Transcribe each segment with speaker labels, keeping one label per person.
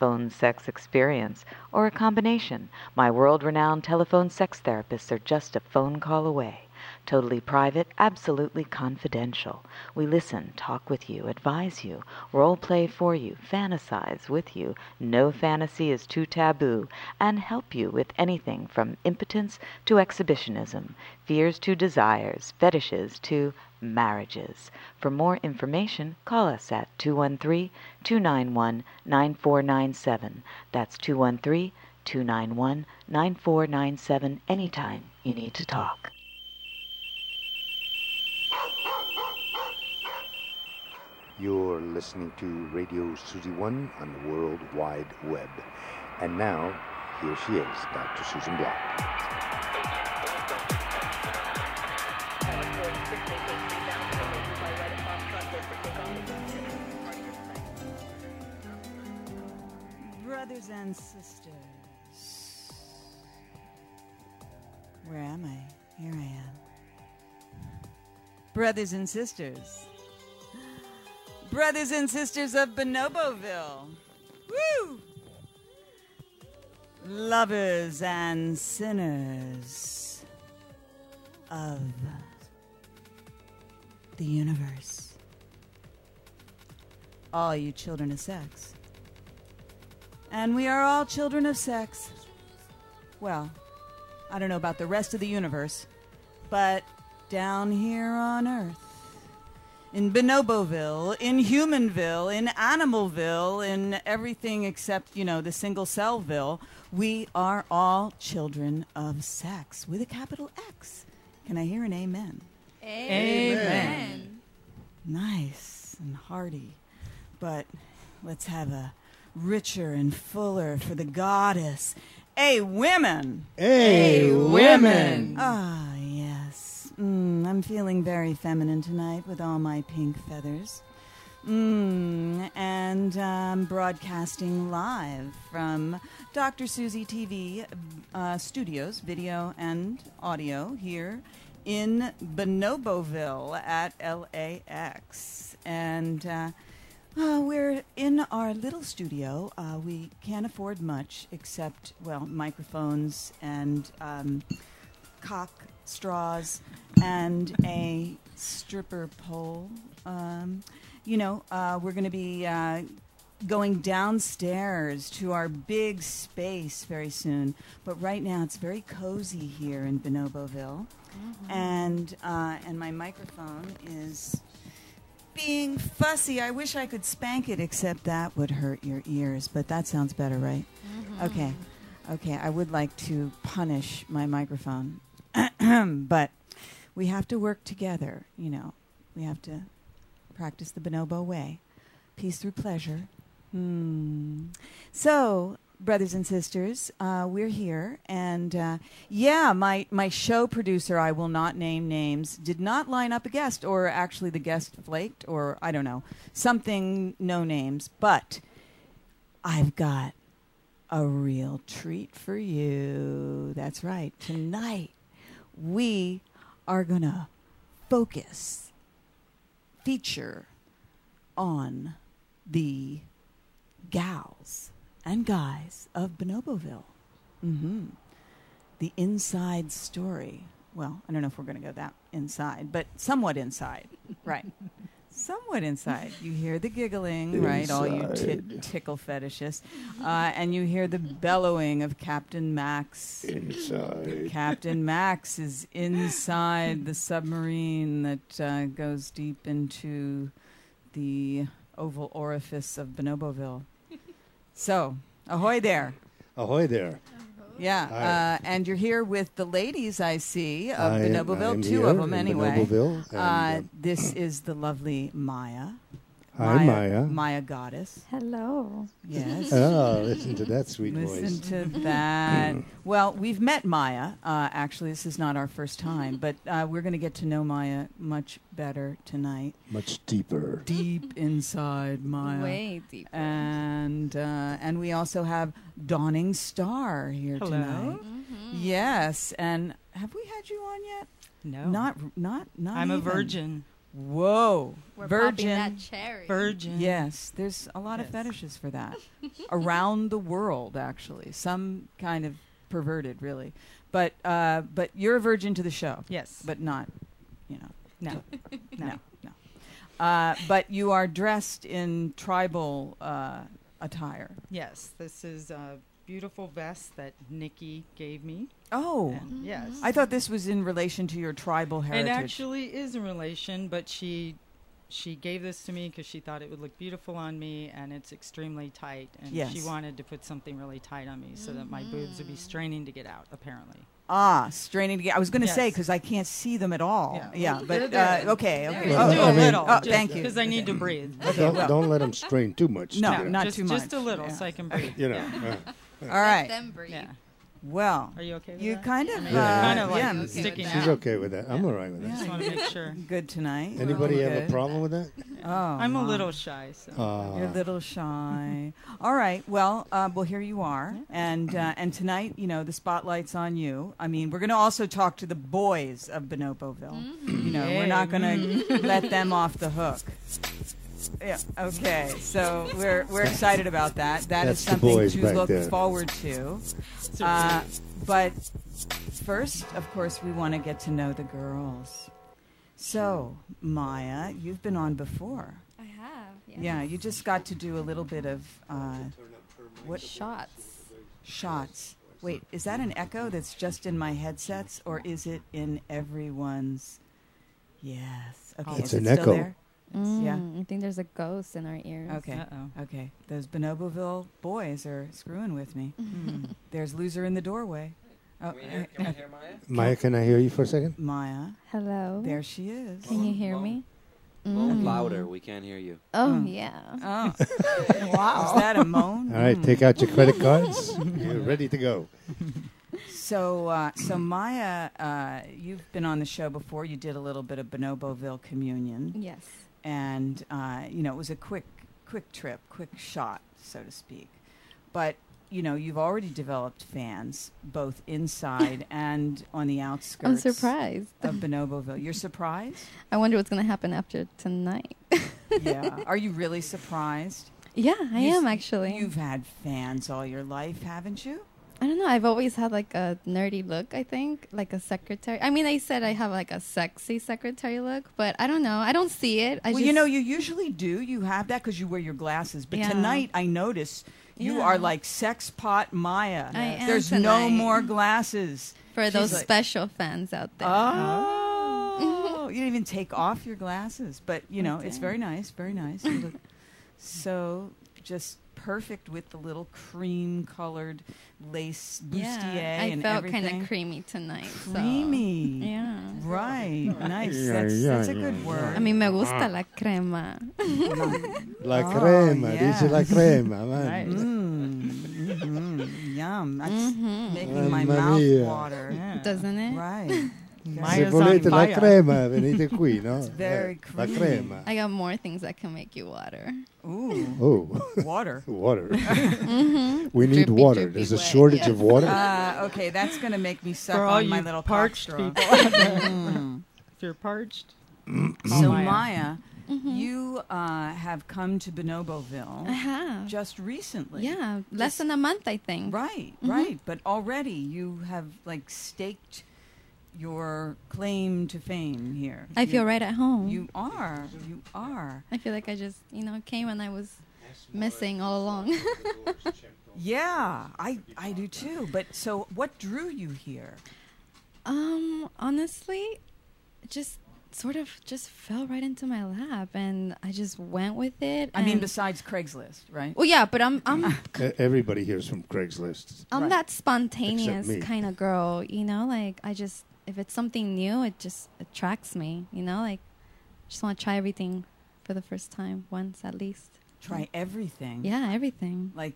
Speaker 1: phone sex experience, or a combination. My world renowned telephone sex therapists are just a phone call away. Totally private, absolutely confidential. We listen, talk with you, advise you, role play for you, fantasize with you. No fantasy is too taboo, and help you with anything from impotence to exhibitionism, fears to desires, fetishes to marriages. For more information, call us at 213 291 9497. That's 213 291 9497 anytime you need to talk.
Speaker 2: You're listening to Radio Susie One on the World Wide Web. And now, here she is, Dr. Susan Block.
Speaker 3: Brothers and sisters. Where am I? Here I am. Brothers and sisters. Brothers and sisters of Bonoboville. Woo! Lovers and sinners of the universe. All you children of sex. And we are all children of sex. Well, I don't know about the rest of the universe, but down here on Earth, in Bonoboville, in Humanville, in Animalville, in everything except, you know, the single cellville, we are all children of sex with a capital X. Can I hear an amen?
Speaker 4: Amen.
Speaker 3: Nice and hearty. But let's have a richer and fuller for the goddess. A women.
Speaker 4: A women.
Speaker 3: Ah, yes. Mm, I'm feeling very feminine tonight with all my pink feathers. Mm, and um, broadcasting live from Dr. Susie TV uh, studios, video and audio here in Bonoboville at LAX. And uh, uh, we're in our little studio. Uh, we can't afford much except, well, microphones and um, cock straws and a stripper pole. Um, you know, uh, we're going to be uh, going downstairs to our big space very soon. But right now, it's very cozy here in Bonoboville, and uh, and my microphone is being fussy. I wish I could spank it, except that would hurt your ears. But that sounds better, right? Okay, okay. I would like to punish my microphone, but we have to work together. You know, we have to practice the bonobo way, peace through pleasure. Hmm. So, brothers and sisters, uh, we're here, and uh, yeah, my my show producer, I will not name names, did not line up a guest, or actually the guest flaked, or I don't know, something, no names, but I've got a real treat for you. That's right. Tonight, we are gonna focus, feature on the gals and guys of Bonoboville. hmm The inside story. Well, I don't know if we're going to go that inside, but somewhat inside, right? somewhat inside. You hear the giggling, right? All you tit- tickle fetishists, uh, and you hear the bellowing of Captain Max.
Speaker 5: Inside.
Speaker 3: Captain Max is inside the submarine that uh, goes deep into the oval orifice of Bonoboville. So, ahoy there.
Speaker 5: Ahoy there.
Speaker 3: Yeah.
Speaker 5: Hi.
Speaker 3: Uh, and you're here with the ladies I see of
Speaker 5: I am-
Speaker 3: Bonoboville,
Speaker 5: I am
Speaker 3: two
Speaker 5: here
Speaker 3: of them Uh,
Speaker 5: in
Speaker 3: anyway.
Speaker 5: Bonoboville, and,
Speaker 3: uh,
Speaker 5: um,
Speaker 3: this is the lovely Maya.
Speaker 2: Hi, Maya.
Speaker 3: Maya Goddess.
Speaker 6: Hello.
Speaker 3: Yes.
Speaker 2: Oh, listen to that sweet
Speaker 3: Listen
Speaker 2: voice.
Speaker 3: to that. well, we've met Maya. Uh, actually, this is not our first time, but uh, we're going to get to know Maya much better tonight.
Speaker 2: Much deeper.
Speaker 3: Deep inside Maya.
Speaker 4: Way deep.
Speaker 3: And uh, and we also have Dawning Star here tonight. Yes, and have we had you on yet?
Speaker 7: No.
Speaker 3: Not not not.
Speaker 7: I'm a
Speaker 3: even.
Speaker 7: virgin.
Speaker 3: Whoa,
Speaker 4: We're popping
Speaker 3: virgin.
Speaker 4: that cherry.
Speaker 7: Virgin.
Speaker 3: Yes, there's a lot of
Speaker 7: Yes.
Speaker 3: fetishes for that around the world. Actually, some kind of perverted, really. But uh, but you're a virgin to the show,
Speaker 7: Yes.
Speaker 3: but not, you know,
Speaker 7: no.
Speaker 3: no, no. Uh, but you are dressed in tribal uh, attire.
Speaker 7: Yes. This is a beautiful vest that Nikki gave me.
Speaker 3: Oh,
Speaker 7: And yes.
Speaker 3: I thought this was in relation to your tribal heritage.
Speaker 7: It actually is in relation, but she she gave this to me because she thought it would look beautiful on me, and it's extremely tight. And she
Speaker 3: Yes. Mm-hmm.
Speaker 7: wanted to put something really tight on me so that my boobs would be straining to get out. Apparently.
Speaker 3: ah, straining to get. I was going to 'cause say
Speaker 7: Yes.
Speaker 3: because I can't see them at all. Yeah,
Speaker 7: Yeah.
Speaker 3: but
Speaker 7: They're there.
Speaker 3: uh, okay, okay.
Speaker 2: Well,
Speaker 7: do
Speaker 2: I
Speaker 7: a
Speaker 2: mean-
Speaker 7: little.
Speaker 3: Oh, thank you.
Speaker 7: Because I need to breathe.
Speaker 2: Don't, don't let them strain too much.
Speaker 3: No,
Speaker 2: you know.
Speaker 3: not
Speaker 7: just,
Speaker 3: too
Speaker 7: Just a
Speaker 3: much.
Speaker 7: little,
Speaker 3: Yeah.
Speaker 7: so I can breathe.
Speaker 2: You know, uh,
Speaker 3: all
Speaker 4: Let
Speaker 3: right.
Speaker 4: them breathe.
Speaker 7: Yeah.
Speaker 3: Well,
Speaker 7: Are you okay? With
Speaker 3: you
Speaker 7: that?
Speaker 3: kind of,
Speaker 7: I
Speaker 3: uh,
Speaker 7: mean, it's kind of like
Speaker 3: yeah,
Speaker 4: okay with
Speaker 7: sticking
Speaker 4: that.
Speaker 2: she's
Speaker 7: out.
Speaker 2: okay with that. I'm all right with
Speaker 7: I just
Speaker 2: that.
Speaker 7: want to make sure.
Speaker 3: good tonight.
Speaker 2: Anybody
Speaker 3: We're
Speaker 2: have a
Speaker 3: good.
Speaker 2: problem with that?
Speaker 3: Oh,
Speaker 7: I'm a
Speaker 3: my.
Speaker 7: little shy, so
Speaker 2: Uh,
Speaker 3: You're a little shy. All right. Well, uh, well, here you are, and uh, and tonight, you know, the spotlight's on you. I mean, we're going to also talk to the boys of Bonoboville. You know, we're
Speaker 7: Mm-hmm. Yeah, Mm-hmm.
Speaker 3: not going to let them off the hook. Yeah. Okay. So we're we're excited about that. That is
Speaker 2: That's the
Speaker 3: something
Speaker 2: boys
Speaker 3: to
Speaker 2: back
Speaker 3: look
Speaker 2: there.
Speaker 3: forward to. Uh, but first, of course, we want to get to know the girls. So, Maya, you've been on before.
Speaker 4: I have. Yeah.
Speaker 3: Yeah, you just got to do a little bit of uh, what
Speaker 4: Shots.
Speaker 3: shots. Wait, is that an echo that's just in my headsets, or is it in everyone's? Yes. Okay.
Speaker 2: It's
Speaker 3: is
Speaker 2: an
Speaker 3: it still
Speaker 2: echo.
Speaker 3: there? Yeah.
Speaker 6: Mm, I think there's a ghost in our ears.
Speaker 3: Okay.
Speaker 7: Uh-oh.
Speaker 3: Okay. Those Bonoboville boys are screwing with me. Hmm. There's loser in the doorway. Oh, uh,
Speaker 2: Maya, can I hear you for a second?
Speaker 3: Maya,
Speaker 6: Hello.
Speaker 3: there she is.
Speaker 6: Can you hear me? Mm.
Speaker 8: Moan louder. We can't hear you.
Speaker 6: Oh, yeah.
Speaker 3: Oh. wow. Is that a moan? Mm.
Speaker 2: All right, take out your credit cards. You're ready to go.
Speaker 3: So, uh, so Maya, uh, you've been on the show before. You did a little bit of Bonoboville communion,
Speaker 6: Yes.
Speaker 3: and uh, you know it was a quick, quick trip, quick shot, so to speak. But you know you've already developed fans both inside and on the
Speaker 6: I'm
Speaker 3: outskirts
Speaker 6: surprised.
Speaker 3: of Bonoboville. You're surprised?
Speaker 6: I wonder what's going to happen after tonight.
Speaker 3: yeah. Are you really surprised?
Speaker 6: Yeah, I
Speaker 3: You s-
Speaker 6: am actually.
Speaker 3: You've had fans all your life, haven't you?
Speaker 6: I don't know. I've always had like a nerdy look, I think, like a secretary. I mean, I said I have like a sexy secretary look, but I don't know. I don't see it. I
Speaker 3: well,
Speaker 6: just,
Speaker 3: you know, you usually do. You have that because you wear your glasses. But
Speaker 6: Yeah.
Speaker 3: tonight, I notice you
Speaker 6: Yeah.
Speaker 3: are like sex pot Maya.
Speaker 6: I am
Speaker 3: There's no
Speaker 6: tonight.
Speaker 3: more glasses.
Speaker 6: for those
Speaker 3: like-
Speaker 6: special fans out there.
Speaker 3: Oh, you didn't even take off your glasses. But you know, it's
Speaker 6: did.
Speaker 3: very nice. Very nice. You look so just perfect with the little cream-colored lace bustier
Speaker 6: yeah, I
Speaker 3: and
Speaker 6: felt
Speaker 3: everything.
Speaker 6: kind of creamy tonight. so-
Speaker 3: creamy.
Speaker 6: Yeah.
Speaker 3: Right. Nice.
Speaker 2: Yeah,
Speaker 3: That's,
Speaker 2: yeah,
Speaker 3: that's a
Speaker 2: yeah,
Speaker 3: good
Speaker 2: yeah.
Speaker 3: word.
Speaker 6: I mean, me gusta la crema.
Speaker 2: La
Speaker 3: Ah. Oh,
Speaker 2: crema, dice la
Speaker 3: yes.
Speaker 2: crema, man.
Speaker 3: Mm, mhm, yum. That's making my
Speaker 2: Mamma
Speaker 3: mouth
Speaker 2: mia.
Speaker 3: water.
Speaker 7: Yeah.
Speaker 6: Mm-hmm. Doesn't it?
Speaker 3: Right.
Speaker 2: Se
Speaker 7: Maya's
Speaker 2: volete
Speaker 7: on
Speaker 2: la
Speaker 7: fire.
Speaker 2: crema, venite qui, no? It's
Speaker 3: very
Speaker 2: La
Speaker 3: creamy.
Speaker 2: crema.
Speaker 6: I got more things that can make you water.
Speaker 3: Ooh,
Speaker 2: Oh,
Speaker 3: water. Mm-hmm.
Speaker 2: water. We need
Speaker 6: Drippy,
Speaker 2: water.
Speaker 6: drippy
Speaker 2: There's a
Speaker 6: wet,
Speaker 2: shortage
Speaker 6: yeah.
Speaker 2: of water.
Speaker 3: Uh, okay, that's gonna make me suck
Speaker 7: For all
Speaker 3: on
Speaker 7: you
Speaker 3: my little
Speaker 7: parched
Speaker 3: cockstraw.
Speaker 7: people.
Speaker 3: Mm.
Speaker 7: If you're parched,
Speaker 3: So
Speaker 7: Oh, Mm-hmm. Maya.
Speaker 3: Maya, you uh, have come to Bonoboville
Speaker 6: I have.
Speaker 3: just recently.
Speaker 6: Yeah, less than a month, I think. Mm-hmm.
Speaker 3: Right, right. But already you have like staked your claim to fame here.
Speaker 6: I
Speaker 3: You-
Speaker 6: feel right at home.
Speaker 3: You are. You are.
Speaker 6: I feel like I just, you know, came and I was missing all along.
Speaker 3: Yeah, I I do too. But so, what drew you here?
Speaker 6: um, honestly, just sort of just fell right into my lap and I just went with it.
Speaker 3: I mean,
Speaker 6: and-
Speaker 3: besides Craigslist, right?
Speaker 6: well, yeah, but I'm I'm
Speaker 2: E- Everybody hears from Craigslist.
Speaker 6: I'm
Speaker 3: Right.
Speaker 6: that spontaneous
Speaker 2: me.
Speaker 6: kind of girl, you know. Like I just, if it's something new, it just attracts me, you know. Like just want to try everything for the first time once at least.
Speaker 3: Try everything.
Speaker 6: Yeah, everything.
Speaker 3: Like,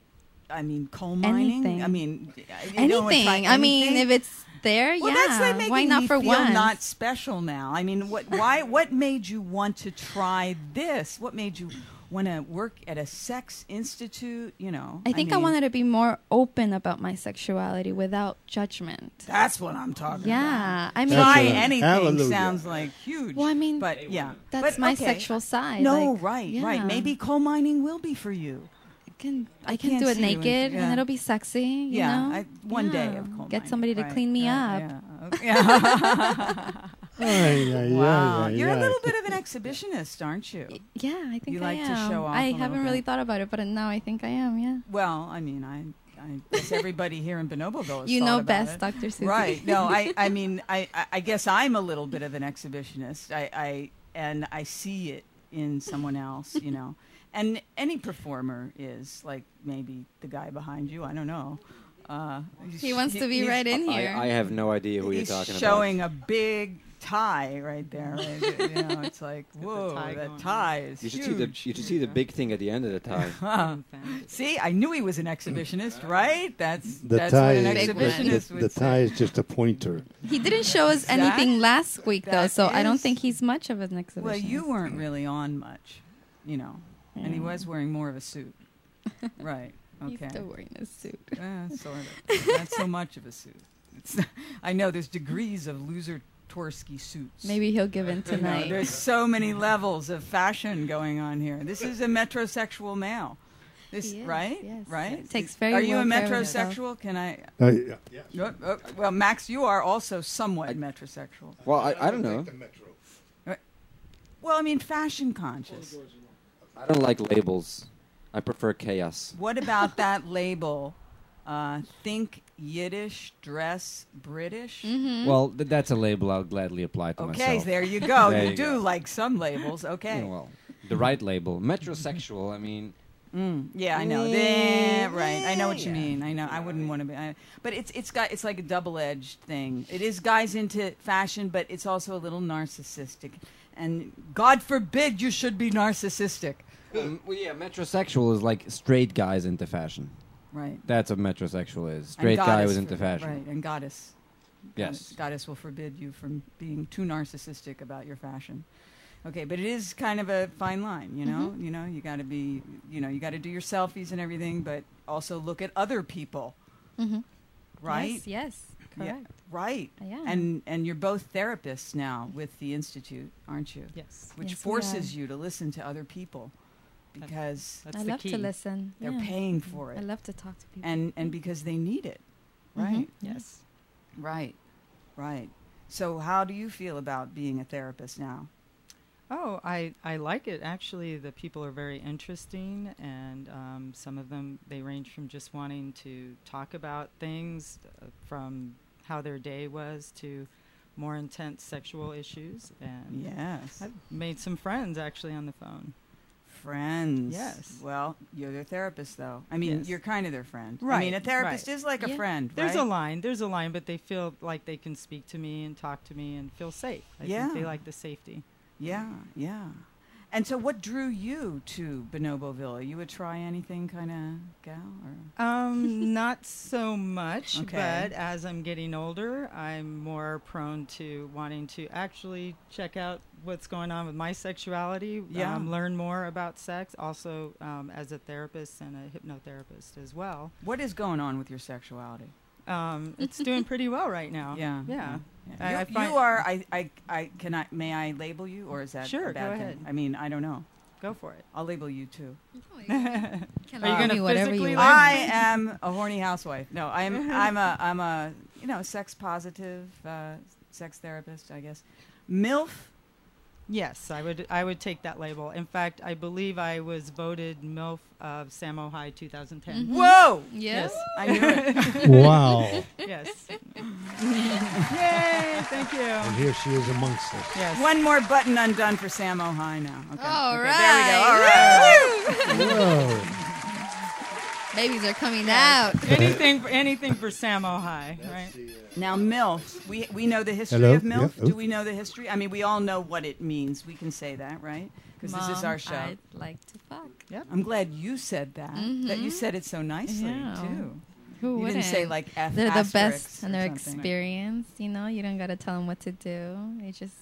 Speaker 3: I mean, coal mining.
Speaker 6: Anything.
Speaker 3: I mean, I- you know,
Speaker 6: anything.
Speaker 3: if I-
Speaker 6: I mean,
Speaker 3: anything-
Speaker 6: if it's there,
Speaker 3: well,
Speaker 6: yeah.
Speaker 3: that's like making
Speaker 6: Why not
Speaker 3: me
Speaker 6: for
Speaker 3: feel
Speaker 6: once?
Speaker 3: not special now. I mean, what? Why? What made you want to try this? What made you want to work at a sex institute? You know,
Speaker 6: I think I,
Speaker 3: mean,
Speaker 6: wanted to be more open about my sexuality without judgment.
Speaker 3: That's what I'm talking about.
Speaker 6: yeah, I mean,
Speaker 4: That's
Speaker 3: Try
Speaker 4: a-
Speaker 3: anything
Speaker 4: hallelujah.
Speaker 3: sounds like huge.
Speaker 6: Well, I mean,
Speaker 3: but yeah,
Speaker 6: that's
Speaker 3: But
Speaker 6: my
Speaker 3: okay.
Speaker 6: sexual side.
Speaker 3: No,
Speaker 6: like,
Speaker 3: right, right.
Speaker 6: yeah.
Speaker 3: Maybe coal mining will be for you.
Speaker 6: I can
Speaker 3: I
Speaker 6: I can
Speaker 3: can't
Speaker 6: do it
Speaker 3: see you in-
Speaker 6: naked
Speaker 3: yeah.
Speaker 6: and it'll be sexy. You
Speaker 3: yeah,
Speaker 6: know?
Speaker 3: I, one day
Speaker 6: Yeah.
Speaker 3: of coal
Speaker 6: Get
Speaker 3: mining.
Speaker 6: somebody to
Speaker 3: Right,
Speaker 6: clean me
Speaker 3: right,
Speaker 6: up.
Speaker 3: Yeah. Okay.
Speaker 4: Ay, ay, ay,
Speaker 3: wow,
Speaker 4: ay,
Speaker 3: you're a
Speaker 4: ay.
Speaker 3: little bit of an exhibitionist, aren't you?
Speaker 6: Yeah, I think
Speaker 3: You
Speaker 6: I
Speaker 3: like to
Speaker 6: am.
Speaker 3: show off
Speaker 6: I
Speaker 3: a little
Speaker 6: haven't really
Speaker 3: bit.
Speaker 6: thought about it, but now I think I am. Yeah,
Speaker 3: Well, I mean, I, I guess everybody here in Bonoboville has
Speaker 6: you
Speaker 3: thought
Speaker 6: know
Speaker 3: about
Speaker 6: best,
Speaker 3: it.
Speaker 6: Doctor Susie.
Speaker 3: Right. No, I, I mean, I, I- I guess I'm a little bit of an exhibitionist. I, I, and I see it in someone else, you know. And any performer is like maybe the guy behind you. I don't know. Uh,
Speaker 6: He wants to be
Speaker 3: he's-
Speaker 6: right in here.
Speaker 8: I, I have no idea who you're
Speaker 3: He's
Speaker 8: talking
Speaker 3: showing a big tie right there. Right? you know, it's like whoa,
Speaker 7: tie going
Speaker 3: that
Speaker 7: on.
Speaker 3: tie is
Speaker 8: about. You should
Speaker 3: huge.
Speaker 8: see the you should see the big thing at the end of the tie.
Speaker 3: Huh. See, I knew he was an exhibitionist, right? That's
Speaker 4: Mm. The
Speaker 3: that's
Speaker 4: tie,
Speaker 3: what an
Speaker 4: is,
Speaker 6: Big one.
Speaker 4: the,
Speaker 3: exhibitionist
Speaker 4: the,
Speaker 3: would
Speaker 4: the
Speaker 3: say.
Speaker 4: tie is just a pointer.
Speaker 6: he didn't show us anything last week though,
Speaker 3: that
Speaker 6: so I don't
Speaker 3: is-
Speaker 6: think he's much of an exhibitionist.
Speaker 3: Well, you weren't really on much, you know, and he
Speaker 6: Yeah.
Speaker 3: was wearing more of a suit. right. Okay.
Speaker 6: He's still wearing a suit.
Speaker 3: Eh, sort of. Not so much of a suit. It's, I know there's degrees of loser Torsky suits.
Speaker 6: Maybe he'll give in
Speaker 3: You know,
Speaker 6: tonight.
Speaker 3: there's so many levels of fashion going on here. This is a metrosexual male. This
Speaker 6: He is,
Speaker 3: right?
Speaker 6: yes.
Speaker 3: Right?
Speaker 6: It takes very
Speaker 3: Are you
Speaker 6: well
Speaker 3: a
Speaker 6: care of himself.
Speaker 3: metrosexual? Can I
Speaker 4: Uh,
Speaker 3: oh, oh, Well, Max, you are also somewhat metrosexual.
Speaker 8: Well, I, I don't know.
Speaker 3: Well, I mean fashion conscious.
Speaker 8: I don't like labels. I prefer chaos.
Speaker 3: What about that label? Uh, think Yiddish, dress British.
Speaker 6: Hmm?
Speaker 8: Mm-hmm.
Speaker 9: Well, th- that's a label I'll gladly apply to
Speaker 3: Okay,
Speaker 9: myself.
Speaker 3: there you go.
Speaker 9: There
Speaker 3: you,
Speaker 9: you
Speaker 3: do
Speaker 9: go.
Speaker 3: like some labels. Okay.
Speaker 9: Yeah,
Speaker 3: Yeah,
Speaker 9: well, the right label.
Speaker 8: Metrosexual. I mean,
Speaker 3: I know. There, right. I know what you mean. I know. I wouldn't want to be. I, but it's it's got it's like a double edged thing. It is guys into fashion, but it's also a little narcissistic. And God forbid you should be narcissistic.
Speaker 8: um, well, yeah, metrosexual.
Speaker 9: Metrosexual is like straight guys into fashion.
Speaker 3: Right.
Speaker 9: That's what metrosexual is.
Speaker 3: And
Speaker 9: Straight guy
Speaker 3: goddess
Speaker 9: was into
Speaker 3: for-
Speaker 9: fashion.
Speaker 3: Right. And goddess.
Speaker 9: Yes.
Speaker 3: God- Goddess will forbid you from being too narcissistic about your fashion. Okay, but it is kind of a fine line, you know?
Speaker 9: Mm-hmm.
Speaker 3: You know, you got to be, you know, you got to do your selfies and everything, but also look at other people.
Speaker 6: Mhm.
Speaker 3: Right?
Speaker 6: Yes, yes,
Speaker 3: Yeah,
Speaker 6: correct.
Speaker 3: Right.
Speaker 6: I
Speaker 7: Hmm.
Speaker 6: am.
Speaker 3: And and you're both therapists now with the institute, aren't you?
Speaker 7: Yes,
Speaker 3: Which
Speaker 6: Yes, we are.
Speaker 3: forces you to listen to other people because
Speaker 7: that's
Speaker 6: I
Speaker 7: the
Speaker 6: love
Speaker 7: key.
Speaker 6: to listen.
Speaker 3: they're
Speaker 6: yeah. Mm-hmm.
Speaker 3: paying for
Speaker 6: I
Speaker 3: it
Speaker 6: love to talk to people. Mm-hmm.
Speaker 3: and and because they need it. Right?
Speaker 7: Yes,
Speaker 3: Right. Right. So how do you feel about being a therapist now?
Speaker 7: Oh, I, I like it. Actually, the people are very interesting, and um, some of them they range from just wanting to talk about things uh, from how their day was to more intense sexual issues. And
Speaker 3: Yes.
Speaker 7: I've made some friends actually on the phone.
Speaker 3: Friends.
Speaker 7: Yes.
Speaker 3: Well, you're their therapist, though. I mean,
Speaker 7: Yes.
Speaker 3: you're kind of their friend. I
Speaker 7: Right,
Speaker 3: mean, a therapist
Speaker 7: right.
Speaker 3: is like a
Speaker 6: Yeah.
Speaker 3: friend.
Speaker 7: There's a
Speaker 3: right?
Speaker 7: line, there's a line, but they feel like they can speak to me and talk to me and feel safe. I think
Speaker 3: Yeah.
Speaker 7: they like the safety.
Speaker 3: Yeah, yeah. And so, what drew you to Bonoboville? Are you a try anything kind of gal? Or?
Speaker 7: Um, not so much,
Speaker 3: Okay.
Speaker 7: but as I'm getting older, I'm more prone to wanting to actually check out what's going on with my sexuality,
Speaker 3: Yeah.
Speaker 7: um, learn more about sex, also um, as a therapist and a hypnotherapist as well.
Speaker 3: What is going on with your sexuality?
Speaker 7: Um, it's doing pretty well right now.
Speaker 3: Yeah,
Speaker 7: Yeah. I-
Speaker 3: you,
Speaker 7: I find-
Speaker 3: you are. I, I. I. Can I? May I label you, or is that a
Speaker 7: Sure,
Speaker 3: bad
Speaker 7: go
Speaker 3: thing?
Speaker 7: ahead.
Speaker 3: I mean, I don't know.
Speaker 7: Go for it.
Speaker 3: I'll label you too.
Speaker 6: Can
Speaker 7: Are you
Speaker 6: I
Speaker 7: gonna
Speaker 6: be whatever
Speaker 7: physically
Speaker 6: you
Speaker 7: like-
Speaker 6: want?
Speaker 3: I am a horny housewife. No, I'm I'm a I'm a you know sex positive uh, sex therapist, I guess. Milf.
Speaker 7: Yes, I would. I would take that label. In fact, I believe I was voted MILF of Samo High 2010.
Speaker 3: Mm-hmm. Whoa!
Speaker 6: Yes.
Speaker 3: I knew it.
Speaker 4: wow.
Speaker 7: Yes. Yay! Thank you.
Speaker 4: And here she is amongst us.
Speaker 7: Yes.
Speaker 3: One more button undone for Sam O'Hine now. Okay.
Speaker 6: All
Speaker 3: okay,
Speaker 6: right.
Speaker 3: There we go. All right.
Speaker 4: Whoa.
Speaker 6: Babies are coming out.
Speaker 7: anything, for, anything for Sam Ojai, right?
Speaker 3: Now MILF. We we know the history
Speaker 4: Hello?
Speaker 3: of MILF.
Speaker 4: Yeah. Oh.
Speaker 3: Do we know the history? I mean, we all know what it means. We can say that, right? because this is our
Speaker 6: Mom,
Speaker 3: show.
Speaker 6: I'd like to fuck.
Speaker 7: Yep.
Speaker 3: I'm glad you said that. That you
Speaker 6: Mhm.
Speaker 3: said it so nicely
Speaker 6: Yeah.
Speaker 3: too.
Speaker 6: Who
Speaker 3: you
Speaker 6: wouldn't
Speaker 3: didn't say like F.
Speaker 6: They're the
Speaker 3: asterisk
Speaker 6: best
Speaker 3: or
Speaker 6: and they're
Speaker 3: something.
Speaker 6: experienced. You know, you don't gotta tell them what to do. They just,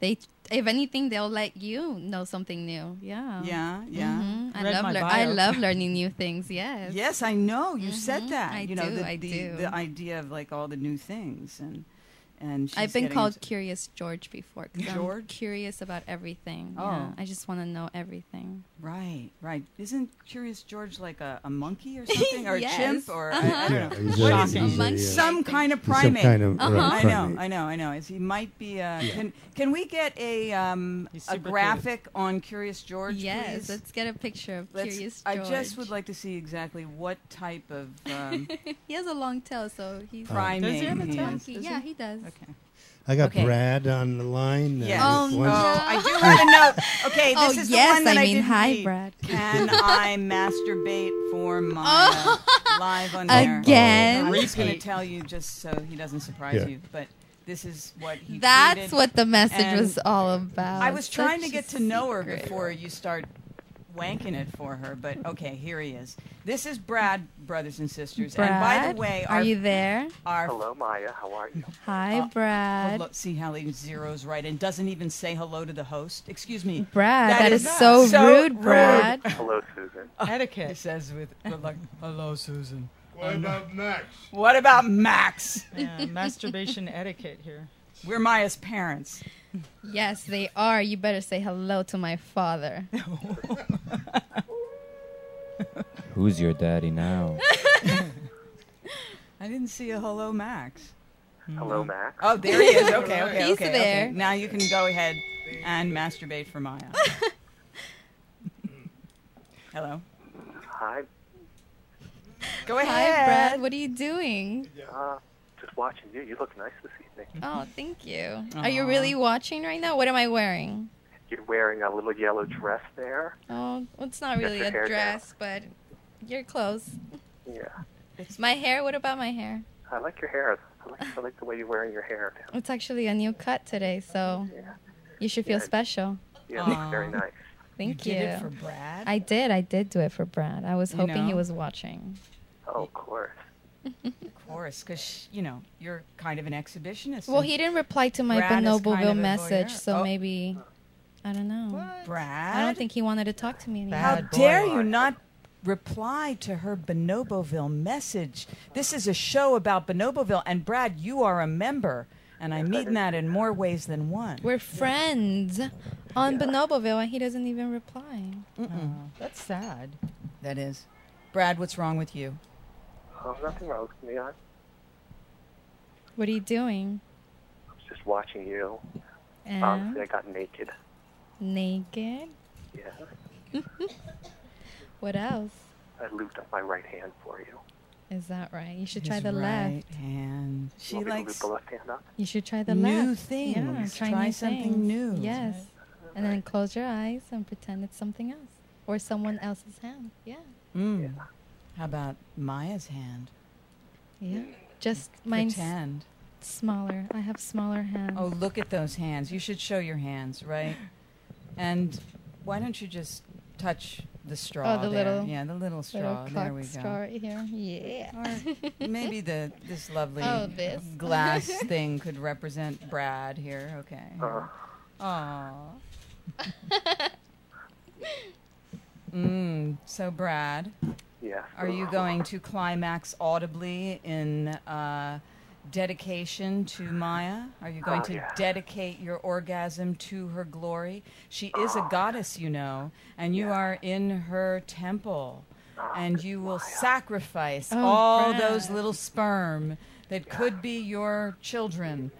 Speaker 6: they, if anything, they'll let you know something new. Yeah.
Speaker 3: Yeah, yeah.
Speaker 6: Mhm. I
Speaker 3: Read
Speaker 6: love.
Speaker 3: my
Speaker 6: lear- I
Speaker 3: bio.
Speaker 6: love learning new things. Yes.
Speaker 3: Yes, I know. You said
Speaker 6: Mhm.
Speaker 3: that.
Speaker 6: I
Speaker 3: you know,
Speaker 6: do,
Speaker 3: The,
Speaker 6: I
Speaker 3: the,
Speaker 6: do.
Speaker 3: the idea of like all the new things and and she's
Speaker 6: I've been
Speaker 3: getting
Speaker 6: called
Speaker 3: into-
Speaker 6: Curious George before. 'cause I'm
Speaker 3: George?
Speaker 6: curious about everything. Yeah.
Speaker 3: Oh.
Speaker 6: I just want to know everything.
Speaker 3: Right, right. Isn't Curious George like a, a monkey or something, or a
Speaker 6: Yes.
Speaker 3: chimp, or I- I,
Speaker 6: Uh-huh.
Speaker 3: don't know.
Speaker 5: Yeah, he's a-
Speaker 3: What is
Speaker 5: he's a,
Speaker 3: he?
Speaker 5: Monkey, yeah.
Speaker 3: Some kind of
Speaker 5: He's some
Speaker 3: primate.
Speaker 5: kind of,
Speaker 6: Uh-huh.
Speaker 5: right,
Speaker 3: I know,
Speaker 5: primate.
Speaker 3: I know, I know. Is he might be. Uh,
Speaker 5: Yeah.
Speaker 3: Can can we get a um,
Speaker 7: He's
Speaker 3: a
Speaker 7: super
Speaker 3: graphic on Curious George?
Speaker 6: yes.
Speaker 3: please?
Speaker 6: Let's get a picture of
Speaker 3: Let's-
Speaker 6: Curious George.
Speaker 3: I just would like to see exactly what type of um,
Speaker 6: he has a long tail, so he's
Speaker 3: primate.
Speaker 7: Does he have a
Speaker 3: he
Speaker 7: tail?
Speaker 3: is.
Speaker 6: monkey. Yeah, he does.
Speaker 3: Okay.
Speaker 5: I got
Speaker 3: Okay.
Speaker 5: Brad on the line.
Speaker 3: Yes.
Speaker 5: Uh,
Speaker 6: Oh,
Speaker 5: one-
Speaker 6: no.
Speaker 3: Oh, I do have a note. Okay,
Speaker 6: Oh,
Speaker 3: this is
Speaker 6: yes,
Speaker 3: the one that
Speaker 6: I
Speaker 3: I,
Speaker 6: mean,
Speaker 3: didn't
Speaker 6: hi,
Speaker 3: read.
Speaker 6: Brad.
Speaker 3: Can I masturbate for my live on air?
Speaker 6: Again.
Speaker 3: I'm just going to
Speaker 7: Repeat.
Speaker 3: tell you just so he doesn't surprise
Speaker 5: Yeah.
Speaker 3: you, but this is what he
Speaker 6: That's
Speaker 3: tweeted.
Speaker 6: what the message
Speaker 3: and
Speaker 6: was all about.
Speaker 3: I was trying
Speaker 6: Such
Speaker 3: to
Speaker 6: a
Speaker 3: get to know her
Speaker 6: secret.
Speaker 3: before you start wanking it for her, but okay, here he is. This is Brad, brothers and sisters.
Speaker 6: Brad,
Speaker 3: and by the way,
Speaker 6: are
Speaker 3: our,
Speaker 6: you there?
Speaker 3: our
Speaker 10: Hello, Maya. How are you?
Speaker 6: Hi,
Speaker 3: Uh,
Speaker 6: Brad.
Speaker 3: hello, see how he zeroes right and doesn't even say hello to the host. Excuse me.
Speaker 6: Brad, that is,
Speaker 3: not-
Speaker 6: so,
Speaker 3: so
Speaker 6: rude,
Speaker 3: rude.
Speaker 6: Brad.
Speaker 10: Hello, Susan.
Speaker 3: He
Speaker 7: Etiquette.
Speaker 3: says with good luck, hello, Susan.
Speaker 5: What about Max?
Speaker 3: What about Max?
Speaker 7: Yeah, masturbation etiquette here.
Speaker 3: We're Maya's parents.
Speaker 6: Yes, they are. You better say hello to my father.
Speaker 11: Who's your daddy now?
Speaker 3: I didn't see a hello, Max.
Speaker 10: Hello, Max.
Speaker 3: Oh, there he is. Okay, okay,
Speaker 6: He's
Speaker 3: okay,
Speaker 6: there.
Speaker 3: okay. Now you can go ahead and masturbate for Maya. hello.
Speaker 10: Hi.
Speaker 3: Go
Speaker 6: Hi,
Speaker 3: ahead.
Speaker 6: Brad. What are you doing?
Speaker 10: Uh, just watching you. You look nice this evening.
Speaker 6: Oh, thank you. Are you
Speaker 3: Aw.
Speaker 6: really watching right now? What am I wearing?
Speaker 10: You're wearing a little yellow dress there.
Speaker 6: Oh, well, it's not
Speaker 10: Get
Speaker 6: really
Speaker 10: your
Speaker 6: a
Speaker 10: hair down.
Speaker 6: dress, but you're close.
Speaker 10: Yeah.
Speaker 6: My hair? What about my hair?
Speaker 10: I like your hair. I like, I like the way you're wearing your hair.
Speaker 6: It's actually a new cut today, so
Speaker 10: Yeah.
Speaker 6: you should feel
Speaker 10: Yeah.
Speaker 6: special.
Speaker 10: Yeah, it looks very
Speaker 3: Aw.
Speaker 10: nice.
Speaker 6: Thank you.
Speaker 7: Did it for Brad.
Speaker 6: I did. I did do it for Brad. I was
Speaker 3: You
Speaker 6: hoping he
Speaker 3: know?
Speaker 6: was watching.
Speaker 10: Oh, of course.
Speaker 3: Of course, because, you know, you're kind of an exhibitionist.
Speaker 6: Well,
Speaker 3: and
Speaker 6: he didn't reply to my
Speaker 3: Brad is kind
Speaker 6: Bonoboville
Speaker 3: of a
Speaker 6: message,
Speaker 3: voyeur.
Speaker 6: so
Speaker 3: Oh.
Speaker 6: maybe I don't know.
Speaker 3: Brad.
Speaker 6: I don't think he wanted to talk to me anymore.
Speaker 3: How
Speaker 7: Bad boy.
Speaker 3: dare you not reply to her Bonoboville message? This is a show about Bonoboville, and Brad, you are a member, and I mean that in more ways than one.
Speaker 6: We're friends on Bonoboville, and he doesn't even reply.
Speaker 7: Oh, that's sad.
Speaker 3: That is, Brad, what's wrong with you?
Speaker 10: Oh, nothing wrong with me. I was
Speaker 6: What are you doing?
Speaker 10: just watching you.
Speaker 6: And
Speaker 10: Honestly, I got naked.
Speaker 6: naked.
Speaker 10: Yeah.
Speaker 6: What else?
Speaker 10: I lubed up my right hand for you.
Speaker 6: Is that right? You should try
Speaker 3: His
Speaker 6: the
Speaker 3: right
Speaker 6: left.
Speaker 3: hand. She
Speaker 10: Want me to
Speaker 3: likes
Speaker 10: lube the left hand up?
Speaker 6: You should try the
Speaker 3: New
Speaker 6: left. Yeah,
Speaker 3: things.
Speaker 6: try,
Speaker 3: Try
Speaker 6: new
Speaker 3: something
Speaker 6: things.
Speaker 3: new.
Speaker 6: Yes. And then close your eyes and pretend it's something else or someone else's hand. Yeah.
Speaker 3: Mm. How about Maya's hand?
Speaker 6: Yeah. Just mine's
Speaker 3: Pretend.
Speaker 6: smaller. I have smaller hands.
Speaker 3: Oh, look at those hands. You should show your hands, right? And why don't you just touch the straw?
Speaker 6: Oh, the
Speaker 3: there.
Speaker 6: little-
Speaker 3: yeah, the little straw.
Speaker 6: Little
Speaker 3: there
Speaker 6: cock
Speaker 3: we go.
Speaker 6: straw right here. Yeah.
Speaker 3: Or maybe the this lovely
Speaker 6: Oh, this.
Speaker 3: glass thing could represent Brad here. Okay.
Speaker 10: Uh,
Speaker 3: Aw. mm, so Brad,
Speaker 10: yes.
Speaker 3: are you going to climax audibly in uh, dedication to Maya? Are you going
Speaker 10: Oh,
Speaker 3: to
Speaker 10: yeah.
Speaker 3: dedicate your orgasm to her glory? She is a goddess, you know, and you are in her temple. And you will sacrifice
Speaker 6: Oh,
Speaker 3: all those
Speaker 6: Brad.
Speaker 3: little sperm that could be your children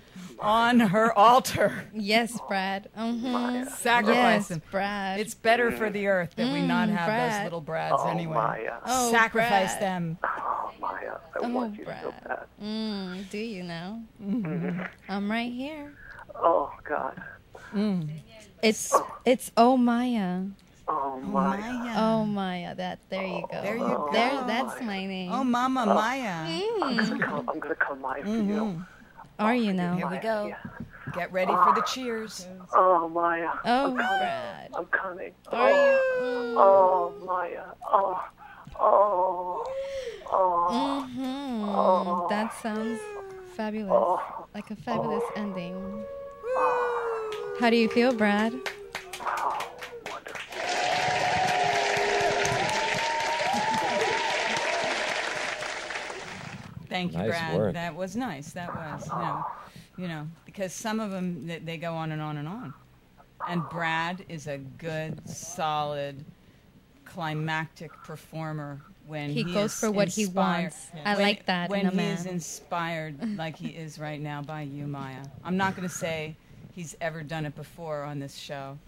Speaker 3: on her altar.
Speaker 6: yes, Brad. Mm-hmm.
Speaker 3: Sacrifice
Speaker 6: Yes,
Speaker 3: them.
Speaker 6: Brad.
Speaker 3: It's better for the earth that we not
Speaker 6: Mm,
Speaker 3: have those
Speaker 6: Brad.
Speaker 3: little brads
Speaker 10: Oh,
Speaker 3: anyway.
Speaker 10: Maya.
Speaker 6: Oh,
Speaker 3: Sacrifice
Speaker 6: Brad.
Speaker 3: them.
Speaker 10: Oh, Maya. I
Speaker 6: Oh,
Speaker 10: want you Mm-hmm. so
Speaker 6: Brad.
Speaker 10: bad.
Speaker 6: Mm, do you know? I'm right here.
Speaker 10: Oh, God.
Speaker 3: Mm-hmm.
Speaker 6: It's it's oh Maya.
Speaker 10: Oh, Maya. Oh,
Speaker 6: Oh Maya. That there you go.
Speaker 3: There you
Speaker 6: There
Speaker 3: go.
Speaker 6: that's my name. Hmm.
Speaker 3: Oh, Mama Maya. Mm-hmm.
Speaker 10: I'm gonna come, I'm gonna come live for you. Oh,
Speaker 6: Are you now?
Speaker 3: Here we go.
Speaker 10: Yeah. Ah.
Speaker 3: Get ready for the cheers.
Speaker 10: Oh, Maya.
Speaker 3: Oh,
Speaker 10: I'm coming.
Speaker 3: Brad.
Speaker 10: I'm coming.
Speaker 3: Are
Speaker 10: oh.
Speaker 3: you-
Speaker 10: Oh, Maya. Oh, oh, oh.
Speaker 6: hmm
Speaker 10: Oh.
Speaker 6: That sounds fabulous. Like a fabulous ending. How do you feel, Brad?
Speaker 3: Thank you,
Speaker 11: Nice
Speaker 3: Brad.
Speaker 11: work.
Speaker 3: That was nice. That was, you know, you know, because some of them they, they go on and on and on, and Brad is a good, solid, climactic performer when
Speaker 6: He
Speaker 3: he,
Speaker 6: goes
Speaker 3: is
Speaker 6: for what he
Speaker 3: inspired-
Speaker 6: wants. I
Speaker 3: when-
Speaker 6: like that in
Speaker 3: when
Speaker 6: a
Speaker 3: he is
Speaker 6: man.
Speaker 3: inspired like he is right now by you, Maya. I'm not going to say he's ever done it before on this show,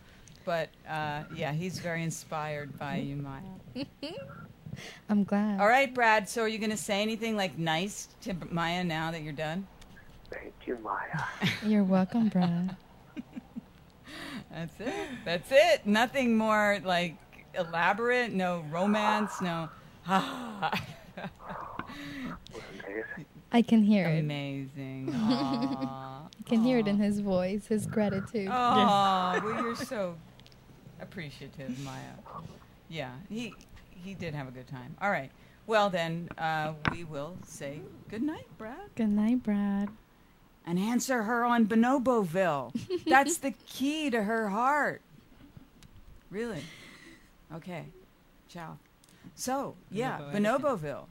Speaker 3: but uh, yeah, he's very inspired by you, Maya.
Speaker 6: I'm glad.
Speaker 3: All right, Brad. So, are you going to say anything like nice to B- Maya now that you're done?
Speaker 10: Thank you, Maya.
Speaker 6: You're welcome, Brad.
Speaker 3: That's it. That's it. Nothing more like elaborate. No romance. No.
Speaker 6: I can hear it.
Speaker 3: Amazing. Aw.
Speaker 6: I can hear it in his voice, his gratitude.
Speaker 3: Oh, well, you're so appreciative, Maya. Yeah, he he did have a good time. All right. Well, then uh, we will say good night, Brad.
Speaker 6: Good night, Brad.
Speaker 3: And answer her on Bonoboville. That's the key to her heart. Really? Okay. Ciao. So, yeah,
Speaker 7: Bonobo
Speaker 3: Bonoboville.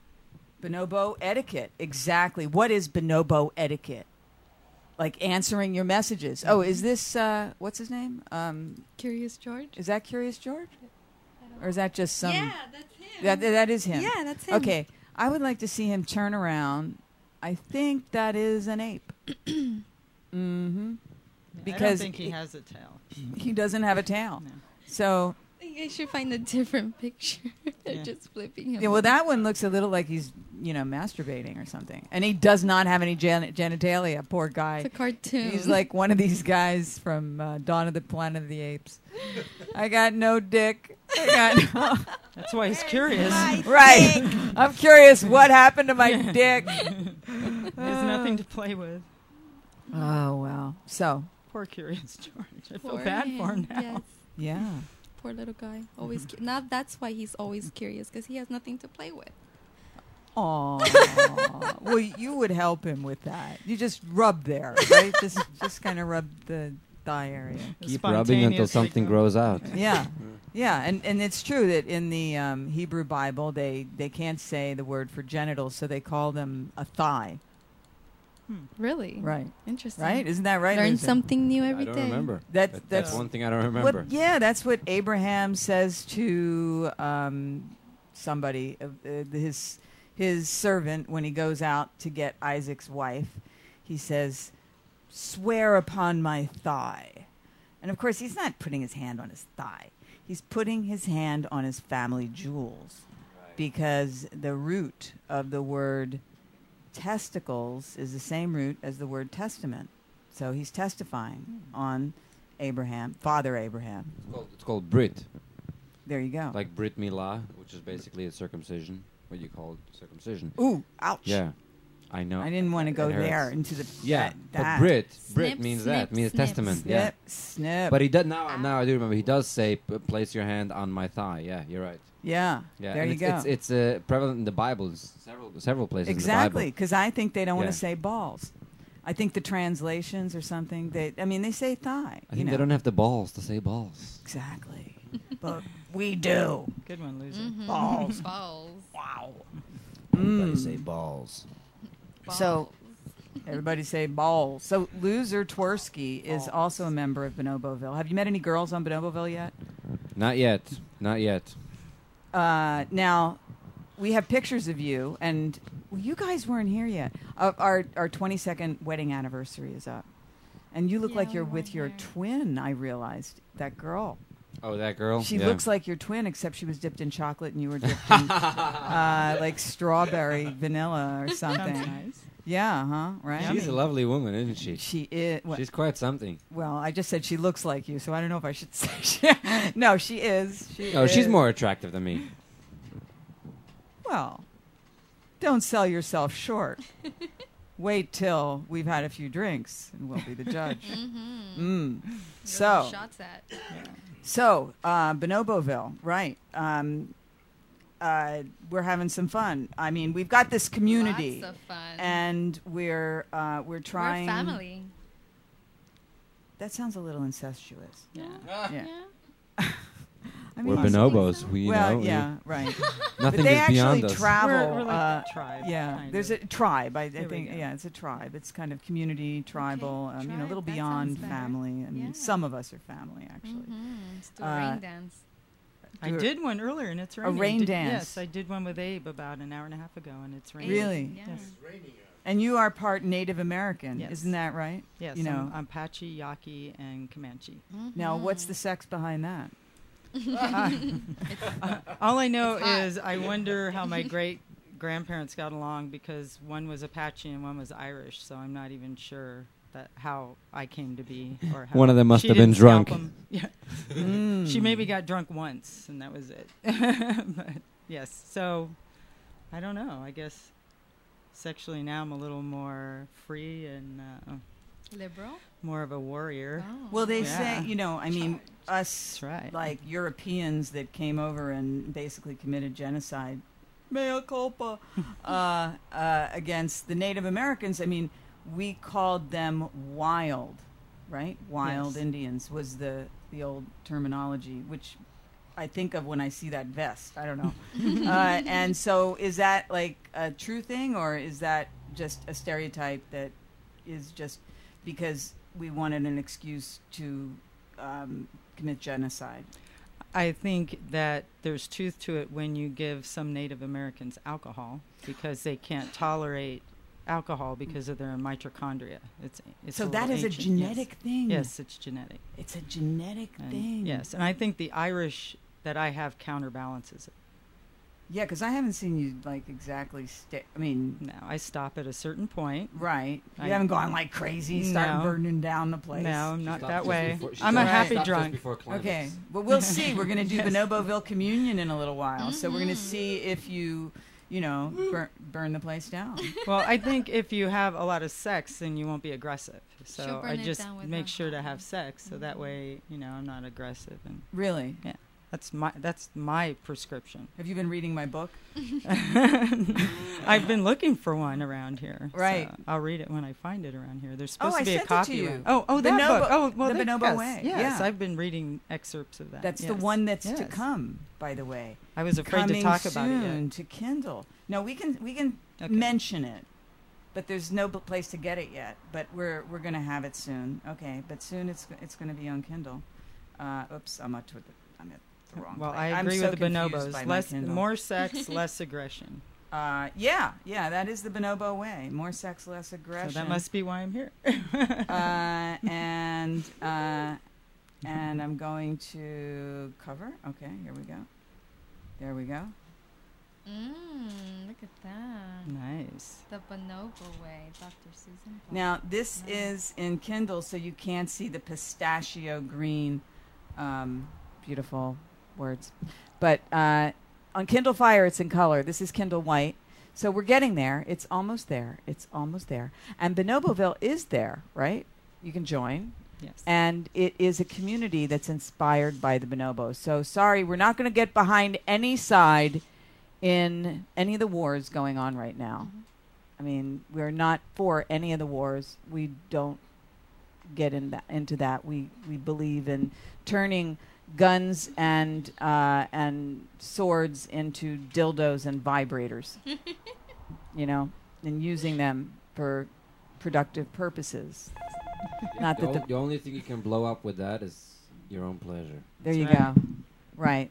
Speaker 3: Bonobo etiquette. Exactly. What is bonobo etiquette? Like answering your messages. Oh, is this, uh, what's his name? Um,
Speaker 6: Mm-hmm. Curious George?
Speaker 3: Is that Curious George? Or is that just some.
Speaker 6: Yeah, that's him.
Speaker 3: That, that is him.
Speaker 6: Yeah, that's him.
Speaker 3: Okay. I would like to see him turn around. I think that is an ape. mm hmm.
Speaker 7: I
Speaker 3: Because
Speaker 7: don't think he
Speaker 3: it-
Speaker 7: has a tail.
Speaker 3: he doesn't have a tail. So,
Speaker 6: I think I should find a different picture. They're
Speaker 7: Yeah.
Speaker 6: just flipping him.
Speaker 3: yeah, well,
Speaker 6: off.
Speaker 3: that one looks a little like he's, you know, masturbating or something. And he does not have any gen- genitalia, poor guy.
Speaker 6: It's a cartoon.
Speaker 3: He's like one of these guys from uh, Dawn of the Planet of the Apes. I got no dick. I got no.
Speaker 7: That's why he's curious.
Speaker 3: right. I'm curious what happened to my
Speaker 7: Yeah.
Speaker 3: dick.
Speaker 7: There's nothing to play with.
Speaker 3: Oh, well. So,
Speaker 7: Poor curious George. I feel
Speaker 6: Poor
Speaker 7: bad for him
Speaker 6: him,
Speaker 7: now.
Speaker 6: yes.
Speaker 3: yeah.
Speaker 6: Poor little guy. Always cu- now. That's why he's always curious because he has nothing to play with.
Speaker 3: Aw. well, you would help him with that. You just rub there, right? just just kind of rub the thigh area.
Speaker 8: Keep rubbing until
Speaker 7: Spontaneous
Speaker 8: something grows out.
Speaker 3: Yeah.
Speaker 8: Mm-hmm.
Speaker 3: Yeah, and, and it's true that in the um, Hebrew Bible, they, they can't say the word for genitals, so they call them a thigh.
Speaker 6: Really?
Speaker 3: Hmm. Right.
Speaker 6: Interesting.
Speaker 3: Right? Isn't that right?
Speaker 6: Learn
Speaker 3: Lisa?
Speaker 6: something new
Speaker 8: I
Speaker 6: every day.
Speaker 8: don't remember.
Speaker 3: That-
Speaker 8: That-
Speaker 3: that's-
Speaker 8: that's one thing I don't
Speaker 3: What-
Speaker 8: remember.
Speaker 3: yeah, that's what Abraham says to um, somebody, uh, uh, his his servant, when he goes out to get Isaac's wife. He says, "Swear upon my thigh," and of course, he's not putting his hand on his thigh. He's putting his hand on his family jewels, because the root of the word testicles is the same root as the word testament. So he's testifying on Abraham, Father Abraham.
Speaker 8: It's called, it's called Brit,
Speaker 3: There you go.
Speaker 8: like Brit Milah, which is basically a circumcision. What you call circumcision?
Speaker 3: Ooh, ouch.
Speaker 8: Yeah, I know.
Speaker 3: I didn't want to
Speaker 8: It
Speaker 3: go
Speaker 8: hurts.
Speaker 3: there into the
Speaker 8: Yeah,
Speaker 3: that-
Speaker 8: but
Speaker 3: that.
Speaker 8: Brit,
Speaker 6: Snip,
Speaker 8: Brit means that
Speaker 6: snip,
Speaker 8: means
Speaker 6: snip,
Speaker 8: testament.
Speaker 3: Snip,
Speaker 8: Yeah,
Speaker 3: snip.
Speaker 8: but he does now. Now I do remember. He does say, p- "Place your hand on my thigh." Yeah, you're right.
Speaker 3: yeah,
Speaker 8: Yeah,
Speaker 3: there
Speaker 8: and
Speaker 3: you
Speaker 8: it's,
Speaker 3: go.
Speaker 8: It's, it's uh, prevalent in the Bible. It's several several places
Speaker 3: exactly,
Speaker 8: in
Speaker 3: because I think they don't want
Speaker 8: Yeah.
Speaker 3: to say balls. I think the translations or something. They, I mean, they say thigh.
Speaker 8: the Bible. I
Speaker 3: you
Speaker 8: think
Speaker 3: know.
Speaker 8: they don't have the balls to say balls.
Speaker 3: exactly, but we do
Speaker 7: Good one, loser.
Speaker 3: balls.
Speaker 6: Balls.
Speaker 3: Wow.
Speaker 7: Mm.
Speaker 3: Mm.
Speaker 8: Everybody say balls.
Speaker 3: So everybody say balls. So loser Twersky is also a member of Bonoboville. Have you met any girls on Bonoboville yet?
Speaker 8: Not yet. Not yet.
Speaker 3: Uh, now, we have pictures of you, and well, you guys weren't here yet. Uh, our our twenty second wedding anniversary is up, and you look
Speaker 6: Yeah,
Speaker 3: like
Speaker 6: we
Speaker 3: you're
Speaker 6: weren't
Speaker 3: with your
Speaker 6: here.
Speaker 3: twin. I realized that girl.
Speaker 8: Oh, that girl.
Speaker 3: She
Speaker 8: Yeah.
Speaker 3: looks like your twin, except she was dipped in chocolate and you were dipped in uh, like strawberry vanilla or something.
Speaker 7: Sounds nice.
Speaker 3: Yeah, huh? Right.
Speaker 8: She's a lovely woman, isn't she?
Speaker 3: she is. Well,
Speaker 8: She's quite something.
Speaker 3: well, I just said she looks like you, so I don't know if I should say. She, no, she is. She
Speaker 8: Oh, she's
Speaker 3: is.
Speaker 8: more attractive than me.
Speaker 3: Well, don't sell yourself short. Wait till we've had a few drinks, and we'll be the judge.
Speaker 6: Mhm.
Speaker 3: Mm.
Speaker 6: You're
Speaker 3: So,
Speaker 6: getting shots at.
Speaker 3: so uh, Bonoboville, right? Um, uh, we're having some fun. I mean, we've got this community,
Speaker 6: Lots of fun.
Speaker 3: and we're uh, we're trying.
Speaker 6: We're family.
Speaker 3: That sounds a little incestuous.
Speaker 6: Yeah.
Speaker 3: Yeah. I
Speaker 8: We're
Speaker 3: mean,
Speaker 8: bonobos, we you
Speaker 3: well,
Speaker 8: know. we-
Speaker 3: yeah, right.
Speaker 8: Nothing
Speaker 3: but they
Speaker 8: is
Speaker 3: actually
Speaker 8: beyond us.
Speaker 3: travel.
Speaker 7: We're- we're like
Speaker 3: uh,
Speaker 7: a tribe,
Speaker 3: Yeah,
Speaker 7: kind
Speaker 3: there's
Speaker 7: of.
Speaker 3: a tribe. I, I
Speaker 7: There we
Speaker 3: think
Speaker 7: go.
Speaker 3: yeah, it's a tribe. It's kind of community, tribal. um, you know, a
Speaker 6: tribe,
Speaker 3: little
Speaker 6: that sounds
Speaker 3: beyond
Speaker 6: better.
Speaker 3: family. I mean,
Speaker 6: Yeah.
Speaker 3: some of us are family actually.
Speaker 7: Mm-hmm.
Speaker 6: Mhm, it's the
Speaker 3: Uh,
Speaker 6: rain dance.
Speaker 7: I
Speaker 3: Do a-
Speaker 7: did one earlier, and it's
Speaker 3: a
Speaker 7: raining. I
Speaker 3: rain
Speaker 7: did-
Speaker 3: dance.
Speaker 7: Yes, I did one with Abe about an hour and a half ago, and it's raining.
Speaker 3: Really?
Speaker 7: Yes.
Speaker 3: And you are part Native American,
Speaker 7: Yes.
Speaker 3: isn't that right?
Speaker 7: Yes.
Speaker 3: You know.
Speaker 7: I'm Apache, Yaqui, and Comanche.
Speaker 3: Now, what's the
Speaker 7: Mm-hmm.
Speaker 3: sex behind that?
Speaker 7: All I know
Speaker 3: It's hot.
Speaker 7: is I wonder how my great grandparents got along because one was Apache and one was Irish, so I'm not even sure that how I came to be or how
Speaker 8: One of them must
Speaker 7: she
Speaker 8: have been
Speaker 7: didn't scalp
Speaker 8: drunk.
Speaker 7: 'em. Yeah.
Speaker 3: Mm.
Speaker 7: She maybe got drunk once and that was it. but yes. So I don't know. I guess sexually now I'm a little more free and uh,
Speaker 6: Liberal?
Speaker 7: more of a warrior.
Speaker 3: Well, they
Speaker 7: Oh. Yeah.
Speaker 3: say, you know, I mean, us
Speaker 7: That's right.
Speaker 3: like Europeans that came over and basically committed genocide, mea culpa, uh, uh, against the Native Americans. I mean, we called them wild, right? Wild
Speaker 7: Yes.
Speaker 3: Indians was the the old terminology, which I think of when I see that vest. I don't know. uh, and so, is that like a true thing, or is that just a stereotype that is just because we wanted an excuse to um, commit genocide?
Speaker 7: I think that there's truth to it when you give some Native Americans alcohol because they can't tolerate alcohol because of their mitochondria. It's, it's
Speaker 3: so that
Speaker 7: little
Speaker 3: is a
Speaker 7: ancient, yes.
Speaker 3: genetic thing.
Speaker 7: Yes, it's genetic.
Speaker 3: it's a genetic
Speaker 7: And-
Speaker 3: thing.
Speaker 7: Yes, and I think the Irish that I have counterbalances it.
Speaker 3: Yeah, because I haven't seen you like exactly. Sta- I mean,
Speaker 7: No, I stop at a certain point.
Speaker 3: right? You
Speaker 7: I-
Speaker 3: haven't gone like crazy, start
Speaker 7: No.
Speaker 3: burning down the place.
Speaker 7: No, I'm not
Speaker 8: stopped
Speaker 7: that
Speaker 8: just
Speaker 7: way.
Speaker 8: before- she
Speaker 7: I'm a
Speaker 8: stopped- she
Speaker 7: happy
Speaker 8: stopped just
Speaker 7: drunk.
Speaker 8: before climax.
Speaker 3: Okay. Well, we'll see. We're going to do
Speaker 7: Yes. Mm-hmm.
Speaker 3: Bonoboville Communion in a little while. So we're going to
Speaker 6: Mhm.
Speaker 3: see if you, you know, burn, burn the place down.
Speaker 7: well, I think if you have a lot of sex, then you won't be aggressive. So
Speaker 6: burn
Speaker 7: I
Speaker 6: it
Speaker 7: just
Speaker 6: down with
Speaker 7: make
Speaker 6: her
Speaker 7: sure to
Speaker 6: body.
Speaker 7: have sex, so that way you know I'm not aggressive, and
Speaker 3: Mm-hmm. Really?
Speaker 7: that's my that's my prescription.
Speaker 3: Have you been reading my book?
Speaker 7: I've been looking for one around here. so
Speaker 3: Right.
Speaker 7: I'll read it when I find it around here. There's
Speaker 3: Oh,
Speaker 7: supposed
Speaker 3: I
Speaker 7: to be
Speaker 3: sent
Speaker 7: a
Speaker 3: it to
Speaker 7: copy.
Speaker 3: you.
Speaker 7: around- Oh, oh,
Speaker 3: The
Speaker 7: that
Speaker 3: Bonobo-
Speaker 7: book. Oh, well,
Speaker 3: The
Speaker 7: that-
Speaker 3: Bonobo
Speaker 7: yes,
Speaker 3: Way.
Speaker 7: Yes,
Speaker 3: Yeah.
Speaker 7: I've been reading excerpts of that.
Speaker 3: That's the
Speaker 7: yes.
Speaker 3: one that's to
Speaker 7: Yes.
Speaker 3: come, by the way.
Speaker 7: I was afraid
Speaker 3: Coming
Speaker 7: to talk
Speaker 3: soon
Speaker 7: about it. Yet.
Speaker 3: to Kindle. No, we can we can
Speaker 7: Okay.
Speaker 3: mention it, but there's no b- place to get it yet. But we're we're gonna have it soon. Okay, but soon it's g- it's gonna be on Kindle. Uh, oops, I'm at Twitter. I'm at the wrong.
Speaker 7: Well,
Speaker 3: place.
Speaker 7: I
Speaker 3: I'm
Speaker 7: agree
Speaker 3: so
Speaker 7: with the
Speaker 3: confused by
Speaker 7: bonobos.
Speaker 3: my
Speaker 7: Less,
Speaker 3: Kindle.
Speaker 7: more sex, less aggression.
Speaker 3: Uh, yeah, yeah, that is the bonobo way. More sex, less aggression.
Speaker 7: So that must be why I'm here.
Speaker 3: uh, and uh, and I'm going to cover. Okay, here we go. There we go.
Speaker 6: Mm, look at that.
Speaker 7: nice.
Speaker 6: The bonobo way, Dr. Susan. Block.
Speaker 3: Now this
Speaker 6: Nice.
Speaker 3: is in Kindle, so you can see the pistachio green, um, beautiful words. But uh, on Kindle Fire, it's in color. This is Kindle White, so we're getting there. It's almost there. It's almost there. And Bonoboville is there, right? You can join.
Speaker 7: Yes.
Speaker 3: and it is a community that's inspired by the bonobos. So sorry, we're not going to get behind any side in any of the wars going on right now. I mean, we're not for any of the wars. We don't get in that, into that. We we believe in turning guns and uh, and swords into dildos and vibrators. you know, and using them for productive purposes. Not
Speaker 8: the,
Speaker 3: that the
Speaker 8: o- the only thing you can blow up with that is your own pleasure.
Speaker 3: There
Speaker 7: That's
Speaker 3: you
Speaker 7: right.
Speaker 3: go. Right.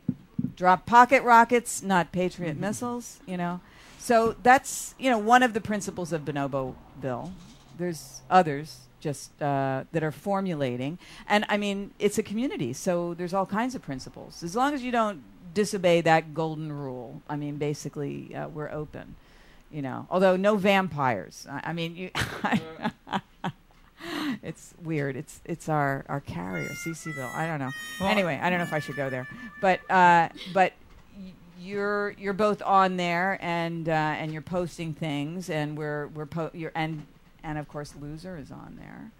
Speaker 3: Drop pocket rockets, not Patriot
Speaker 7: Mm-hmm.
Speaker 3: missiles, you know. So that's, you know, one of the principles of Bonoboville. There's others just uh, that are formulating. And I mean, it's a community, so there's all kinds of principles. As long as you don't disobey that golden rule, I mean, basically, uh, we're open, you know. Although, no vampires. I, I mean, you. It's weird. It's it's our, our carrier, CCville. I don't know
Speaker 7: Well,
Speaker 3: anyway, I don't know if I should go there, but uh, but y- you're you're both on there and uh, and you're posting things, and we're we're po- you're and and of course Loser is on there,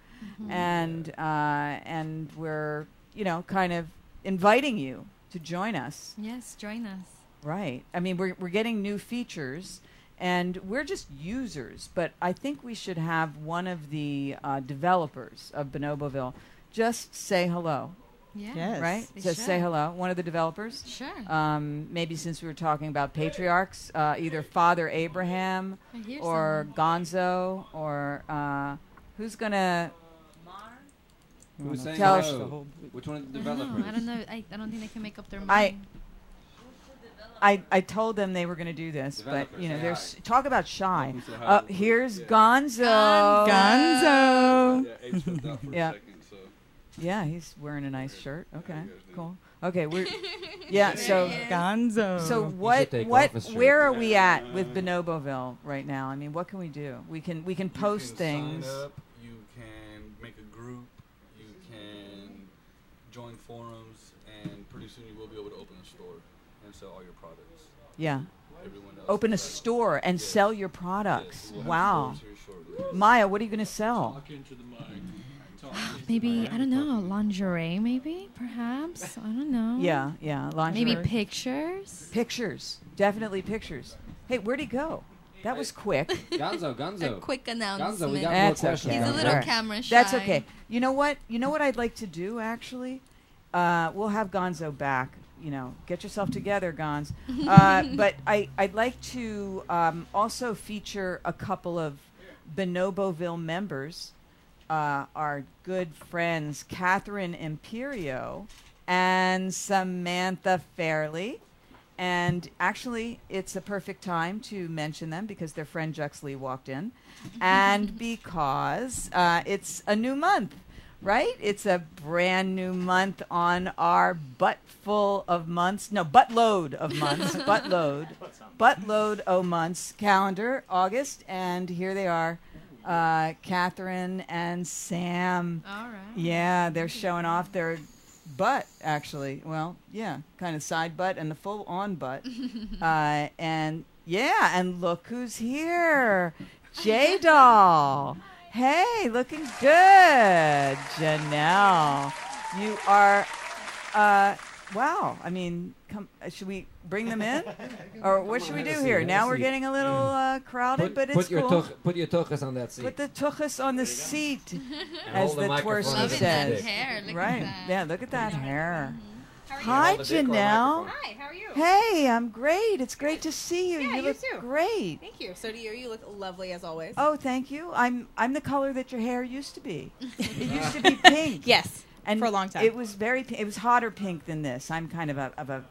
Speaker 4: Mhm.
Speaker 3: and uh, and we're you know kind of inviting you to join us.
Speaker 6: Yes, join us.
Speaker 3: Right. I mean, we're we're getting new features, and we're just users. But I think we should have one of the uh, developers of Bonoboville just say hello.
Speaker 6: Yeah.
Speaker 7: Yes.
Speaker 3: Right.
Speaker 6: They
Speaker 3: Just say
Speaker 6: should.
Speaker 3: hello. One of the developers.
Speaker 6: Sure.
Speaker 3: Um, maybe since we were talking about patriarchs, uh, either Father Abraham
Speaker 6: I hear
Speaker 3: or Gonzo or uh, who's gonna
Speaker 8: Who's saying
Speaker 3: tell us-
Speaker 8: hello? Which one of the
Speaker 6: I don't
Speaker 8: developers?
Speaker 6: know. I don't know. I, I don't think they can make up their mind.
Speaker 3: I, I, I told them they were going to do this, but
Speaker 6: Developers,
Speaker 3: you know,
Speaker 6: say
Speaker 3: they're
Speaker 6: hi.
Speaker 3: s- talk about shy.
Speaker 6: say hi
Speaker 3: Uh,
Speaker 6: real quick,
Speaker 3: here's Gonzo.
Speaker 7: Gonzo.
Speaker 3: Yeah,
Speaker 7: Abe's flipped out for a
Speaker 3: second, so. Yeah, he's wearing a nice shirt. Okay, cool. Okay, we're
Speaker 7: There
Speaker 3: yeah. So
Speaker 7: he is. Gonzo.
Speaker 3: So
Speaker 7: He should
Speaker 3: what?
Speaker 7: take
Speaker 3: What?
Speaker 7: off his shirt.
Speaker 3: Where are we at with Bonoboville right now? I mean, what can we do? We can we can post
Speaker 12: you can
Speaker 3: things.
Speaker 12: Sign up, you can make a group. You can join forums, and pretty soon you will be able to open a store and sell all your products.
Speaker 3: Yeah.
Speaker 12: Everyone else
Speaker 3: Open a
Speaker 12: is
Speaker 3: store and sell your products.
Speaker 12: We'll have
Speaker 3: wow.
Speaker 12: stores here shortly.
Speaker 3: Maya, what are you going to sell?
Speaker 6: Maybe I don't know lingerie, maybe perhaps I don't know.
Speaker 3: Yeah, yeah, lingerie.
Speaker 6: Maybe pictures.
Speaker 3: Pictures. Definitely pictures. Hey, where'd he go? That was quick.
Speaker 8: Gonzo, Gonzo.
Speaker 6: A quick announcement.
Speaker 8: Gonzo, we got
Speaker 3: That's
Speaker 8: more questions.
Speaker 3: okay.
Speaker 6: He's a
Speaker 8: Gonzo.
Speaker 6: little
Speaker 3: All right.
Speaker 6: camera
Speaker 3: That's
Speaker 6: shy.
Speaker 3: okay. You know what? You know what I'd like to do actually? Uh, we'll have Gonzo back. You know, get yourself together, Gonz. Uh, but I, I'd like to um, also feature a couple of Bonoboville members, uh, our good friends Catherine Imperio and Samantha Fairley. And actually, it's a perfect time to mention them because their friend Juxley walked in, and because uh, it's a new month, right? It's a brand new month on our butt full of months, no, buttload of months, buttload, buttload of months calendar, August, and here they are, uh, Catherine and Sam.
Speaker 6: All right.
Speaker 3: Yeah, they're showing off their butt, actually. Well, yeah, kind of side butt and the full on butt. uh, and yeah, and look who's here J Doll. Hey, looking good, Janelle. You are, uh, wow. I mean, come, uh, should we bring them in? Or what should we do
Speaker 8: Let's see,
Speaker 3: here? Now
Speaker 8: let's
Speaker 3: we're
Speaker 8: see.
Speaker 3: getting a little uh, crowded, but it's
Speaker 8: Put your
Speaker 3: cool.
Speaker 8: tuch- put your tuchus on that seat.
Speaker 3: Put the tuchus on the seat, as
Speaker 8: hold the
Speaker 3: the
Speaker 8: microphone
Speaker 3: twerster
Speaker 8: up to the
Speaker 3: says.
Speaker 8: dick. Hair,
Speaker 6: look at
Speaker 3: right?
Speaker 6: that.
Speaker 3: Yeah, look at that hair. Hi,
Speaker 6: Hold the dick or
Speaker 3: Janelle.
Speaker 13: microphone. Hi, how are you?
Speaker 3: Hey, I'm great. It's great to see you.
Speaker 13: Yeah,
Speaker 3: you
Speaker 13: you
Speaker 3: look
Speaker 13: too.
Speaker 3: great.
Speaker 13: Thank you. So do you. You look lovely as always.
Speaker 3: Oh, thank you. I'm I'm the color that your hair used to be. It used to be pink.
Speaker 13: Yes,
Speaker 3: and
Speaker 13: for a long time.
Speaker 3: It was very. pi- It was hotter pink than this. I'm kind of a of a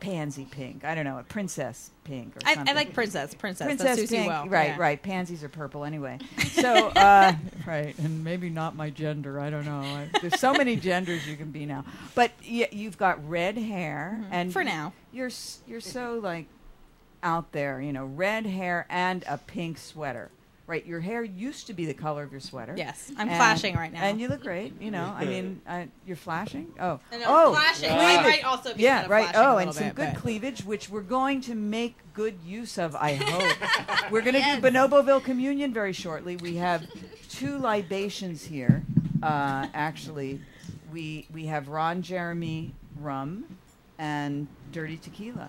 Speaker 3: pansy pink. I don't know, a princess pink or
Speaker 13: I- I
Speaker 3: something.
Speaker 13: like princess, princess. That
Speaker 3: Princess
Speaker 13: suits you
Speaker 3: pink.
Speaker 13: well.
Speaker 3: Right,
Speaker 13: Yeah.
Speaker 3: right. Pansies are purple anyway. So uh, right, and maybe not my gender. I don't know. I, there's so many genders you can be now. But y- you've got red hair,
Speaker 13: Mhm.
Speaker 3: and
Speaker 13: For now.
Speaker 3: you're s- you're so like out there. You know, red hair and a pink sweater. Right, your hair used to be the color of your sweater.
Speaker 13: Yes, I'm
Speaker 3: And-
Speaker 13: flashing right now.
Speaker 3: and you look great. You know, I mean, I, you're flashing. Oh,
Speaker 13: No, no,
Speaker 3: oh,
Speaker 13: flashing. I
Speaker 3: cleavage.
Speaker 13: might also be
Speaker 3: yeah,
Speaker 13: kind of
Speaker 3: right.
Speaker 13: flashing a
Speaker 3: oh, and
Speaker 13: little
Speaker 3: some
Speaker 13: bit,
Speaker 3: good
Speaker 13: but-
Speaker 3: cleavage, which we're going to make good use of. I hope we're going to do Bonoboville communion very shortly. We have two libations here. Uh, actually, we we have Ron Jeremy rum and dirty tequila.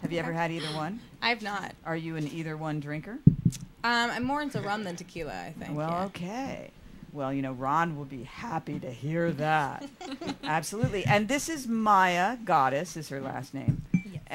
Speaker 3: Have you ever had either one?
Speaker 13: I've not.
Speaker 3: Are you an either one drinker?
Speaker 13: Um, I'm more into rum than tequila. I think.
Speaker 3: Well,
Speaker 13: yeah.
Speaker 3: okay. Well, you know, Ron will be happy to hear that. Absolutely. And this is Maya Goddess is her last name.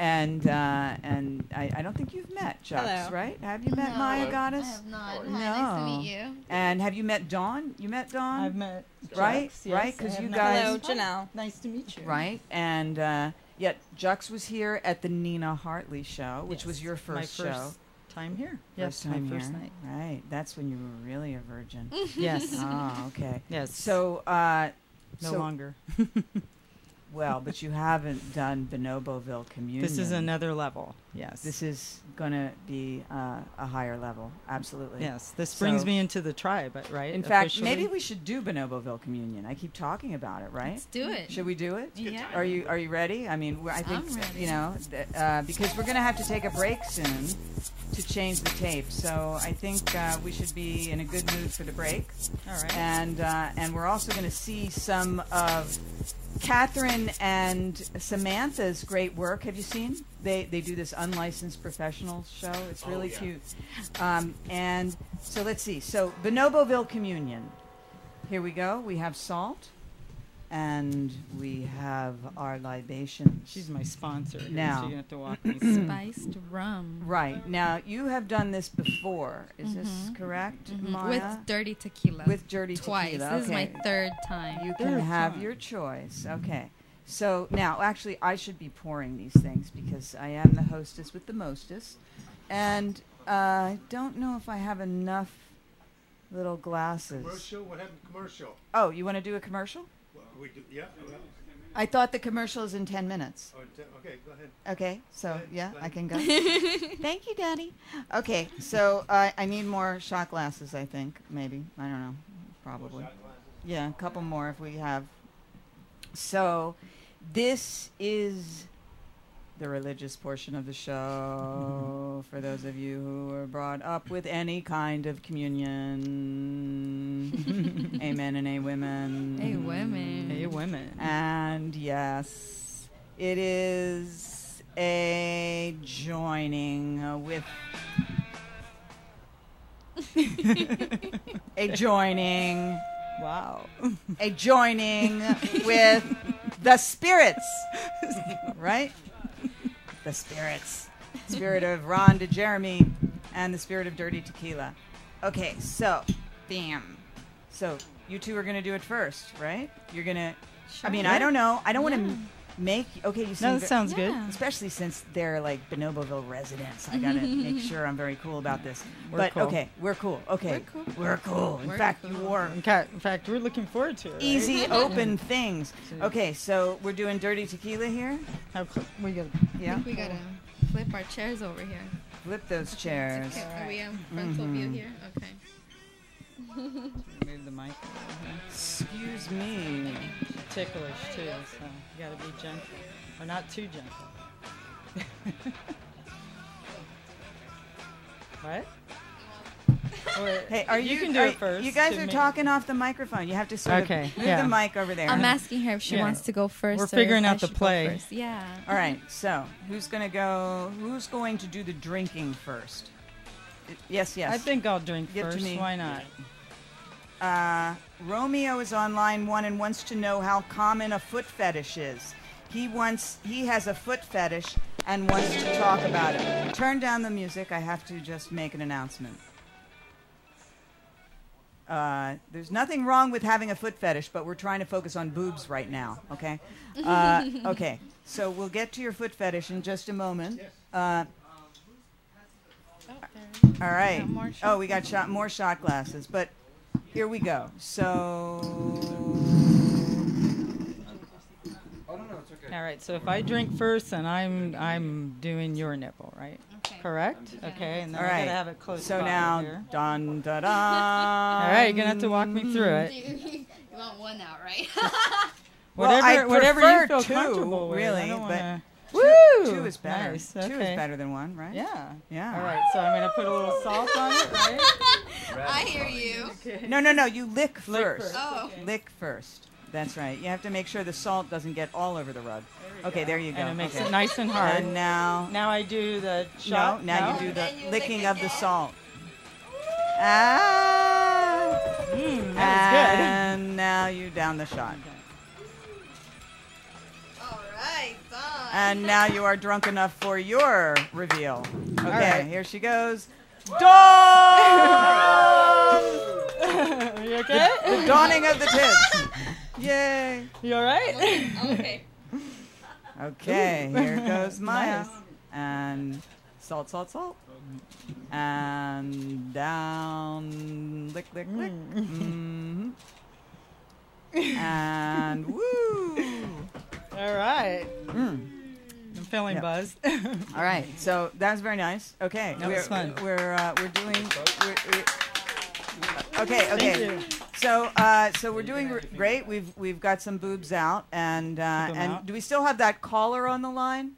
Speaker 3: And uh, and I, I don't think you've met Jux,
Speaker 6: Hello.
Speaker 3: right? Have you met
Speaker 6: No,
Speaker 3: Maya
Speaker 6: I
Speaker 3: Goddess?
Speaker 6: have not. Hi, nice to meet
Speaker 3: No.
Speaker 6: you.
Speaker 3: And have you met Dawn? You met Dawn?
Speaker 7: I've met
Speaker 3: right,
Speaker 7: Jux, yes,
Speaker 3: right,
Speaker 7: I
Speaker 3: because
Speaker 7: have
Speaker 3: you
Speaker 7: not-
Speaker 3: guys.
Speaker 7: Hello, Janelle.
Speaker 13: Nice to meet you.
Speaker 3: Right, and uh, yet Jux was here at the Nina Hartley show, which was your
Speaker 7: my
Speaker 3: first,
Speaker 7: first
Speaker 3: show.
Speaker 7: time here.
Speaker 3: First
Speaker 7: Yes, my
Speaker 3: time
Speaker 7: first
Speaker 3: here.
Speaker 7: night.
Speaker 3: Right. That's when you were really a virgin.
Speaker 7: Yes.
Speaker 3: oh, okay.
Speaker 7: Yes.
Speaker 3: So, uh,
Speaker 7: No
Speaker 3: so-
Speaker 7: longer.
Speaker 3: well, but you haven't done Bonoboville communion.
Speaker 7: This is another level. Yes.
Speaker 3: This is going to be uh, a higher level. Absolutely.
Speaker 7: Yes. This brings
Speaker 3: So-
Speaker 7: me into the tribe, uh, right?
Speaker 3: In fact,
Speaker 7: officially?
Speaker 3: maybe we should do Bonoboville communion. I keep talking about it, right?
Speaker 6: Let's do it.
Speaker 3: Should we do it?
Speaker 6: It's a good Yeah. time.
Speaker 3: Are you Are you ready? I mean, we're, I think
Speaker 6: I'm ready.
Speaker 3: you know th- uh, because we're gonna have to take a break soon to change the tape. So I think uh, we should be in a good mood for the break.
Speaker 7: All right.
Speaker 3: And uh, and we're also gonna see some of Catherine and Samantha's great work. Have you seen? They they do this unlicensed professional show. It's
Speaker 10: Oh,
Speaker 3: really
Speaker 10: yeah.
Speaker 3: cute. Um, and so let's see. So Bonoboville Communion. Here we go. We have salt, and we have our libations.
Speaker 7: She's my sponsor. here,
Speaker 3: Now,
Speaker 7: so you have to walk me through.
Speaker 6: Spiced rum.
Speaker 3: right now, you have done this before. Is this
Speaker 6: Mhm.
Speaker 3: correct,
Speaker 6: Mhm.
Speaker 3: Maya?
Speaker 6: With dirty tequila.
Speaker 3: With dirty
Speaker 6: Twice.
Speaker 3: tequila.
Speaker 6: This is my
Speaker 3: okay.
Speaker 6: third time.
Speaker 3: You can have your choice. Okay. So now, actually, I should be pouring these things because I am the hostess with the mostest, and uh, I don't know if I have enough little glasses.
Speaker 5: Commercial? What happened to commercial?
Speaker 3: Oh, you want to do a commercial?
Speaker 5: Well, we do, yeah. well,
Speaker 3: I thought the commercial is in ten minutes.
Speaker 5: oh, t- okay, go ahead.
Speaker 3: Okay, so yeah,
Speaker 5: go
Speaker 3: I
Speaker 5: ahead.
Speaker 3: can go. Thank you, Daddy. Okay, so uh, I need more shot glasses. I think maybe I don't know, probably. Yeah, a couple more if we have. So, this is the religious portion of the show for those of you who were brought up with any kind of communion. Amen and a women.
Speaker 6: Hey, women.
Speaker 7: Hey, women.
Speaker 3: Mm. And yes, it is a joining uh, with a joining. Wow. A joining with the spirits. Right? The spirits. Spirit of Ron to Jeremy and the spirit of dirty tequila. Okay, so bam. So you two are gonna do it first, right? You're gonna I mean, I
Speaker 7: Sure.
Speaker 3: don't know. I don't want to make okay, you seem
Speaker 7: that
Speaker 3: ve-
Speaker 7: sounds good. Yeah.
Speaker 3: Especially since they're like Bonoboville residents. I gotta make sure I'm very cool about this.
Speaker 7: We're
Speaker 3: but
Speaker 7: cool.
Speaker 3: okay, we're cool. Okay,
Speaker 7: We're cool.
Speaker 3: We're cool. In
Speaker 7: We're
Speaker 3: fact, you are
Speaker 7: In, ca- in fact, we're looking forward to it. right?
Speaker 3: easy, open things. Okay, so we're doing dirty tequila here.
Speaker 7: How cl- we gotta,
Speaker 6: I
Speaker 3: Yeah,
Speaker 6: think we gotta flip our chairs over here.
Speaker 3: flip those chairs.
Speaker 6: Okay, Are we in Oh, frontal view
Speaker 3: Mhm.
Speaker 6: here? Okay.
Speaker 7: Move the mic.
Speaker 3: Excuse me.
Speaker 7: Ticklish too, so you gotta be gentle, or not too gentle. what? Or-
Speaker 3: Hey, are you,
Speaker 7: can do
Speaker 3: are-
Speaker 7: it first.
Speaker 3: You guys
Speaker 7: to
Speaker 3: are
Speaker 7: me.
Speaker 3: talking off the microphone. You have to sort
Speaker 7: Okay,
Speaker 3: of move
Speaker 7: yeah.
Speaker 3: the mic over there.
Speaker 6: I'm asking her if she
Speaker 7: Yeah.
Speaker 6: wants to go first.
Speaker 7: We're
Speaker 6: or if
Speaker 7: figuring
Speaker 6: I
Speaker 7: out the
Speaker 6: should go
Speaker 7: play.
Speaker 6: first. Yeah.
Speaker 3: All right, so who's gonna go? Who's going to do the drinking first? I- Yes, yes.
Speaker 7: I think I'll drink
Speaker 3: Give to
Speaker 7: first.
Speaker 3: me.
Speaker 7: Why not?
Speaker 3: Uh, Romeo is on line one and wants to know how common a foot fetish is. He wants he has a foot fetish and wants to talk about it. Turn down the music. I have to just make an announcement. Uh, there's nothing wrong with having a foot fetish, but we're trying to focus on boobs right now. Okay. Uh, okay. So we'll get to your foot fetish in just a moment. Uh, Oh, all right. Oh, we got shot more shot glasses, but here we go. So
Speaker 7: All right. So if I drink first, and I'm I'm doing your nipple, right? Okay. Correct. Okay. And then
Speaker 3: all
Speaker 7: I
Speaker 3: right.
Speaker 7: gotta have it close.
Speaker 3: so
Speaker 7: by
Speaker 3: now
Speaker 7: here.
Speaker 3: dun da da.
Speaker 7: All right. You're gonna have to walk me through it.
Speaker 6: you want one out, right?
Speaker 3: Well, I
Speaker 7: Whatever, whatever
Speaker 3: prefer
Speaker 7: you feel
Speaker 3: two,
Speaker 7: comfortable with. I
Speaker 3: really,
Speaker 7: don't
Speaker 3: but
Speaker 7: wanna-
Speaker 3: two-
Speaker 7: Woo!
Speaker 3: two is better.
Speaker 7: Nice,
Speaker 3: Two is
Speaker 7: okay.
Speaker 3: better than one, right?
Speaker 7: Eh? Yeah.
Speaker 3: Yeah.
Speaker 7: All right. So I'm gonna put a little salt on it, right?
Speaker 6: I hear you.
Speaker 3: No, no, no. You lick first.
Speaker 7: first,
Speaker 6: Oh.
Speaker 3: Lick first. That's right. You have to make sure the salt doesn't get all over the rug. okay, there you go.
Speaker 7: And it makes
Speaker 3: Okay.
Speaker 7: it nice and hard.
Speaker 3: And now,
Speaker 7: Now I do the
Speaker 3: no,
Speaker 7: shot.
Speaker 3: now you do the
Speaker 6: Then you lick
Speaker 3: licking
Speaker 6: it
Speaker 3: of the
Speaker 6: down.
Speaker 3: salt. Ah.
Speaker 7: Mm, that
Speaker 3: And now you down the shot.
Speaker 6: All right, done.
Speaker 3: And now you are drunk enough for your reveal. Okay,
Speaker 7: right.
Speaker 3: here she goes. Dawn!
Speaker 7: was good. you okay?
Speaker 3: Oh! the dawning of the tits. Yay.
Speaker 7: You all right?
Speaker 6: okay.
Speaker 3: Okay, here goes Maya.
Speaker 7: Nice.
Speaker 3: And salt, salt, salt. And down, lick, lick, lick.
Speaker 7: Mm.
Speaker 3: hmm And woo! All right.
Speaker 7: I'm feeling buzzed.
Speaker 3: All right. So that was very nice. Okay.
Speaker 7: That
Speaker 3: we're,
Speaker 7: was fun.
Speaker 3: We're uh, we're doing. We're, we- okay.
Speaker 7: Thank
Speaker 3: Okay.
Speaker 7: you.
Speaker 3: So uh, so we're doing gr- great. We've we've got some boobs out and uh,
Speaker 7: them
Speaker 3: and
Speaker 7: out.
Speaker 3: do we still have that caller on the line?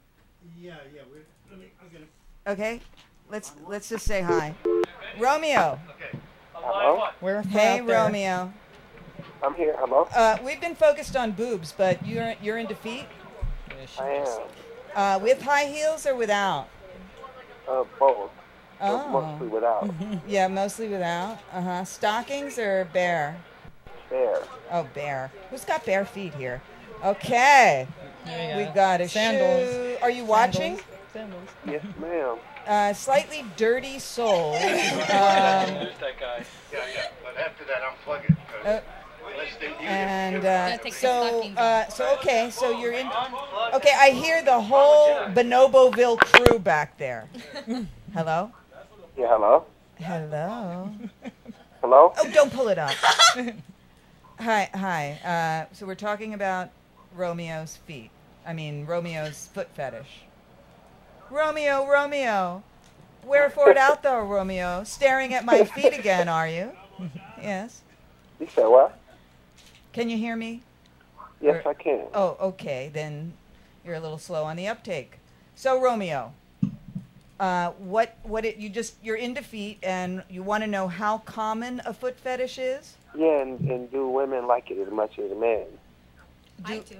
Speaker 5: Yeah, yeah. We're, let me, I'm gonna.
Speaker 3: Okay. Let's let's just say hi. Romeo.
Speaker 5: Okay.
Speaker 10: Hello?
Speaker 3: We're hey
Speaker 10: out there.
Speaker 3: Romeo.
Speaker 10: I'm here. Hello?
Speaker 3: Uh, we've been focused on boobs, but you're you're in defeat.
Speaker 10: I am.
Speaker 3: Uh, with high heels or without?
Speaker 10: Uh, both.
Speaker 3: Oh.
Speaker 10: Mostly without.
Speaker 3: yeah, mostly without. Uh huh. Stockings or bare?
Speaker 10: There.
Speaker 3: Oh, bare. Who's got bare feet here? Okay.
Speaker 10: There
Speaker 3: We
Speaker 10: you
Speaker 3: have
Speaker 10: go.
Speaker 3: got a
Speaker 10: Sandals.
Speaker 3: shoe. Are you watching?
Speaker 10: Sandals. Yes, ma'am.
Speaker 3: Uh, slightly dirty sole. um,
Speaker 5: that guy. Yeah, yeah. But after that, unplug it.
Speaker 3: uh, and uh, so, uh, so okay, so you're in. Okay, I hear the whole Bonoboville crew back there. Hello.
Speaker 10: Yeah, hello?
Speaker 3: Hello.
Speaker 10: Hello?
Speaker 3: Oh, don't pull it up. hi, hi. Uh, so we're talking about Romeo's feet. I mean, Romeo's foot fetish. Romeo, Romeo, wherefore out thou, Romeo? Staring at my feet again, are you? Yes.
Speaker 10: You said what?
Speaker 3: Can you hear me?
Speaker 10: Yes, I can.
Speaker 3: Oh, okay. Then you're a little slow on the uptake. So, Romeo, uh, what, what it, you just, you're in defeat and you want to know how common a foot fetish is?
Speaker 10: Yeah, and, and do women like it as much as men?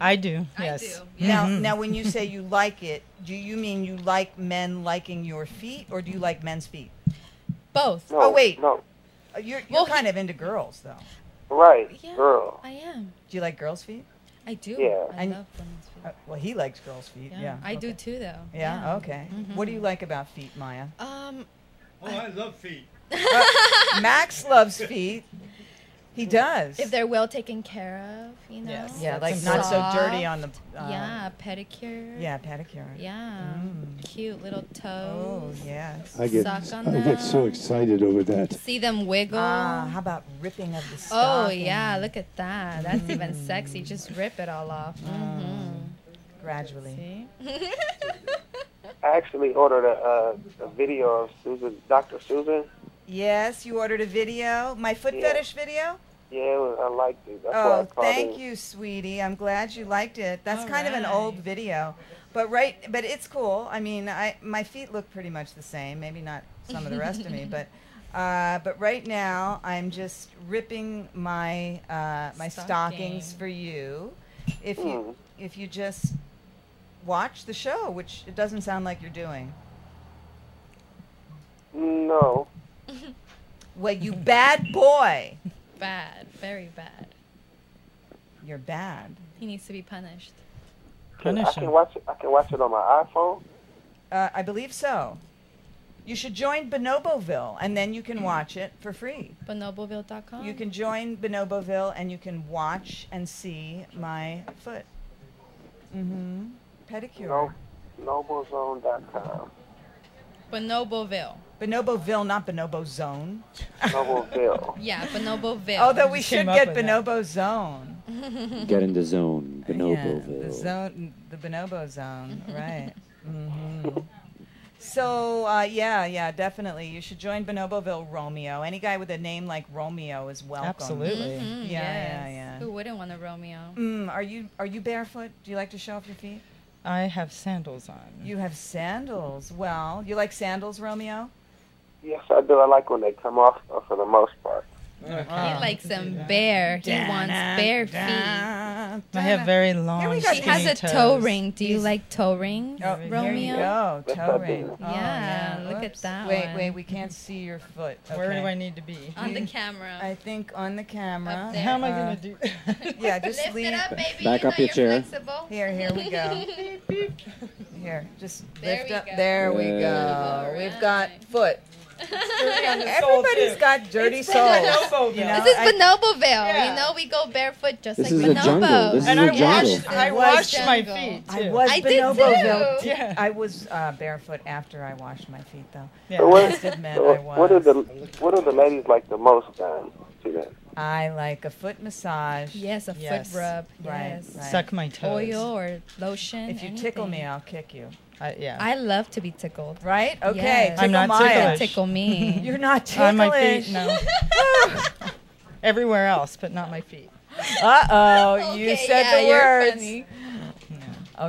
Speaker 7: I do. Yes.
Speaker 3: Now,
Speaker 14: Mm-hmm.
Speaker 3: now, when you say you like it, do you mean you like men liking your feet, or do you like men's feet?
Speaker 14: Both.
Speaker 3: oh wait,
Speaker 10: No.
Speaker 3: Uh, you're, you're kind of into girls though.
Speaker 10: Right,
Speaker 14: Yeah,
Speaker 10: girl.
Speaker 14: I am.
Speaker 3: Do you like girls' feet?
Speaker 14: I do.
Speaker 3: Yeah.
Speaker 14: I
Speaker 3: And-
Speaker 14: love women's feet.
Speaker 3: Uh, well, he likes girls' feet. Yeah,
Speaker 14: Yeah, I do
Speaker 3: okay.
Speaker 14: too, though.
Speaker 3: Yeah,
Speaker 14: Yeah. Mm-hmm.
Speaker 3: okay. What do you like about feet, Maya?
Speaker 14: Um,
Speaker 5: Oh, I love feet.
Speaker 3: Max loves feet. He does.
Speaker 14: if they're well taken care of, you know.
Speaker 3: Yes, Yeah, that's like not so
Speaker 14: Soft.
Speaker 3: dirty on the, uh,
Speaker 14: yeah, pedicure.
Speaker 3: yeah, pedicure. Mm.
Speaker 14: Yeah. Cute little toes.
Speaker 3: Oh yes.
Speaker 15: I get,
Speaker 14: Suck on
Speaker 15: I
Speaker 14: them.
Speaker 15: get so excited over that.
Speaker 14: See them wiggle.
Speaker 3: Ah, how about ripping of the
Speaker 14: Oh
Speaker 3: stocking?
Speaker 14: yeah, look at that. That's even sexy. Just rip it all off.
Speaker 3: Mm.
Speaker 14: Mm-hmm.
Speaker 3: Gradually.
Speaker 14: Mhm.
Speaker 10: I actually ordered a, a, a video of Susan, Dr. Susan.
Speaker 3: Yes, you ordered a video, my foot
Speaker 10: Yeah.
Speaker 3: fetish video.
Speaker 10: Yeah, it was- I liked it. That's why I
Speaker 3: Oh,
Speaker 10: called
Speaker 3: thank
Speaker 10: in.
Speaker 3: you, sweetie. I'm glad you liked it. That's
Speaker 14: All
Speaker 3: kind of an
Speaker 14: right.
Speaker 3: old video, but right, but it's cool. I mean, I my feet look pretty much the same. Maybe not some of the rest of me, but uh, but right now I'm just ripping my uh, my stockings
Speaker 14: Stocking.
Speaker 3: for you. If you if you just watch the show, which it doesn't sound like you're doing.
Speaker 10: No.
Speaker 3: Well, you bad boy.
Speaker 14: bad, very bad.
Speaker 3: You're bad.
Speaker 14: He needs to be punished.
Speaker 10: Can, I can watch it. I can watch it on my iPhone.
Speaker 3: Uh, I believe so. You should join Bonoboville, and then you can watch it for free.
Speaker 14: Bonoboville.com.
Speaker 3: You can join Bonoboville, and you can watch and see my foot. Mm-hmm. Pedicure.
Speaker 10: No, noblezone.com.
Speaker 14: Bonoboville.
Speaker 3: Bonoboville, not Bonobo Zone.
Speaker 10: Nobleville.
Speaker 14: Yeah, Bonoboville.
Speaker 3: Although Oh, we should get Bonobo Zone.
Speaker 11: Get in the zone,
Speaker 3: The
Speaker 11: Bonoboville.
Speaker 3: zone, the Bonobo Zone, right? hmm
Speaker 14: Mm-hmm.
Speaker 3: So uh, yeah, yeah, definitely. You should join Bonoboville Romeo. Any guy with a name like Romeo is welcome.
Speaker 7: Absolutely.
Speaker 3: Yeah,
Speaker 14: Mhm,
Speaker 3: yeah,
Speaker 14: yes.
Speaker 3: yeah.
Speaker 14: Who wouldn't want a Romeo?
Speaker 3: Mm, are you are you barefoot? Do you like to show off your feet?
Speaker 7: I have sandals on.
Speaker 3: You have sandals. Well, you like sandals, Romeo?
Speaker 10: Yes, I do. I like when they come off uh, for the most part.
Speaker 14: he likes them bare. He wants bare feet.
Speaker 7: I have very long.
Speaker 14: She
Speaker 7: skinny
Speaker 14: has a
Speaker 7: toes.
Speaker 14: toe ring. Do you like toe ring, Romeo?
Speaker 3: Oh, toe ring. Oh,
Speaker 14: Yeah, Uh, look at
Speaker 3: Oops.
Speaker 14: that
Speaker 3: Wait,
Speaker 14: one.
Speaker 3: wait, we can't see your foot.
Speaker 7: Where
Speaker 3: Okay.
Speaker 7: do I need to be?
Speaker 14: On the camera.
Speaker 3: I think on the camera.
Speaker 14: Up there. How am I gonna
Speaker 7: do?
Speaker 3: yeah, just
Speaker 14: Lift it
Speaker 3: lean
Speaker 14: up, baby. You
Speaker 11: Back up
Speaker 14: know
Speaker 11: your chair.
Speaker 14: flexible.
Speaker 3: Here, here we go. Here, just
Speaker 14: There
Speaker 3: lift
Speaker 14: we
Speaker 3: up.
Speaker 14: go.
Speaker 3: There we go.
Speaker 14: Yeah.
Speaker 3: We've got foot.
Speaker 14: on the sole,
Speaker 3: Everybody's
Speaker 14: too.
Speaker 3: got dirty
Speaker 14: It's
Speaker 3: soles.
Speaker 14: Bonoboville.
Speaker 3: you know?
Speaker 14: this is
Speaker 3: I-
Speaker 14: Bonoboville. You know, we go barefoot just
Speaker 11: This
Speaker 14: like
Speaker 11: is a
Speaker 14: Bonobo.
Speaker 11: jungle. This is a jungle.
Speaker 7: I washed my feet.
Speaker 3: I
Speaker 7: too.
Speaker 3: was
Speaker 14: I did
Speaker 3: Bonoboville.
Speaker 14: too.
Speaker 3: Did- I was uh, barefoot after I washed my feet, though.
Speaker 10: So what,
Speaker 3: I must admit,
Speaker 10: so
Speaker 3: I was.
Speaker 10: what are the What are the ladies like the most? Um, to that.
Speaker 3: I like a foot massage.
Speaker 14: Yes, a
Speaker 3: Yes.
Speaker 14: foot rub.
Speaker 3: Right,
Speaker 14: Yes.
Speaker 3: right.
Speaker 16: Suck my toes.
Speaker 14: Oil or lotion.
Speaker 3: If you tickle me,
Speaker 14: anything.
Speaker 3: I'll kick you.
Speaker 16: I, yeah.
Speaker 14: I love to be tickled.
Speaker 3: Right? Okay.
Speaker 14: Yes.
Speaker 3: tickle
Speaker 16: I'm not
Speaker 3: Maya.
Speaker 16: ticklish.
Speaker 14: Tickle me.
Speaker 3: You're not ticklish.
Speaker 16: On my feet, no. Everywhere else, but not my feet.
Speaker 3: Uh oh, you
Speaker 16: Okay,
Speaker 3: said
Speaker 16: yeah,
Speaker 3: the
Speaker 16: you're
Speaker 3: words.
Speaker 16: funny.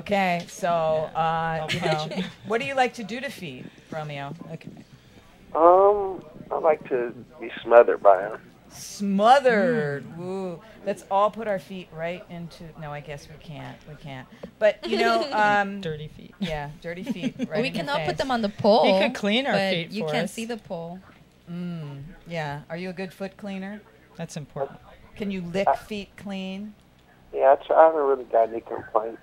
Speaker 3: Okay, so uh, you
Speaker 16: punch
Speaker 3: know, what do you like to do to feet, Romeo? Okay.
Speaker 10: Um, I like to be smothered by him.
Speaker 3: Smothered.
Speaker 16: Hmm.
Speaker 3: Woo. Let's all put our feet right into. No, I guess we can't. We can't. But you know, um,
Speaker 16: dirty feet.
Speaker 3: Yeah, dirty feet. Right
Speaker 14: we
Speaker 3: in the
Speaker 14: cannot
Speaker 3: face.
Speaker 14: put them on the pole.
Speaker 16: You could clean our
Speaker 14: but
Speaker 16: feet
Speaker 14: You
Speaker 16: for
Speaker 14: can't
Speaker 16: us.
Speaker 14: see the pole.
Speaker 3: Mm, yeah. Are you a good foot cleaner?
Speaker 16: That's important.
Speaker 3: Can you lick feet clean?
Speaker 10: Yeah, I, tr- I haven't really got any complaints.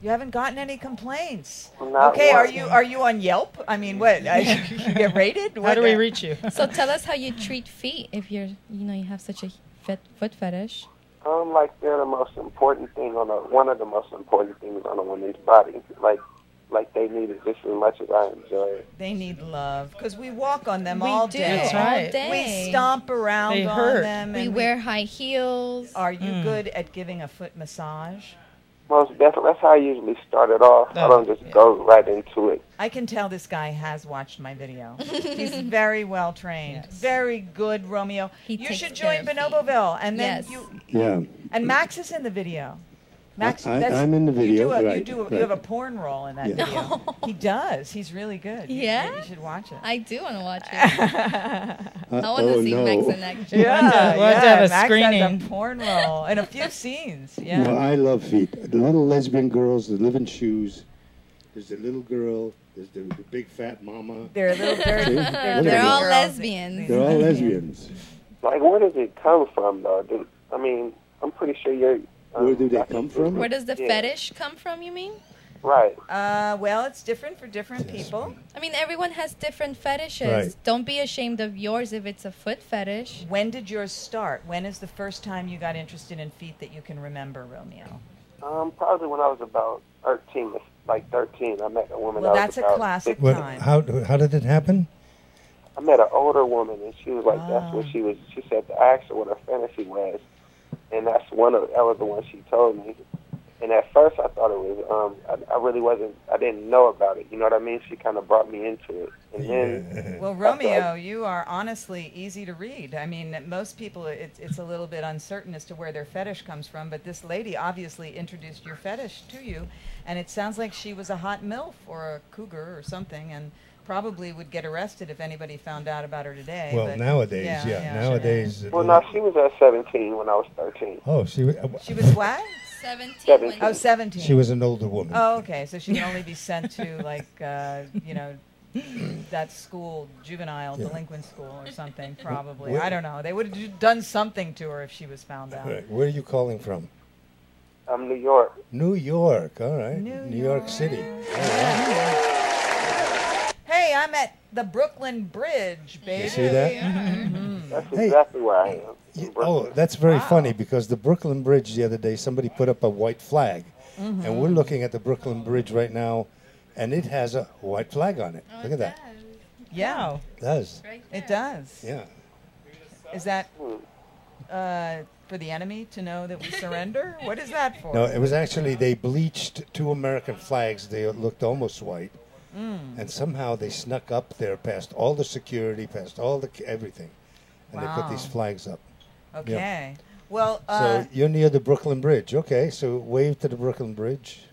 Speaker 3: You haven't gotten any complaints.
Speaker 10: Not
Speaker 3: okay, are
Speaker 10: one.
Speaker 3: you are you on Yelp? I mean, what? I, you get rated? What the-
Speaker 16: you?
Speaker 14: so tell us how you treat feet if you're, you know, you have such a fet- foot fetish.
Speaker 10: Um, like they're the most important thing on a one of the most important things on a woman's body. Like, like they need it just as much as I enjoy it.
Speaker 3: They need love because we walk on them
Speaker 14: We
Speaker 3: all
Speaker 14: do,
Speaker 3: day.
Speaker 14: That's all right. day.
Speaker 3: We stomp around
Speaker 14: They
Speaker 3: on
Speaker 14: hurt.
Speaker 3: them.
Speaker 14: We
Speaker 3: and
Speaker 14: wear high heels.
Speaker 3: Are you
Speaker 14: Mm.
Speaker 3: good at giving a foot massage?
Speaker 10: Most definitely, that's how I usually start it off. I don't just go right into it.
Speaker 3: I can tell this guy has watched my video. He's very well trained. Very good, Romeo. you
Speaker 14: takes
Speaker 3: should
Speaker 14: care
Speaker 3: join
Speaker 14: of
Speaker 3: Bonoboville, and then
Speaker 14: Yes.
Speaker 3: you
Speaker 11: Yeah.
Speaker 3: and Max is in the video. Max,
Speaker 11: I-
Speaker 3: that's-
Speaker 11: I'm in the
Speaker 3: You
Speaker 11: video,
Speaker 3: do a, you,
Speaker 11: right,
Speaker 3: do a, you
Speaker 11: right.
Speaker 3: have a porn role in that
Speaker 11: Yeah.
Speaker 3: video. he does. He's really good. You-
Speaker 14: Yeah?
Speaker 3: you should watch it.
Speaker 14: I do want to watch it. I want to
Speaker 11: Uh-oh,
Speaker 14: see
Speaker 11: Oh, no.
Speaker 14: Max in action.
Speaker 3: Yeah,
Speaker 16: we'll have to
Speaker 3: yeah,
Speaker 16: have a
Speaker 3: Max
Speaker 16: screening.
Speaker 3: has a porn role and a few scenes. Yeah.
Speaker 11: No, I love feet. The little lesbian girls that live in shoes. There's the little girl. There's the, the big fat mama.
Speaker 3: They're a little dirty.
Speaker 11: See?
Speaker 3: They're
Speaker 11: Look at
Speaker 14: They're
Speaker 11: them.
Speaker 14: all lesbians.
Speaker 11: They're all lesbians.
Speaker 10: Like, where does it come from, though? Do, I mean, I'm pretty sure you're. um,
Speaker 11: Where do they come from?
Speaker 14: Where does the
Speaker 10: Yeah.
Speaker 14: fetish come from, you mean?
Speaker 10: Right.
Speaker 3: Uh, well, it's different for different people.
Speaker 14: I mean, everyone has different fetishes.
Speaker 3: Right.
Speaker 14: Don't be ashamed of yours if it's a foot fetish.
Speaker 3: When did yours start? When is the first time you got interested in feet that you can remember, Romeo?
Speaker 10: Um, probably when I was about 13, like 13, I met a woman.
Speaker 3: Well,
Speaker 10: I was
Speaker 3: that's a
Speaker 10: about
Speaker 3: classic
Speaker 10: 16.
Speaker 2: How how did it happen?
Speaker 10: I met an older woman, and she was like, "That's
Speaker 3: Ah.
Speaker 10: what she was." She said to ask her what her fantasy was, and that's one of that was the one she told me. And at first, I thought it was. Um, I, I really wasn't. I didn't know about it. You know what I mean? She kind of brought me into it, and then
Speaker 3: Well, Romeo, you are honestly easy to read. I mean, most people, it's, it's a little bit uncertain as to where their fetish comes from, but this lady obviously introduced your fetish to you, and it sounds like she was a hot MILF or a cougar or something, and probably would get arrested if anybody found out about her today.
Speaker 2: Well,
Speaker 3: but-
Speaker 2: nowadays, yeah, nowadays. it-
Speaker 10: Well, no, she was at 17 when I was 13.
Speaker 2: oh, she was,
Speaker 3: She was what?
Speaker 10: 17.
Speaker 3: Oh, 17.
Speaker 2: she was an older woman.
Speaker 3: Oh, okay. So she can only be sent to like uh, you know that school, juvenile
Speaker 2: Yeah.
Speaker 3: delinquent school or something. Probably.
Speaker 2: Where-
Speaker 3: I don't know. They would have done something to her if she was found out.
Speaker 2: Right. Where are you calling from?
Speaker 10: I'm New York.
Speaker 2: New York. All right. New, York. City.
Speaker 3: Hey, I'm at the Brooklyn Bridge, baby.
Speaker 2: You see that?
Speaker 3: Mm-hmm.
Speaker 10: That's
Speaker 2: Hey.
Speaker 10: exactly where I am.
Speaker 2: You- oh, that's very funny because the Brooklyn Bridge the other day somebody put up a white flag,
Speaker 3: Mm-hmm.
Speaker 2: and we're looking at the Brooklyn Bridge right now, and it has a white flag on it.
Speaker 3: Oh,
Speaker 2: Look at that.
Speaker 3: Yeah,
Speaker 2: It does.
Speaker 3: it does.
Speaker 2: Yeah.
Speaker 3: Is that uh, for the enemy to know that we surrender? What is that for?
Speaker 2: No, it was actually they bleached two American flags. They looked almost white,
Speaker 3: Mm.
Speaker 2: and somehow they snuck up there past all the security, past all the c- everything, and they put these
Speaker 3: Wow.
Speaker 2: flags up. Yeah.
Speaker 3: Okay. Well, uh,
Speaker 2: so you're near the Brooklyn Bridge. Okay, so wave to the Brooklyn Bridge.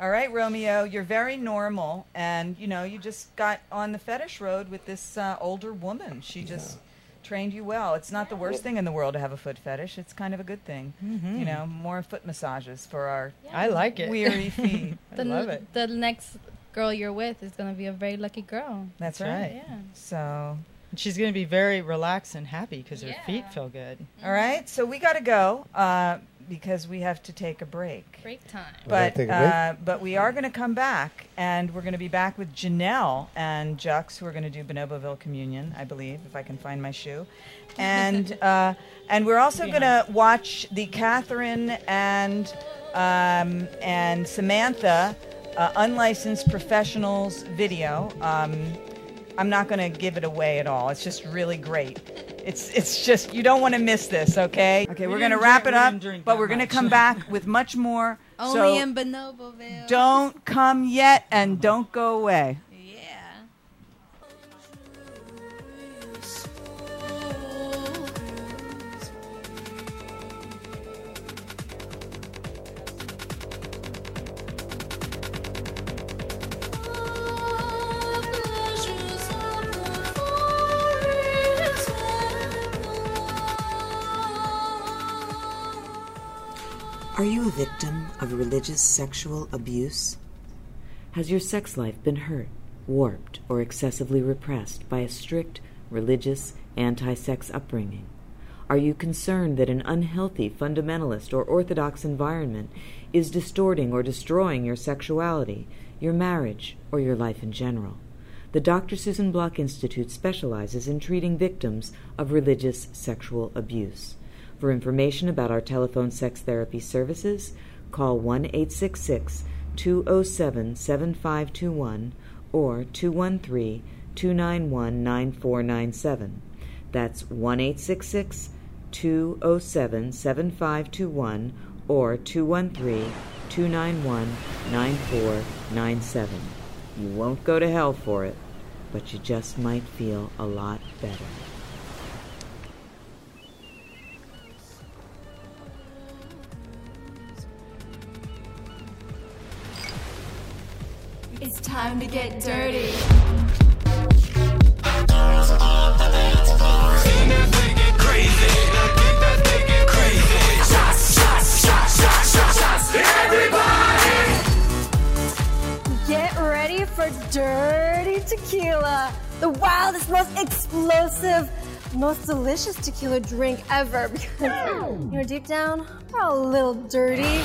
Speaker 3: All right, Romeo, you're very normal, and you know you just got on the fetish road with this uh, older woman. She just trained you well. It's not the worst thing in the world to have a foot fetish. It's kind of a good thing. You
Speaker 7: Mhm.
Speaker 3: know, more foot massages for our
Speaker 7: I like it.
Speaker 3: weary feet. I
Speaker 14: The,
Speaker 3: love
Speaker 14: n-
Speaker 3: it.
Speaker 14: the next girl you're with is going to be a very lucky girl.
Speaker 3: That's right.
Speaker 14: Yeah.
Speaker 3: So
Speaker 7: And she's going to be very relaxed and happy because her feet feel good.
Speaker 13: Mm-hmm.
Speaker 3: All right, so we got to go uh, because we have to take a break.
Speaker 14: Break time.
Speaker 3: But
Speaker 7: We gotta take a break?
Speaker 3: Uh, but we are going to come back, and we're going to be back with Janelle and Jux, who are going to do Bonoboville Communion, I believe, if I can find my shoe, and uh, and we're also going to watch the Catherine and um, and Samantha uh, unlicensed professionals video. Um, I'm not going to give it away at all. It's just really great.
Speaker 7: It's it's just you don't want to miss this, okay? Okay,
Speaker 17: We
Speaker 7: we are gonna
Speaker 17: didn't
Speaker 7: wrap
Speaker 17: drink-
Speaker 7: it
Speaker 17: we
Speaker 7: up,
Speaker 17: didn't drink
Speaker 7: but
Speaker 17: that
Speaker 7: we're gonna
Speaker 17: much.
Speaker 7: come back with much more.
Speaker 18: Only
Speaker 7: so
Speaker 18: in Bonoboville.
Speaker 7: don't come yet and don't go away.
Speaker 19: Are you a victim of religious sexual abuse?
Speaker 1: Has your sex life been hurt, warped, or excessively repressed by a strict, religious, anti sex upbringing? Are you concerned that an unhealthy, fundamentalist, or orthodox environment is distorting or destroying your sexuality, your marriage, or your life in general? The Dr. Susan Block Institute specializes in treating victims of religious sexual abuse. For information about our telephone sex therapy services, call 1 866 207 7521 or 213 291 9497. That's 1 866 207 7521 or 213 291 9497. You won't go to hell for it, but you just might feel a lot better.
Speaker 20: It's time to get dirty.
Speaker 4: Shots, shots, shots, shots, shots, shots. Everybody!
Speaker 6: Get ready for dirty tequila, the wildest, most explosive, most delicious tequila drink ever. Because, you know, deep down, we're all a little dirty.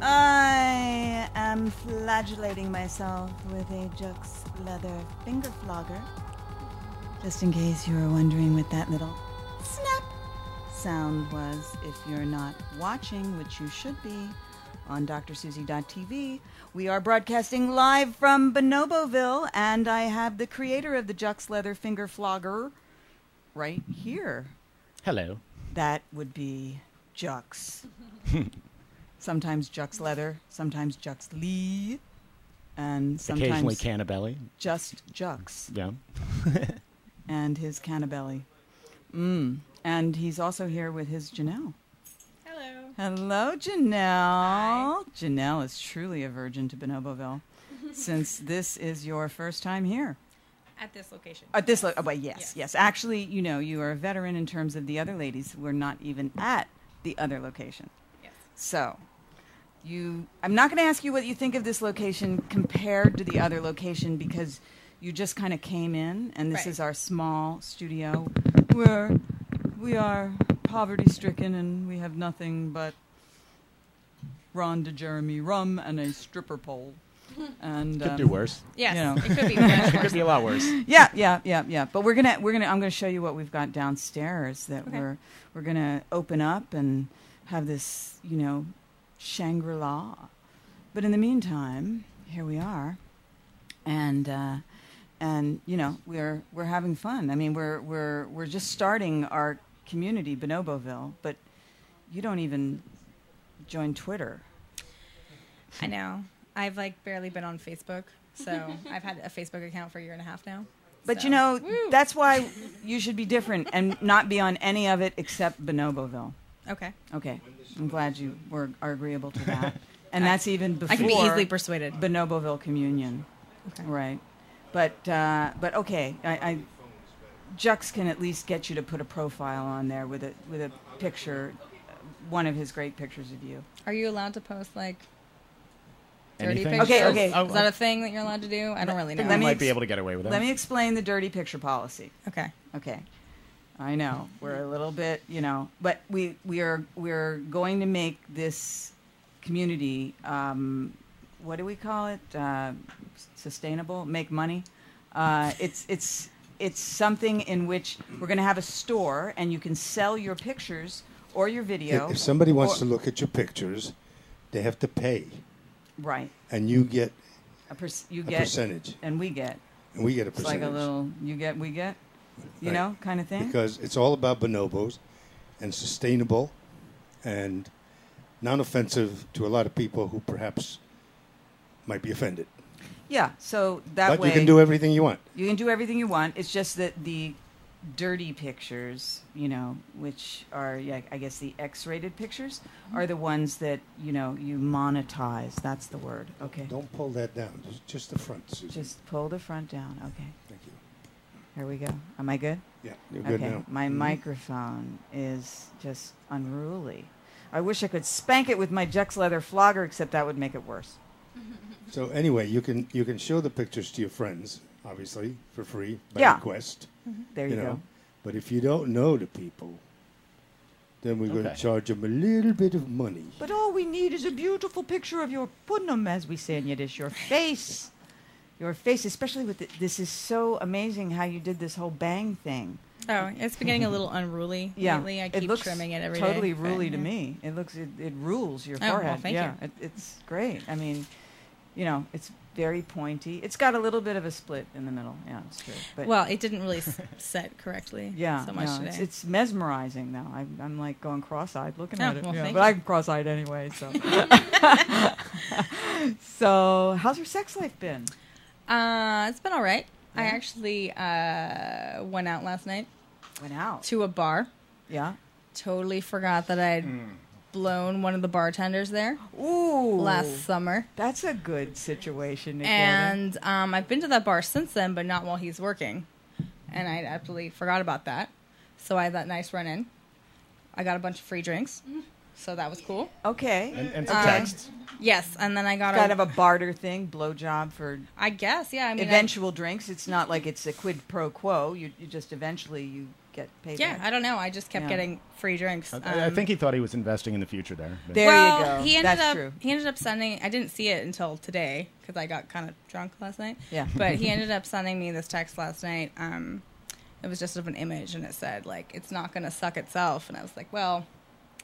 Speaker 3: I am flagellating myself with a Jux leather finger flogger. Just in case you were wondering what that little snap sound was, if you're not watching, which you should be, on drsusie.tv, we are broadcasting live from Bonoboville, and I have the creator of the Jux leather finger flogger right here.
Speaker 21: Hello.
Speaker 3: That would be Jux. sometimes Jux Leather, sometimes Jux Lee, and sometimes
Speaker 21: Occasionally Cannabelly.
Speaker 3: Just Jux
Speaker 21: Yeah.
Speaker 3: and his Cannabelly. Mm. And he's also here with his Janelle. Hello. Hello, Janelle. Janelle is truly a virgin to Bonoboville, since this is your first time here.
Speaker 13: At this location.
Speaker 3: At this, lo- oh, wait, yes, yes, Actually, you know, you are a veteran in terms of the other ladies. We're not even at the other location. Yes. So, you, I'm not going to ask you what you think of this location compared to the other location because you just kind of came in, and this
Speaker 7: Right.
Speaker 3: is our small studio where we are poverty stricken and we have nothing but Ron to Jeremy rum and a stripper pole. And
Speaker 21: Could do worse.
Speaker 3: Yes,
Speaker 21: it could be much It could worse be a lot than that. worse.
Speaker 3: Yeah, yeah, yeah, yeah. But we're gonna we're gonna I'm gonna show you what we've got downstairs that
Speaker 13: Okay.
Speaker 3: we're we're gonna open up and have this you know Shangri La. But in the meantime, here we are, and uh, and you know we're we're having fun. I mean we're we're we're just starting our community Bonoboville, but you don't even join Twitter.
Speaker 13: I know. I've like barely been on Facebook, so I've had a Facebook account for a year and a half now.
Speaker 3: But
Speaker 13: So-
Speaker 3: you know, that's why you should be different and not be on any of it except Bonoboville.
Speaker 13: Okay.
Speaker 3: Okay. I'm glad you were are agreeable to that. And
Speaker 13: I-
Speaker 3: that's even before
Speaker 13: I can be easily persuaded.
Speaker 3: Bonoboville communion.
Speaker 13: Okay.
Speaker 3: Right. But uh, but okay, I, I Jux can at least get you to put a profile on there with a with a picture, uh, one of his great pictures of you.
Speaker 13: Are you allowed to post like dirty
Speaker 3: Anything?
Speaker 13: pictures?
Speaker 3: Okay, okay.
Speaker 13: Is that a thing that you're allowed to do? I don't really know.
Speaker 3: Let me
Speaker 21: might
Speaker 3: ex-
Speaker 21: be able to get away with that.
Speaker 3: Let me explain the dirty picture policy.
Speaker 13: Okay.
Speaker 3: Okay. I know we're a little bit, you know, but we we are we're going to make this community. Um, what do we call it? Uh, s- sustainable. Make money. Uh, it's it's it's something in which we're going to have a store, and you can sell your pictures or your video.
Speaker 2: If, if somebody wants
Speaker 3: or-
Speaker 2: to look at your pictures, they have to pay,
Speaker 3: right.
Speaker 2: and you get
Speaker 3: A perc- you
Speaker 2: A
Speaker 3: get
Speaker 2: percentage.
Speaker 3: and we get.
Speaker 2: And we get a
Speaker 3: It's like a
Speaker 2: percentage.
Speaker 3: little you get we get, you
Speaker 2: Right.
Speaker 3: know, kind of thing.
Speaker 2: Because it's all about bonobos and sustainable and non offensive to a lot of people who perhaps might be offended.
Speaker 3: yeah, so that
Speaker 2: but
Speaker 3: way
Speaker 2: you can do everything you want.
Speaker 3: You can do everything you want. It's just that the dirty pictures, you know, which are yeah, I guess the X-rated pictures are the ones that you know you monetize. That's the word. Okay.
Speaker 2: Don't pull that down. Just, just the front, Susan.
Speaker 3: Just pull the front down. Okay.
Speaker 2: Thank you.
Speaker 3: Here we go. Am I good?
Speaker 2: Yeah, you're good
Speaker 3: okay.
Speaker 2: now.
Speaker 3: My
Speaker 2: Mhm.
Speaker 3: microphone is just unruly. I wish I could spank it with my Jex leather flogger, except that would make it worse.
Speaker 2: So anyway, you can you can show the pictures to your friends, obviously, for free by
Speaker 3: Yeah.
Speaker 2: request.
Speaker 3: Mhm. There you go.
Speaker 2: But if you don't know the people, then we're going to
Speaker 3: Okay.
Speaker 2: charge them a little bit of money.
Speaker 3: But all we need is a beautiful picture of your punnum, as we say in Yiddish, your face. Your face, especially with the, this is so amazing how you did this whole bang thing.
Speaker 13: Oh, it's been getting a little unruly
Speaker 3: Yeah,
Speaker 13: lately. I keep
Speaker 3: it looks
Speaker 13: trimming it every day.
Speaker 3: totally
Speaker 13: but,
Speaker 3: ruly to
Speaker 13: yeah.
Speaker 3: me. It looks it, it rules your
Speaker 13: Oh, well,
Speaker 3: forehead.
Speaker 13: thank
Speaker 3: yeah,
Speaker 13: you.
Speaker 3: It, it's great. I mean, you know, it's very pointy. It's got a little bit of a split in the middle. Yeah, it's true. But
Speaker 13: well, it didn't really s- set correctly.
Speaker 3: yeah,
Speaker 13: so much
Speaker 3: no,
Speaker 13: today.
Speaker 3: It's, it's mesmerizing now. I'm, I'm like going cross-eyed looking
Speaker 13: Oh,
Speaker 3: at it.
Speaker 13: well,
Speaker 3: yeah,
Speaker 13: thank
Speaker 3: but
Speaker 13: you.
Speaker 3: I'm cross-eyed anyway. So, so how's your sex life been?
Speaker 13: Uh, it's been all right. I
Speaker 3: Yeah.
Speaker 13: actually uh, went out last night.
Speaker 3: Went out
Speaker 13: to a bar.
Speaker 3: Oh. Yeah.
Speaker 13: Totally forgot that I'd blown one of the bartenders there.
Speaker 3: Ooh.
Speaker 13: Last summer.
Speaker 3: That's a good situation. To get in.
Speaker 13: And um, I've been to that bar since then, but not while he's working. And I absolutely forgot about that. So I had that nice run in. I got a bunch of free drinks. So that was cool.
Speaker 3: Mm-hmm. Okay.
Speaker 13: And,
Speaker 3: and some texts.
Speaker 13: Yes. And then I got
Speaker 3: kind of a barter thing, blowjob for.
Speaker 13: I guess, yeah. I mean, I-
Speaker 3: eventual drinks. It's not like it's a quid pro quo. You, you just eventually you get paid.
Speaker 13: Yeah,
Speaker 3: back.
Speaker 13: I don't know. I just kept
Speaker 3: Yeah.
Speaker 13: getting free drinks.
Speaker 21: I, I
Speaker 13: Um,
Speaker 21: think he thought he was investing in the future there. but-
Speaker 13: well, He ended
Speaker 3: That's
Speaker 13: up
Speaker 3: true.
Speaker 13: he ended up sending. I didn't see it until today because I got kind of drunk last night.
Speaker 3: Yeah.
Speaker 13: but he ended up sending me this text last night. Um, it was just of an image, and it said like it's not gonna suck itself, and I was like, well,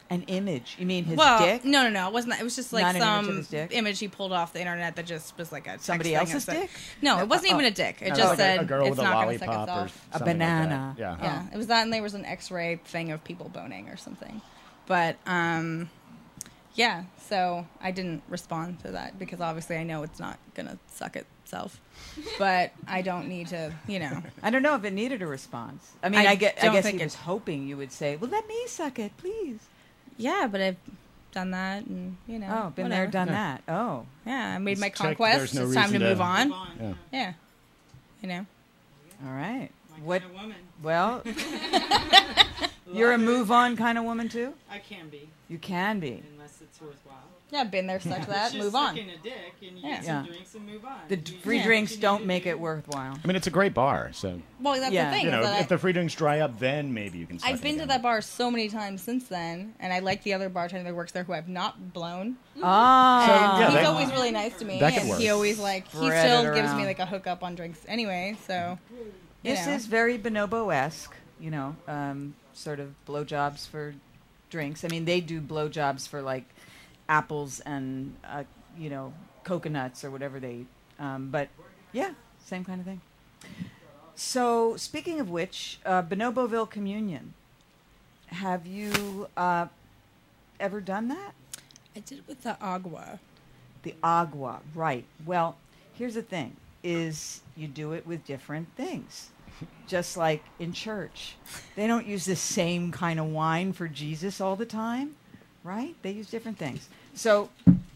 Speaker 3: An image. You mean his
Speaker 13: well,
Speaker 3: dick?
Speaker 13: no, no, no, it wasn't. That. It was just like
Speaker 3: Not an image of
Speaker 13: some
Speaker 3: his dick?
Speaker 13: he pulled off the internet that just was like a text
Speaker 3: Somebody
Speaker 13: thing that
Speaker 3: else's
Speaker 13: said-
Speaker 3: dick?
Speaker 13: No, it wasn't
Speaker 3: Oh.
Speaker 13: even a dick. It
Speaker 3: No,
Speaker 13: just
Speaker 3: like a-
Speaker 13: said
Speaker 3: a girl
Speaker 13: it's
Speaker 3: with a
Speaker 13: not gonna suck
Speaker 3: lollipop or
Speaker 13: itself.
Speaker 3: A something like that. banana. Yeah.
Speaker 13: yeah,
Speaker 3: Oh.
Speaker 13: it was that, and there was an X-ray thing of people boning or something. But um, yeah, so I didn't respond to that because obviously I know it's not gonna suck itself, but I don't need to, you know.
Speaker 3: I don't know if it needed a response. I mean, I, get. I
Speaker 13: don't
Speaker 3: guess
Speaker 13: think
Speaker 3: he
Speaker 13: it-
Speaker 3: was hoping you would say, "Well, let me suck it, please."
Speaker 13: Yeah, but I've done that, and you know.
Speaker 3: Oh, been there,
Speaker 13: whatever.
Speaker 3: done that. Oh,
Speaker 13: Yeah, I made
Speaker 3: Just
Speaker 13: my
Speaker 3: check that
Speaker 13: conquest.
Speaker 3: there's no
Speaker 13: it's time to,
Speaker 3: reason to-
Speaker 13: move on.
Speaker 3: Yeah.
Speaker 13: Yeah. you know.
Speaker 3: all right. what? Well, you're a move on kind of woman too.
Speaker 7: I can be,
Speaker 3: You can be.
Speaker 7: unless it's worthwhile.
Speaker 13: Yeah, been there, sucked that, move on. yeah.
Speaker 3: The d- free
Speaker 13: Yeah.
Speaker 3: drinks don't make it worthwhile.
Speaker 21: I mean, it's a great bar, so.
Speaker 13: Well, that's
Speaker 3: Yeah.
Speaker 13: the thing.
Speaker 21: You know,
Speaker 13: is
Speaker 21: if,
Speaker 13: that
Speaker 21: if the free drinks dry up, then maybe you can. suck
Speaker 13: I've
Speaker 21: it
Speaker 13: been to
Speaker 21: again.
Speaker 13: that bar so many times since then, and I like the other bartender that works there who I've not blown.
Speaker 3: Ah.
Speaker 13: And
Speaker 3: So, yeah,
Speaker 13: he's
Speaker 3: that-
Speaker 13: always really nice to me,
Speaker 3: that could
Speaker 13: and
Speaker 3: work.
Speaker 13: he always like he
Speaker 3: Spread
Speaker 13: still
Speaker 3: it
Speaker 13: gives me
Speaker 3: around.
Speaker 13: like a hookup on drinks anyway. So you
Speaker 3: This
Speaker 13: know.
Speaker 3: is very bonobo esque, you know, um, sort of blowjobs for drinks. I mean, they do blowjobs for like apples and, uh, you know, coconuts or whatever they eat. Um, but yeah, same kind of thing. So, speaking of which, uh, Bonoboville Communion. Have you uh, ever done that?
Speaker 13: I did it with the agua.
Speaker 3: The agua, right. Well, here's the thing is you do it with different things. Just like in church. They don't use the same kind of wine for Jesus all the time, right? They use different things. So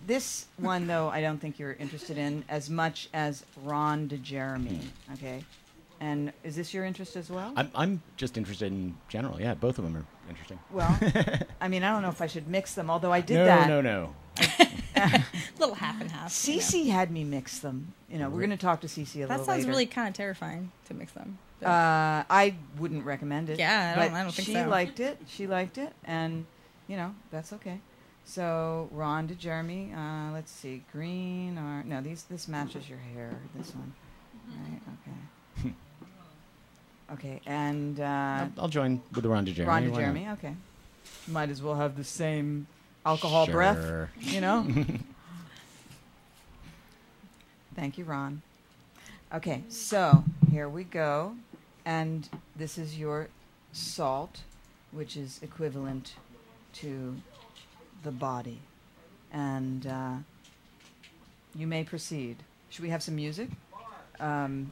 Speaker 3: this one though I don't think you're interested in as much as Ron de Jeremy, okay? And is this your interest as well?
Speaker 21: I'm, I'm just interested in general. Yeah, both of them are interesting.
Speaker 3: well, I mean, I don't know if I should mix them, although I did
Speaker 21: no,
Speaker 3: that. Uh,
Speaker 21: no, no.
Speaker 13: little half and half. you know.
Speaker 3: Cece had me mix them. You know, we're going to talk to Cece a little
Speaker 13: That sounds
Speaker 3: later.
Speaker 13: really kind of terrifying to mix them.
Speaker 3: Uh, I wouldn't recommend it.
Speaker 13: Yeah, I don't-
Speaker 3: but
Speaker 13: I don't think
Speaker 3: she
Speaker 13: so.
Speaker 3: liked it. She liked it, and you know that's okay. So Ron to Jeremy. Uh, let's see, green or no? These this matches your hair. This one,
Speaker 13: Mm-hmm.
Speaker 3: right? Okay. okay, and uh,
Speaker 21: I'll join with the Ron DeJeremy.
Speaker 3: Ron to
Speaker 21: why not?
Speaker 3: Jeremy. Okay, might as well have the same alcohol breath.
Speaker 21: Sure.
Speaker 3: You know. Thank you, Ron. Okay, so here we go. And this is your salt, which is equivalent to the body. And uh, you may proceed. Should we have some music? Um,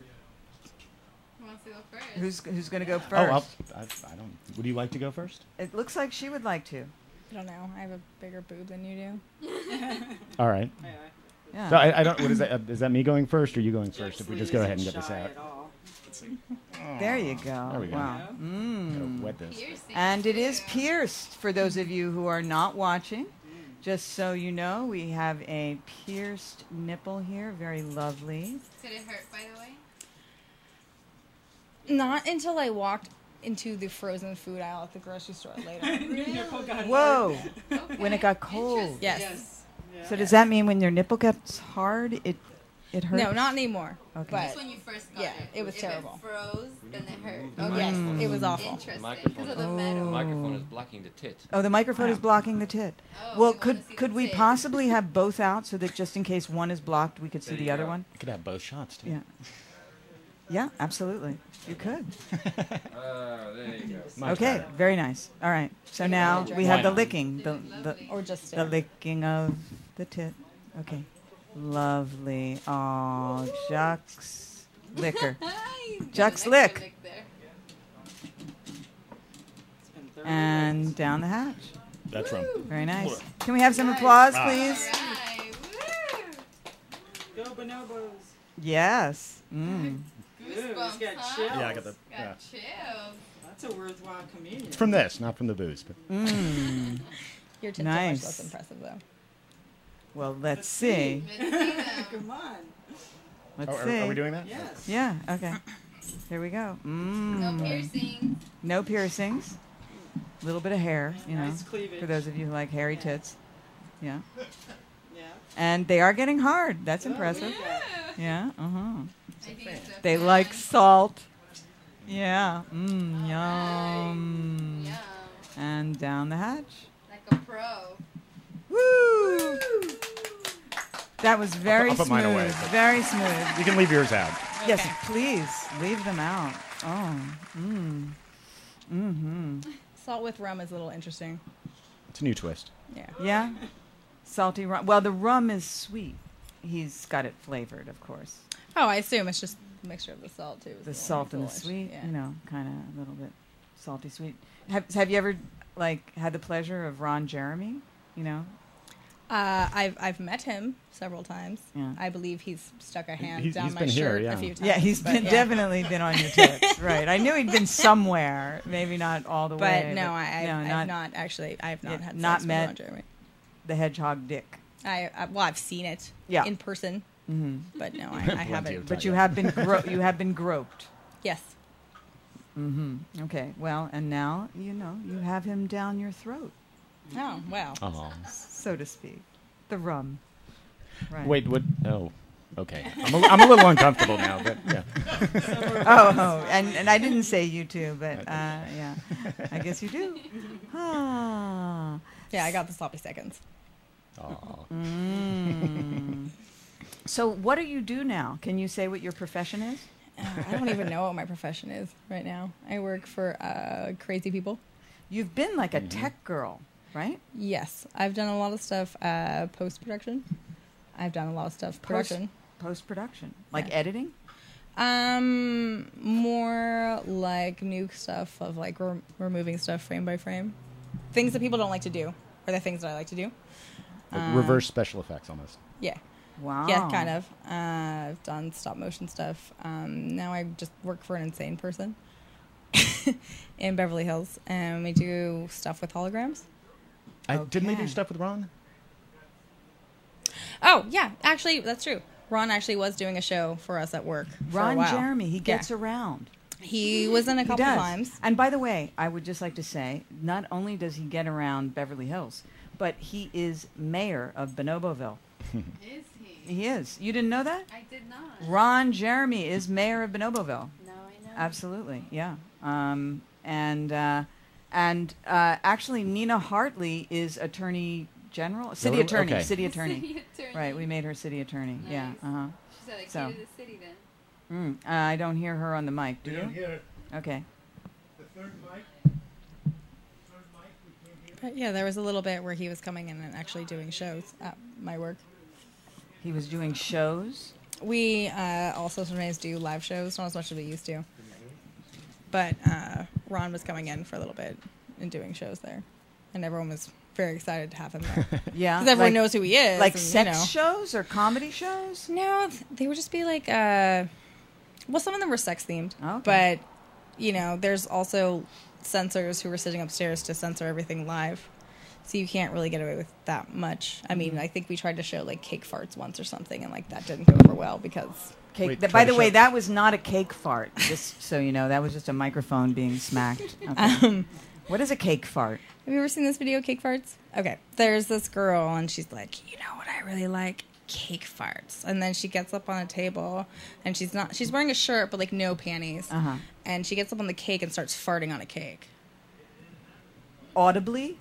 Speaker 3: who's who's going to go
Speaker 21: Oh, I'll,
Speaker 3: first?
Speaker 21: I, I don't. Would you like to go first?
Speaker 3: it looks like she would like to.
Speaker 13: I don't know. I have a bigger boob than you do.
Speaker 21: All right.
Speaker 3: Yeah.
Speaker 21: So I, I don't. What is that? Uh, is that me going first, or you going first? If we just go ahead and get this out.
Speaker 3: There you go.
Speaker 21: There we go.
Speaker 3: Wow. Mm.
Speaker 21: Gotta wet this.
Speaker 3: And it is pierced for those of you who are not watching. Just so you know, we have a pierced nipple here. Very lovely.
Speaker 14: Did it hurt, by the way?
Speaker 13: Not until I walked into the frozen food aisle at the grocery store later.
Speaker 3: Whoa. When it got cold.
Speaker 13: Yes.
Speaker 3: So does that mean when your nipple gets hard, it it hurts?
Speaker 13: No, not anymore.
Speaker 3: Okay.
Speaker 13: But
Speaker 14: Just when you first got
Speaker 13: yeah,
Speaker 14: it.
Speaker 13: it was
Speaker 14: if
Speaker 13: terrible.
Speaker 14: It froze, then it hurt.
Speaker 3: the
Speaker 14: yes,
Speaker 3: microphone.
Speaker 13: it was awful.
Speaker 14: Interesting.
Speaker 8: Microphone.
Speaker 14: 'Cause of the metal.
Speaker 8: The microphone is blocking the tit.
Speaker 3: Oh, the microphone is blocking the tit. well, could could we possibly have both out so that just in case one is blocked, we could see
Speaker 21: There
Speaker 3: the
Speaker 21: you
Speaker 3: other
Speaker 21: go.
Speaker 3: one?
Speaker 21: You could have both shots too.
Speaker 3: Yeah. Yeah, absolutely. You could.
Speaker 8: Uh, there you go.
Speaker 21: Much
Speaker 3: okay,
Speaker 21: better.
Speaker 3: very nice. All right. So now we
Speaker 21: Why
Speaker 3: have the
Speaker 21: not?
Speaker 3: licking, the, the
Speaker 13: Or just
Speaker 3: the
Speaker 13: stare.
Speaker 3: licking of the tit. Okay, lovely. Oh, Jux liquor, Jux lick, and down the hatch.
Speaker 21: That's right.
Speaker 3: Very nice. Can we have some applause,
Speaker 21: Ah.
Speaker 3: please?
Speaker 5: Go bonobos.
Speaker 3: Yes. Mm.
Speaker 5: Goosebumps, got
Speaker 14: huh?
Speaker 5: chills.
Speaker 21: Yeah, I got the- Got yeah.
Speaker 14: chills.
Speaker 5: That's a worthwhile comedian.
Speaker 21: It's from this, not from the booze. But
Speaker 3: Mm.
Speaker 13: Your tits are much
Speaker 3: Nice.
Speaker 13: less impressive, though.
Speaker 3: Well, let's see.
Speaker 5: Come on.
Speaker 3: Let's
Speaker 21: Oh, are-
Speaker 3: see.
Speaker 21: are we doing that?
Speaker 5: Yes.
Speaker 3: Yeah. Okay. Here we go. Mm.
Speaker 14: No piercing.
Speaker 3: No piercings. A little bit of hair, you know,
Speaker 5: Nice cleavage.
Speaker 3: for those of you who like hairy tits. Yeah.
Speaker 5: Yeah.
Speaker 3: And they are getting hard. That's impressive.
Speaker 5: yeah.
Speaker 3: Yeah. Uh-huh.
Speaker 14: Oh, I think it's a
Speaker 3: They
Speaker 14: fan.
Speaker 3: like salt. Yeah. Mm, yum.
Speaker 14: Yum.
Speaker 3: And down the hatch.
Speaker 14: Like a pro.
Speaker 3: Woo! That was very
Speaker 21: I'll put
Speaker 3: smooth.
Speaker 21: mine away, but-
Speaker 3: very smooth.
Speaker 21: you can leave yours out.
Speaker 3: Yes, please leave them out. Oh. Mm. Mm-hmm.
Speaker 13: Salt with rum is a little interesting.
Speaker 21: It's a new twist.
Speaker 13: Yeah.
Speaker 3: Yeah. Salty rum. Well, the rum is sweet. He's got it flavored, of course.
Speaker 13: Oh, I assume it's just a mixture of the salt too. is
Speaker 3: The
Speaker 13: little-
Speaker 3: salt and the
Speaker 13: little int-
Speaker 3: sweet,
Speaker 13: Yeah.
Speaker 3: you know, kind of a little bit salty sweet. Have, have you ever like had the pleasure of Ron Jeremy? You know,
Speaker 13: Uh, I've I've met him several times.
Speaker 3: Yeah.
Speaker 13: I believe he's stuck a hand
Speaker 21: he's-
Speaker 13: down
Speaker 21: he's
Speaker 13: my
Speaker 21: been here,
Speaker 13: shirt
Speaker 21: yeah.
Speaker 13: a few times.
Speaker 3: yeah, he's
Speaker 13: but
Speaker 3: been
Speaker 13: yeah.
Speaker 3: definitely been on your tips, right? I knew he'd been somewhere, maybe not all the
Speaker 13: But
Speaker 3: way.
Speaker 13: no, I, I
Speaker 3: no,
Speaker 13: I've
Speaker 3: not,
Speaker 13: not, actually. I've not
Speaker 3: yeah,
Speaker 13: had
Speaker 3: not
Speaker 13: sex
Speaker 3: met-
Speaker 13: with Ron Jeremy.
Speaker 3: the hedgehog dick.
Speaker 13: I, I well, I've seen it.
Speaker 3: Yeah.
Speaker 13: In person.
Speaker 3: Mhm.
Speaker 13: Mm-hmm. But no, I, I
Speaker 21: Plenty of
Speaker 13: haven't.
Speaker 21: time.
Speaker 3: But you have been gro- you have been groped.
Speaker 13: Yes.
Speaker 3: hmm
Speaker 13: Mm-hmm.
Speaker 3: Okay. Well, and now you know you have him down your throat,
Speaker 13: Oh wow.
Speaker 21: Oh.
Speaker 3: so to speak. The rum. Right.
Speaker 21: Wait, what? Oh, okay. I'm a, I'm a little uncomfortable now, but yeah.
Speaker 3: oh, oh, and, and I didn't say you too, but uh, yeah, I guess you do. Ah.
Speaker 13: Yeah, I got the sloppy seconds.
Speaker 21: Oh.
Speaker 3: Mm. so, what do you do now? Can you say what your profession is?
Speaker 13: Uh, I don't even know what my profession is right now. I work for uh, crazy people.
Speaker 3: You've been like
Speaker 21: Mm-hmm.
Speaker 3: a tech girl, right?
Speaker 13: Yes, I've done a lot of stuff uh, post production. I've done a lot of stuff production.
Speaker 3: Post production, like
Speaker 13: Yeah.
Speaker 3: editing.
Speaker 13: Um, more like new stuff of like rem- removing stuff frame by frame. Things that people don't like to do are the things that I like to do.
Speaker 21: Like
Speaker 13: Um,
Speaker 21: reverse special effects almost.
Speaker 13: Yeah.
Speaker 3: Wow.
Speaker 13: Yeah, kind of. Uh, I've done stop motion stuff. Um, now I just work for an insane person in Beverly Hills, and we do stuff with holograms.
Speaker 21: I, Didn't they do
Speaker 3: Okay.
Speaker 21: stuff with Ron?
Speaker 13: Oh yeah, actually that's true. Ron actually was doing a show for us at work. for a
Speaker 3: Ron
Speaker 13: while.
Speaker 3: Jeremy, he
Speaker 13: Yeah.
Speaker 3: gets around.
Speaker 13: He was in a
Speaker 3: He
Speaker 13: couple
Speaker 3: does.
Speaker 13: times.
Speaker 3: And by the way, I would just like to say, not only does he get around Beverly Hills, but he is mayor of Bonoboville.
Speaker 14: Is he?
Speaker 3: He is. You didn't know that?
Speaker 14: I did not.
Speaker 3: Ron Jeremy is mayor of Bonoboville.
Speaker 14: No, I know.
Speaker 3: Absolutely, yeah. Um, and uh, and uh, actually, Nina Hartley is attorney general, city
Speaker 21: really?
Speaker 3: attorney,
Speaker 21: Okay.
Speaker 3: city attorney.
Speaker 14: attorney.
Speaker 3: Right, we made her city attorney. Yeah.
Speaker 14: Nice.
Speaker 3: Uh huh.
Speaker 14: She's So they
Speaker 3: So.
Speaker 14: came to the city then.
Speaker 3: Mm, uh, I don't hear her on the mic. Do
Speaker 14: We
Speaker 3: you?
Speaker 14: don't hear
Speaker 3: Okay.
Speaker 14: The third mic.
Speaker 13: But yeah, there was a little bit where he was coming in and actually doing shows at my work.
Speaker 3: He was doing shows.
Speaker 13: We uh, also sometimes do live shows, not as much as we used to. But uh, Ron was coming in for a little bit and doing shows there, and everyone was very excited to have him there.
Speaker 3: Yeah,
Speaker 13: because everyone
Speaker 3: like-
Speaker 13: knows who he is.
Speaker 3: Like
Speaker 13: and, you
Speaker 3: sex
Speaker 13: know.
Speaker 3: shows or comedy shows?
Speaker 13: No, th- they would just be like, uh, well, some of them were sex themed, but you know, there's also censors who were sitting upstairs to censor everything live, so you can't really get away with that much. I mean, I think we tried to show like cake farts once or something, and like that didn't go over well because
Speaker 3: Cake. th- by the way, that was not a cake fart. Just so you know, that was just a microphone being smacked. Okay. what is a cake fart?
Speaker 13: Have you ever seen this video, Cake Farts? Okay. There's this girl, and she's like, you know what I really like? Cake farts. And then she gets up on a table, and she's not, she's wearing a shirt, but like no panties.
Speaker 3: Uh-huh.
Speaker 13: And she gets up on the cake and starts farting on a cake.
Speaker 3: Audibly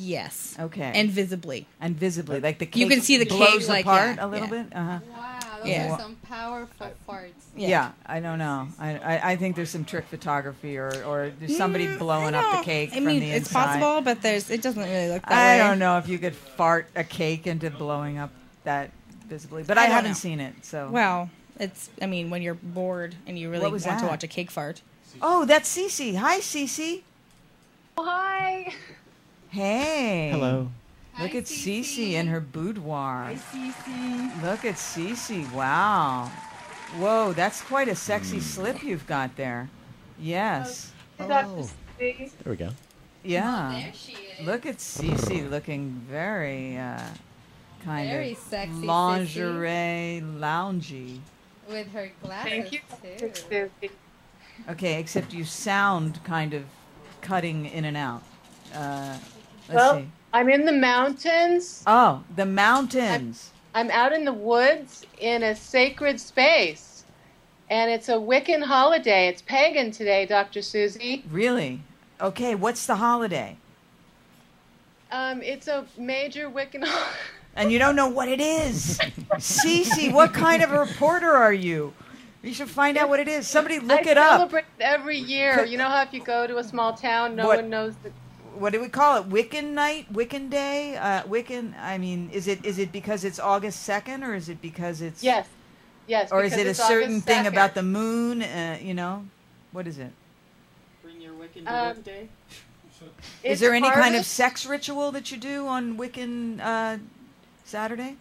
Speaker 13: Yes.
Speaker 3: Okay.
Speaker 13: And visibly.
Speaker 3: and visibly, like the cake
Speaker 13: You can see the
Speaker 3: blows
Speaker 13: cake, like,
Speaker 3: apart
Speaker 13: yeah,
Speaker 3: a little
Speaker 13: yeah.
Speaker 3: bit. Uh-huh.
Speaker 14: Wow, those
Speaker 3: Yeah.
Speaker 14: are some
Speaker 8: Uh,
Speaker 14: powerful farts.
Speaker 3: Yeah. I don't know. I, I, I think there's some trick photography or, or there's somebody
Speaker 13: Mm,
Speaker 3: blowing
Speaker 13: I
Speaker 3: up the
Speaker 13: don't-
Speaker 3: cake
Speaker 13: I
Speaker 3: from
Speaker 13: mean,
Speaker 3: the
Speaker 13: it's
Speaker 3: inside.
Speaker 13: possible, but there's it doesn't really look that
Speaker 3: I
Speaker 13: way.
Speaker 3: don't know if you could fart a cake into blowing up that visibly, but I,
Speaker 13: don't
Speaker 3: haven't
Speaker 13: know.
Speaker 3: seen it. So
Speaker 13: Well, it's, I mean, when you're bored and you really
Speaker 3: What
Speaker 13: want
Speaker 3: was
Speaker 13: to
Speaker 3: that?
Speaker 13: watch a cake fart.
Speaker 3: Oh, that's Cece. Hi, Cece.
Speaker 22: Oh, Hi.
Speaker 3: Hey.
Speaker 21: Hello.
Speaker 3: Look at Cece in her boudoir.
Speaker 22: Cece.
Speaker 3: Look at Cece. Wow. Whoa, that's quite a sexy slip you've got there. Yes.
Speaker 22: Oh,
Speaker 3: Oh.
Speaker 5: Oh.
Speaker 21: There we go.
Speaker 3: Yeah.
Speaker 14: Oh, there she is.
Speaker 3: Look at Cece looking very uh, kind
Speaker 14: Very
Speaker 3: of
Speaker 14: sexy, Cece.
Speaker 3: lingerie loungy.
Speaker 14: With her glasses.
Speaker 23: Thank you.
Speaker 14: Too.
Speaker 3: Okay, except you sound kind of cutting in and out. Uh, let's
Speaker 23: Well,
Speaker 3: see.
Speaker 23: I'm in the mountains.
Speaker 3: Oh, the mountains.
Speaker 23: I'm out in the woods in a sacred space. And it's a Wiccan holiday. It's pagan today, Dr. Susie.
Speaker 3: Really? Okay, what's the holiday?
Speaker 23: Um, it's a major Wiccan holiday.
Speaker 3: And you don't know what it is. Cece, what kind of a reporter are you? You should find out what it is. Somebody look
Speaker 23: I
Speaker 3: it up.
Speaker 23: celebrate it every year. You know how if you go to a small town, no
Speaker 3: What-
Speaker 23: one knows the
Speaker 3: What do we call it? Wiccan night, Wiccan day, uh, Wiccan. I mean, is it is it because it's August second, or is it because it's
Speaker 23: Yes, yes.
Speaker 3: or is
Speaker 23: because
Speaker 3: it a
Speaker 23: it's
Speaker 3: certain
Speaker 23: August
Speaker 3: thing
Speaker 23: 2nd.
Speaker 3: about the moon? Uh, you know, what is it?
Speaker 5: Bring your wick into
Speaker 23: Um,
Speaker 5: work day.
Speaker 3: Is
Speaker 23: It's
Speaker 3: there any kind of
Speaker 23: harvest.
Speaker 3: sex ritual that you do on Wiccan uh, Saturday?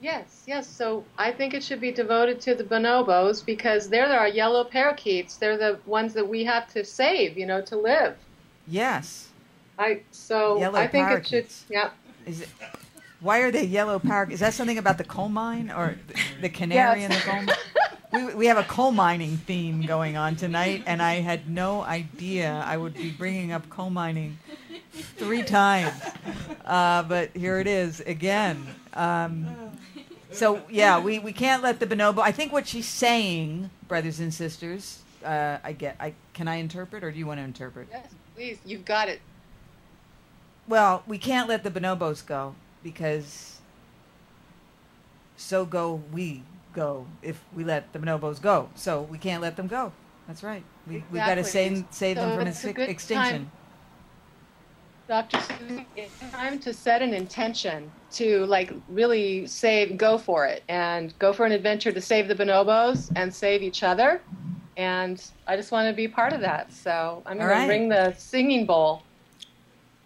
Speaker 23: Yes, yes. So I think it should be devoted to the bonobos because they're our yellow parakeets. They're the ones that we have to save, you know, to live.
Speaker 3: Yes.
Speaker 23: I so
Speaker 3: Yellow
Speaker 23: I think it
Speaker 3: parakeets.
Speaker 23: should. Yeah.
Speaker 3: Is it? Why are they yellow parrot? Is that something about the coal mine or the, the canary
Speaker 23: Yes.
Speaker 3: in the coal mine? We, we have a coal mining theme going on tonight, and I had no idea I would be bringing up coal mining three times. Uh, but here it is again. Um, so, yeah, we, we can't let the bonobo. I think what she's saying, brothers and sisters, uh, I get. I Can I interpret, or do you want to interpret?
Speaker 23: Yes, please. You've got it.
Speaker 3: Well, we can't let the bonobos go because so go we go if we let the bonobos go. So we can't let them go. That's right. We, We've got to
Speaker 23: Exactly.
Speaker 3: save, save them
Speaker 23: So
Speaker 3: from
Speaker 23: it's a
Speaker 3: extin-
Speaker 23: good
Speaker 3: extinction.
Speaker 23: time. Dr. Susan, it's time to set an intention to like really save, go for it, and go for an adventure to save the bonobos and save each other. And I just want to be part of that. So I'm
Speaker 3: All
Speaker 23: going
Speaker 3: right.
Speaker 23: to ring the singing bowl.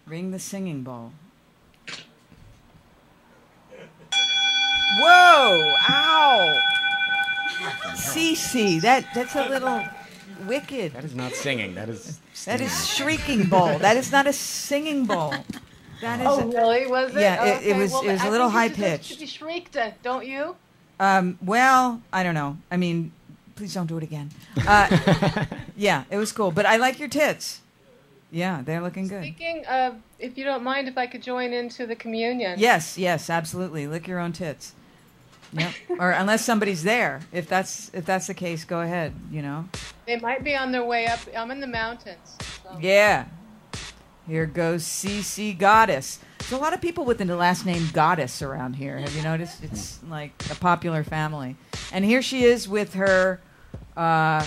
Speaker 3: Ring the singing bowl. Whoa! Ow! Cece, that, that's a little wicked.
Speaker 21: That is not singing. That is.
Speaker 3: That is
Speaker 21: singing.
Speaker 3: shrieking bowl. That is not a singing bowl. That is
Speaker 23: oh, really? Was it?
Speaker 3: Yeah,
Speaker 23: Oh,
Speaker 3: it, it
Speaker 23: okay.
Speaker 3: was.
Speaker 23: Well,
Speaker 3: it was
Speaker 23: I
Speaker 3: a little high
Speaker 23: think you should- Should
Speaker 3: pitched.
Speaker 23: be shrieked, at, don't you?
Speaker 3: Um, well, I don't know. I mean, please don't do it again. Uh, yeah, it was cool, but I like your tits. Yeah, they're looking good.
Speaker 23: Speaking of, if you don't mind, if I could join into the communion.
Speaker 3: Yes, yes, absolutely. Lick your own tits. Yep. or unless somebody's there. If that's if that's the case, go ahead. You know.
Speaker 23: They might be on their way up. I'm in the mountains.
Speaker 3: Yeah. Here goes CC Goddess. There's a lot of people with the last name Goddess around here. Have you noticed? It's like a popular family. And here she is with her, uh,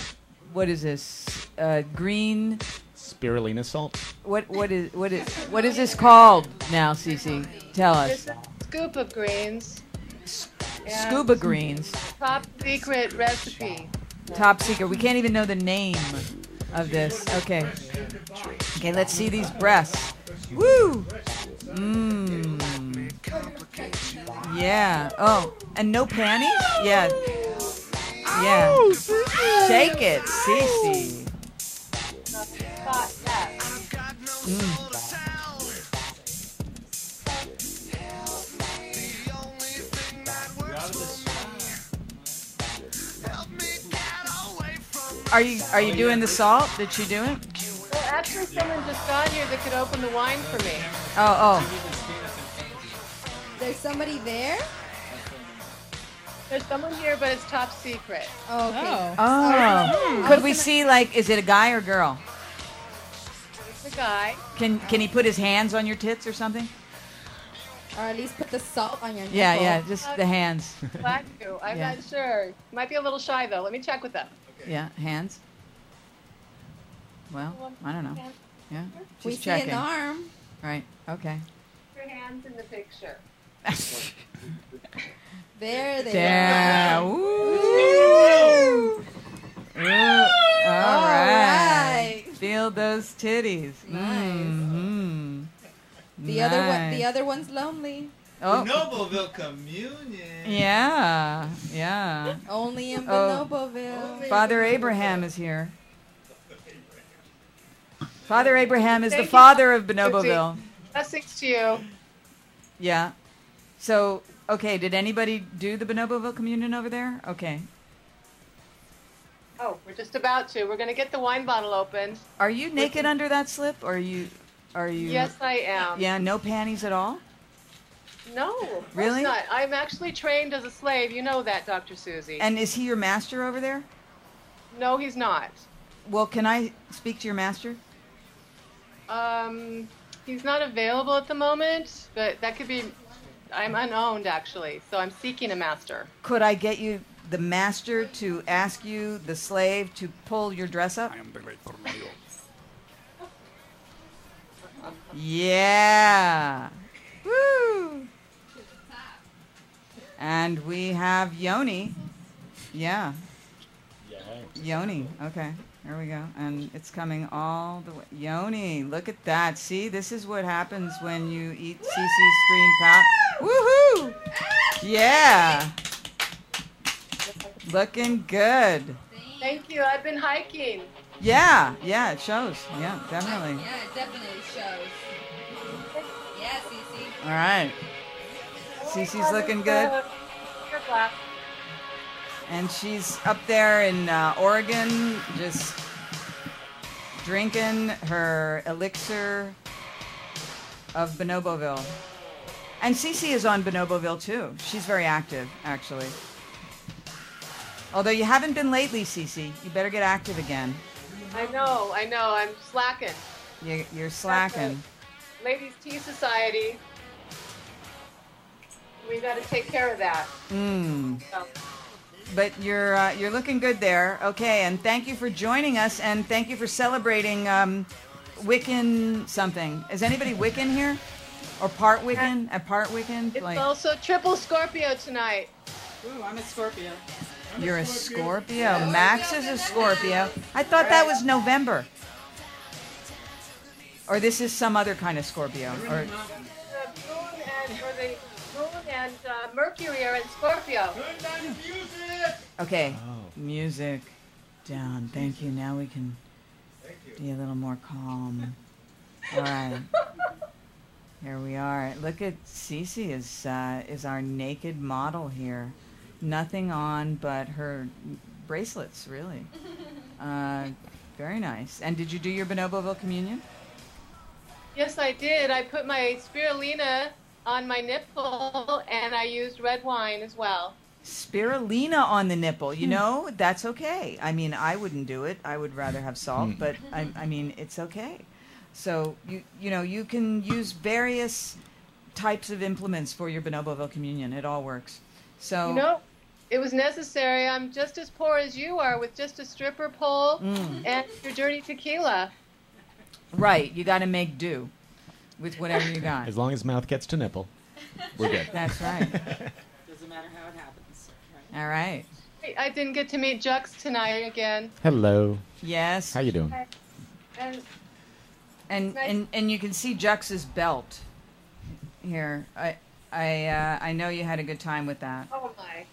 Speaker 3: what is this? Uh, green.
Speaker 21: Spirulina salt.
Speaker 3: What what is what is what is this called now, Cece? Tell us.
Speaker 23: Just a scoop of greens. and
Speaker 3: Scuba greens.
Speaker 23: Top secret recipe.
Speaker 3: Top secret. We can't even know the name of this. Okay. Okay, let's see these breasts. Woo! Mmm. Yeah. Oh, and no panties? Yeah. Yeah. Shake it, Cece. Mm. Are you are you doing the salt? Did she do it?
Speaker 23: Well, actually, someone just got here that could open the wine for me.
Speaker 3: Oh,
Speaker 23: There's somebody there? There's someone here, but it's top secret.
Speaker 14: Oh, okay.
Speaker 3: oh. Oh. Could we see like is it a guy or girl?
Speaker 23: The guy.
Speaker 3: Can can he put his hands on your tits or something?
Speaker 14: Or at least put the salt on your
Speaker 3: Yeah,
Speaker 14: nipple.
Speaker 3: yeah, just the hands.
Speaker 23: Glad to. I'm
Speaker 3: Yeah.
Speaker 23: not sure. Might be a little shy, though. Let me check with them.
Speaker 3: Yeah, hands. Well, I don't know. Yeah. Just
Speaker 23: We see an
Speaker 3: checking.
Speaker 23: arm.
Speaker 3: Right. Okay.
Speaker 23: Your hands in the picture.
Speaker 14: There they
Speaker 3: Yeah.
Speaker 14: are.
Speaker 3: Ooh. Ooh. All
Speaker 14: All right.
Speaker 3: right. Feel those titties.
Speaker 14: Nice.
Speaker 3: Mhm.
Speaker 14: The other one, the
Speaker 3: Nice.
Speaker 14: other one's lonely.
Speaker 3: Oh.
Speaker 12: Nobleville Communion.
Speaker 3: Yeah, yeah.
Speaker 14: Only in
Speaker 3: Oh.
Speaker 14: Bonoboville.
Speaker 3: Father Abraham is here. Father Abraham is the
Speaker 23: Thank you.
Speaker 3: father of Bonoboville.
Speaker 23: Blessings to you.
Speaker 3: Yeah. So, okay, did anybody do the Bonoboville communion over there? Okay.
Speaker 23: Oh, we're just about to. We're going to get the wine bottle open.
Speaker 3: Are you naked under that slip? Or are you? Are you?
Speaker 23: Yes, I am.
Speaker 3: Yeah, no panties at all.
Speaker 23: No, of course
Speaker 3: Really?
Speaker 23: not. I'm actually trained as a slave. You know that, Dr. Susie.
Speaker 3: And is he your master over there?
Speaker 23: No, he's not.
Speaker 3: Well, can I speak to your master?
Speaker 23: Um, he's not available at the moment, but that could be. I'm unowned, actually, so I'm seeking a master.
Speaker 3: Could I get you the master to ask you, the slave, to pull your dress up? Yeah. Woo. And we have Yoni. Yeah. Yoni. Okay. There we go. And it's coming all the way. Yoni, look at that. See, this is what happens when you eat CC's screen pout. Woohoo! Yeah. Looking good.
Speaker 23: Thank you. I've been hiking.
Speaker 3: Yeah. Yeah, it shows. Yeah, definitely.
Speaker 14: Yeah, it definitely shows. Yeah, Cece.
Speaker 3: All right. Cece's looking good. And she's up there in uh, Oregon just drinking her elixir of Bonoboville. And Cece is on Bonoboville too. She's very active, actually. Although you haven't been lately, Cece. You better get active again.
Speaker 23: I know, I know. I'm slacking.
Speaker 3: You, you're slacking.
Speaker 23: Ladies Tea Society. We got to take care of that.
Speaker 3: Mm.
Speaker 23: So,
Speaker 3: But you're uh, you're looking good there. Okay, and thank you for joining us, and thank you for celebrating um, Wiccan something. Is anybody Wiccan here, or part Wiccan? A part Wiccan?
Speaker 23: it's also triple Scorpio tonight.
Speaker 5: Ooh, I'm a Scorpio.
Speaker 3: you're a Scorpio. Max is a Scorpio. I thought that was November. Or this is some other kind of Scorpio. Or
Speaker 23: The Uh, moon and, or the moon and uh, Mercury are in Scorpio.
Speaker 3: okay, Oh. music down. Thank you. Now we can be a little more calm. All right. Here we are. Look at Cece is uh, is our naked model here. Nothing on but her bracelets, really. Uh, very nice. And did you do your Bonoboville communion?
Speaker 23: Yes, I did. I put my spirulina on my nipple and I used red wine as well.
Speaker 3: Spirulina on the nipple. You know that's okay. I mean, I wouldn't do it. I would rather have salt,
Speaker 23: Hmm.
Speaker 3: but I, I mean, it's okay. So you you know you can use various types of implements for your Bonoboville communion. It all works. So
Speaker 23: You know, it was necessary. I'm just as poor as you are with just a stripper pole
Speaker 3: Mm.
Speaker 23: and your dirty tequila.
Speaker 3: right, you got to make do with whatever you got.
Speaker 21: As long as mouth gets to nipple, we're good.
Speaker 3: That's right.
Speaker 5: Doesn't matter how it happens. Right?
Speaker 3: All right.
Speaker 23: I- I didn't get to meet Jux tonight again.
Speaker 21: Hello.
Speaker 3: Yes.
Speaker 21: How you doing?
Speaker 23: And
Speaker 3: and and and you can see Jux's belt here. I I uh, I know you had a good time with that.
Speaker 23: oh my.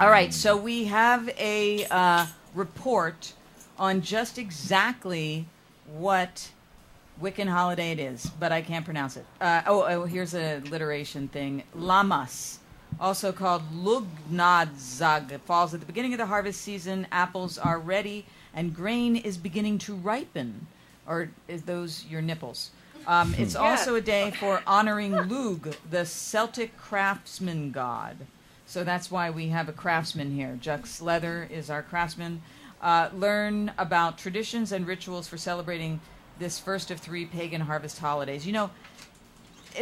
Speaker 3: All right, so we have a uh, report on just exactly what Wiccan holiday it is, but I can't pronounce it. Uh, oh, oh, here's a alliteration thing Lamas, also called Lugnadzag, falls at the beginning of the harvest season. Apples are ready, and grain is beginning to ripen. Or is those your nipples? Um, it's
Speaker 4: Yeah.
Speaker 3: also a day for honoring Lug, the Celtic craftsman god. So that's why we have a craftsman here. Jux Leather is our craftsman. Uh, learn about traditions and rituals for celebrating this first of three pagan harvest holidays. You know,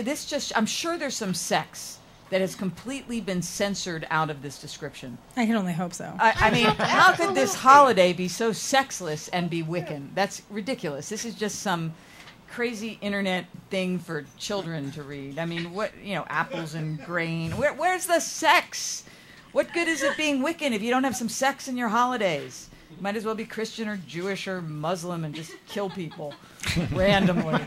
Speaker 3: this just, I'm sure there's some sex that has completely been censored out of this description.
Speaker 13: I can only hope so.
Speaker 3: I, I mean, how could this holiday be so sexless and be Wiccan? That's ridiculous. This is just some crazy internet thing for children to read. I mean, what, you know, apples and grain. Where, where's the sex? What good is it being Wiccan if you don't have some sex in your holidays? Might as well be Christian or Jewish or Muslim and just kill people randomly.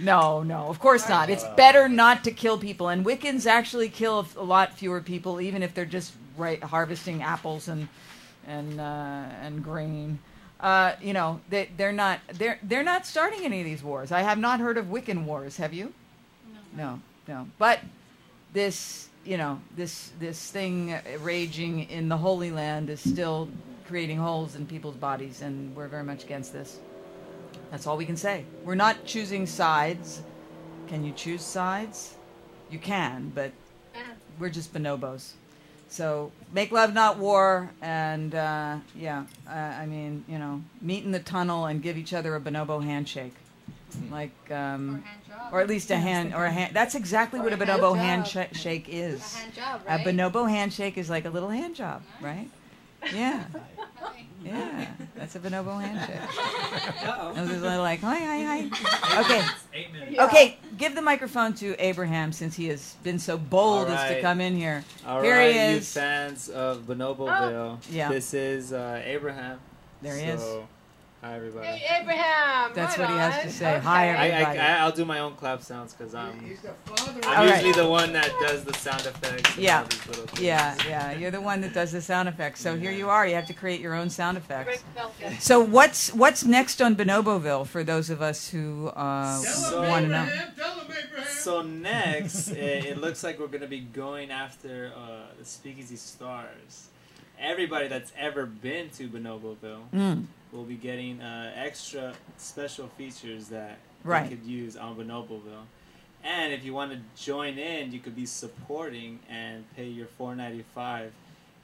Speaker 3: No, no, of course not. It's better not to kill people. And Wiccans actually kill a lot fewer people, even if they're just right harvesting apples and and uh, and grain. Uh, you know, they, they're not they're they're not starting any of these wars. I have not heard of Wiccan wars. Have you? No, no. But this, you know, this this thing raging in the Holy Land is still creating holes in people's bodies, and we're very much against this. That's all we can say. We're not choosing sides. Can you choose sides? You can, but we're just bonobos. So make love, not war. And uh, yeah, uh, I mean, you know, meet in the tunnel and give each other a bonobo handshake, like, um, or, at least a
Speaker 4: Yeah, I was
Speaker 3: hand or a
Speaker 4: thinking.
Speaker 3: hand. That's exactly
Speaker 4: Or
Speaker 3: what a
Speaker 4: a hand
Speaker 3: bonobo
Speaker 4: job.
Speaker 3: handshake is.
Speaker 4: A hand job,
Speaker 3: A
Speaker 4: right?
Speaker 3: bonobo handshake is like a little hand job, right? Yeah. Yeah, that's a bonobo handshake.
Speaker 24: Uh-oh.
Speaker 3: I was just like, hi, hi, hi. Okay.
Speaker 24: Eight minutes.
Speaker 3: Okay, give the microphone to Abraham since he has been so bold as to
Speaker 15: Alright.
Speaker 3: come in here.
Speaker 15: All
Speaker 3: here
Speaker 15: right,
Speaker 3: he
Speaker 15: you
Speaker 3: is.
Speaker 15: fans of
Speaker 23: Oh.
Speaker 15: Bonoboville.
Speaker 3: Yeah.
Speaker 15: This is uh, Abraham.
Speaker 3: There he is.
Speaker 15: So, Hi, everybody.
Speaker 23: Hey, Abraham.
Speaker 3: That's
Speaker 23: right
Speaker 3: what he has to
Speaker 23: on.
Speaker 3: say. Hi,
Speaker 15: I,
Speaker 3: everybody.
Speaker 15: I, I'll do my own clap sounds because I'm, I'm
Speaker 3: Alright.
Speaker 15: usually the one that does the sound effects. And
Speaker 3: Yeah.
Speaker 15: All these little things.
Speaker 3: Yeah, yeah. You're the one that does the sound effects. So here you are. You have to create your own sound effects.
Speaker 23: Great.
Speaker 3: So what's what's next on Bonoboville for those of us who uh,
Speaker 15: So,
Speaker 3: want to know?
Speaker 15: so next, it, it looks like we're going to be going after uh, the Speakeasy Stars. Everybody that's ever been to Bonoboville
Speaker 3: Mm.
Speaker 15: will be getting uh, extra special features that
Speaker 3: Right.
Speaker 15: you could use on Bonoboville. And if you want to join in, you could be supporting and pay your four ninety five,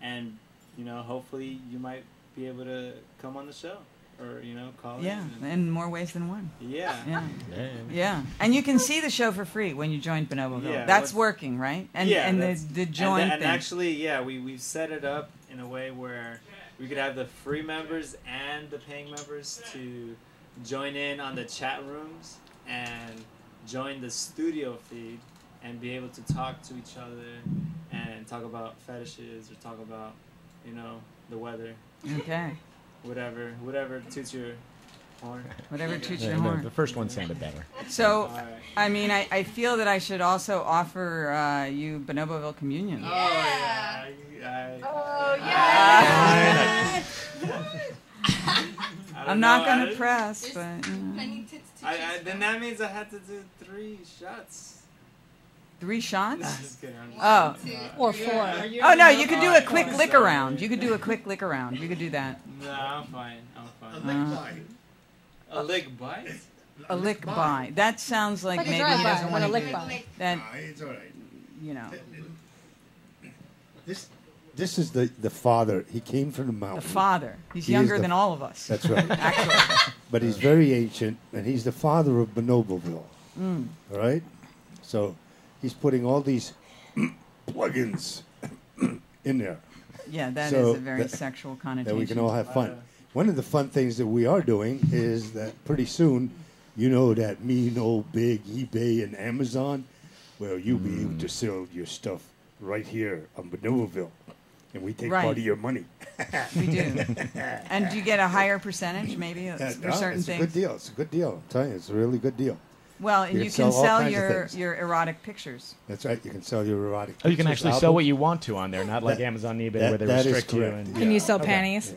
Speaker 15: and you know hopefully you might be able to come on the show or you know call
Speaker 3: Yeah,
Speaker 15: in.
Speaker 3: in more ways than one.
Speaker 15: Yeah.
Speaker 3: Yeah.
Speaker 15: Yeah.
Speaker 3: Yeah. And you can see the show for free when you join Bonoboville.
Speaker 15: Yeah,
Speaker 3: that's
Speaker 15: what-
Speaker 3: working, right? And
Speaker 15: yeah,
Speaker 3: and the,
Speaker 15: that's-
Speaker 3: the
Speaker 15: and
Speaker 3: join thing.
Speaker 15: and, actually, yeah, we we've set it up in a way where we could have the free members and the paying members to join in on the chat rooms and join the studio feed and be able to talk to each other and talk about fetishes or talk about you know the weather.
Speaker 3: Okay.
Speaker 15: Whatever, whatever toots your horn.
Speaker 3: Whatever toots
Speaker 21: Yeah,
Speaker 3: your
Speaker 21: no,
Speaker 3: horn.
Speaker 21: The first one sounded better.
Speaker 3: So, I mean, I, I feel that I should also offer uh, you Bonoboville Communion.
Speaker 15: Oh, yeah. I,
Speaker 23: oh
Speaker 3: yeah.
Speaker 15: I don't
Speaker 3: I'm not
Speaker 15: know,
Speaker 3: going
Speaker 15: I-
Speaker 3: to press, but you know.
Speaker 15: I, I, then that means I had to do three shots.
Speaker 3: three shots.
Speaker 15: Just kidding, I'm just
Speaker 3: Oh,
Speaker 15: kidding. Uh,
Speaker 3: or
Speaker 15: yeah, are you-
Speaker 3: Oh no, you could do a
Speaker 15: Alright,
Speaker 3: quick
Speaker 15: fine.
Speaker 3: lick
Speaker 15: Sorry.
Speaker 3: around. You could do a quick lick around. You could do that.
Speaker 15: No, I'm fine. I'm fine.
Speaker 3: A lick Uh, bite.
Speaker 15: A lick bite?
Speaker 3: A lick by. That sounds like,
Speaker 15: Like a
Speaker 3: maybe
Speaker 15: drive-by,
Speaker 3: he doesn't
Speaker 15: not
Speaker 3: want
Speaker 15: a
Speaker 3: to
Speaker 15: lick
Speaker 3: do
Speaker 15: by.
Speaker 3: that.
Speaker 11: Nah, it's all right.
Speaker 3: You know,
Speaker 11: This
Speaker 2: This is the, the father. He came from the mountain.
Speaker 3: the father. He's
Speaker 2: He is
Speaker 3: younger
Speaker 2: the-
Speaker 3: than all of us.
Speaker 2: That's right.
Speaker 3: Actually.
Speaker 2: but he's very ancient, and he's the father of Bonoboville.
Speaker 3: Mm.
Speaker 2: All right? So he's putting all these plugins in there.
Speaker 3: Yeah, that is
Speaker 2: So
Speaker 3: a very
Speaker 2: that-
Speaker 3: sexual connotation.
Speaker 2: That we can all have fun. One of the fun things that we are doing is that pretty soon, you know, that mean old big eBay and Amazon, well, you'll be able to sell your stuff right here on Bonneville. And we take
Speaker 3: Right.
Speaker 2: part of your money.
Speaker 3: We do. and do you get a higher percentage, maybe, for
Speaker 2: Ah,
Speaker 3: certain
Speaker 2: it's a
Speaker 3: things?
Speaker 2: good deal. It's a good deal. I'm telling you, it's a really good deal.
Speaker 3: Well, and
Speaker 2: You
Speaker 3: you,
Speaker 2: can
Speaker 3: can
Speaker 2: sell all
Speaker 3: sell
Speaker 2: kinds of
Speaker 3: your,
Speaker 2: things.
Speaker 3: your erotic pictures.
Speaker 2: That's right. You can sell your erotic.
Speaker 21: Oh, you can
Speaker 2: pictures,
Speaker 21: actually
Speaker 2: albums.
Speaker 21: sell what you want to on there, not like
Speaker 2: That-
Speaker 21: Amazon, eBay,
Speaker 2: that-
Speaker 21: where they
Speaker 2: that is
Speaker 21: restrict you.
Speaker 2: correct.
Speaker 21: And,
Speaker 13: Can you sell
Speaker 2: Okay.
Speaker 13: panties?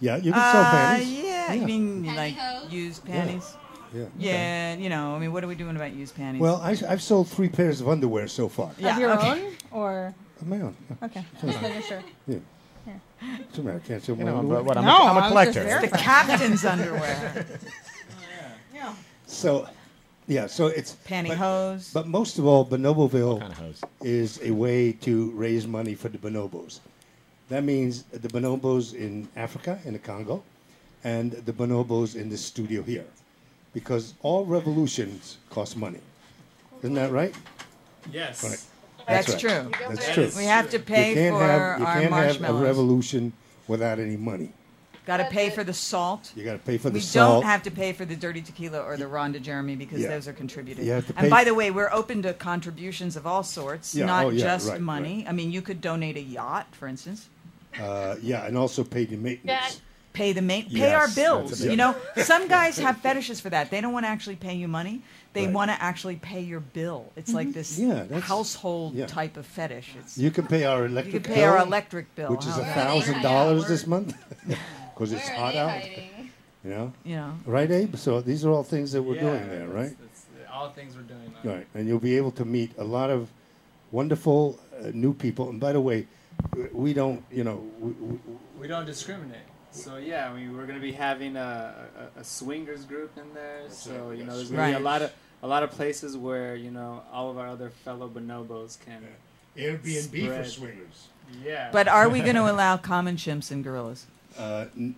Speaker 2: Yeah, you can sell
Speaker 3: Uh,
Speaker 2: panties.
Speaker 3: Yeah, I mean, like used panties.
Speaker 2: Yeah.
Speaker 3: Yeah, you know, I mean, what are we doing about used panties?
Speaker 2: Well, I, I've sold three pairs of underwear so far.
Speaker 13: of your
Speaker 3: okay.
Speaker 13: own or
Speaker 2: Of my own. yeah.
Speaker 13: okay,
Speaker 2: Come
Speaker 13: just
Speaker 2: on.
Speaker 13: making sure.
Speaker 2: Yeah.
Speaker 13: Yeah.
Speaker 2: What's the matter? I can't sell
Speaker 21: You
Speaker 2: my
Speaker 21: know,
Speaker 2: underwear.
Speaker 21: but what, I'm a- No, I'm a I was collector. just
Speaker 3: It's the captain's underwear.
Speaker 2: So, yeah, so it's
Speaker 3: Pantyhose.
Speaker 2: But, most of all, Bonoboville is a way to raise money for the bonobos. That means the bonobos in Africa, in the Congo, and the bonobos in the studio here, because all revolutions cost money. Isn't that right?
Speaker 15: Yes.
Speaker 2: Right.
Speaker 3: That's
Speaker 2: right.
Speaker 3: true.
Speaker 2: That's
Speaker 3: That
Speaker 2: true.
Speaker 3: is We have to
Speaker 2: You
Speaker 3: pay
Speaker 2: can't
Speaker 3: for
Speaker 2: have-
Speaker 3: our
Speaker 2: You can't have a
Speaker 3: marshmallows.
Speaker 2: revolution without any money.
Speaker 3: Got to pay for the salt.
Speaker 2: You got to pay for the
Speaker 3: we
Speaker 2: salt.
Speaker 3: don't have to pay for the dirty tequila or the Rhonda Jeremy because
Speaker 2: Yeah.
Speaker 3: those are contributed.
Speaker 2: You have to pay-
Speaker 3: and by the way, we're open to contributions of all sorts,
Speaker 2: Yeah,
Speaker 3: not
Speaker 2: oh, yeah,
Speaker 3: just
Speaker 2: right,
Speaker 3: money. I mean, you could donate a yacht, for instance.
Speaker 2: Uh, yeah, and also pay the maintenance.
Speaker 3: Pay the main, pay
Speaker 2: Yes,
Speaker 3: our
Speaker 2: that's a
Speaker 3: bills.
Speaker 2: big-
Speaker 3: You know, some guys have fetishes for that. They don't want to actually pay you money. They
Speaker 2: Right. Mm-hmm.
Speaker 3: want to actually pay your bill. It's like this
Speaker 2: Yeah, that's-
Speaker 3: household type of fetish. It's
Speaker 2: You can pay our electric
Speaker 3: could
Speaker 2: bill.
Speaker 3: pay our electric bill,
Speaker 2: Which is
Speaker 3: huh?
Speaker 2: a
Speaker 3: Where are
Speaker 2: thousand dollars this month. Because it's hot out. You know?
Speaker 3: Yeah.
Speaker 2: Right, Abe? So these are all things that we're
Speaker 15: Yeah,
Speaker 2: doing there,
Speaker 15: that's-
Speaker 2: right?
Speaker 15: that's uh, all things we're doing. now.
Speaker 2: Right. And you'll be able to meet a lot of wonderful uh, new people. And by the way, w- we don't, you know, we, we,
Speaker 15: We don't discriminate. So yeah, we we're gonna be having a, a, a swingers group in there. so you know, there's gonna be a
Speaker 2: Right.
Speaker 15: lot of a lot of places where you know all of our other fellow bonobos can
Speaker 2: Airbnb for
Speaker 15: spread.
Speaker 2: swingers.
Speaker 15: Yeah.
Speaker 3: But are we going to allow common chimps and gorillas?
Speaker 2: Uh, n-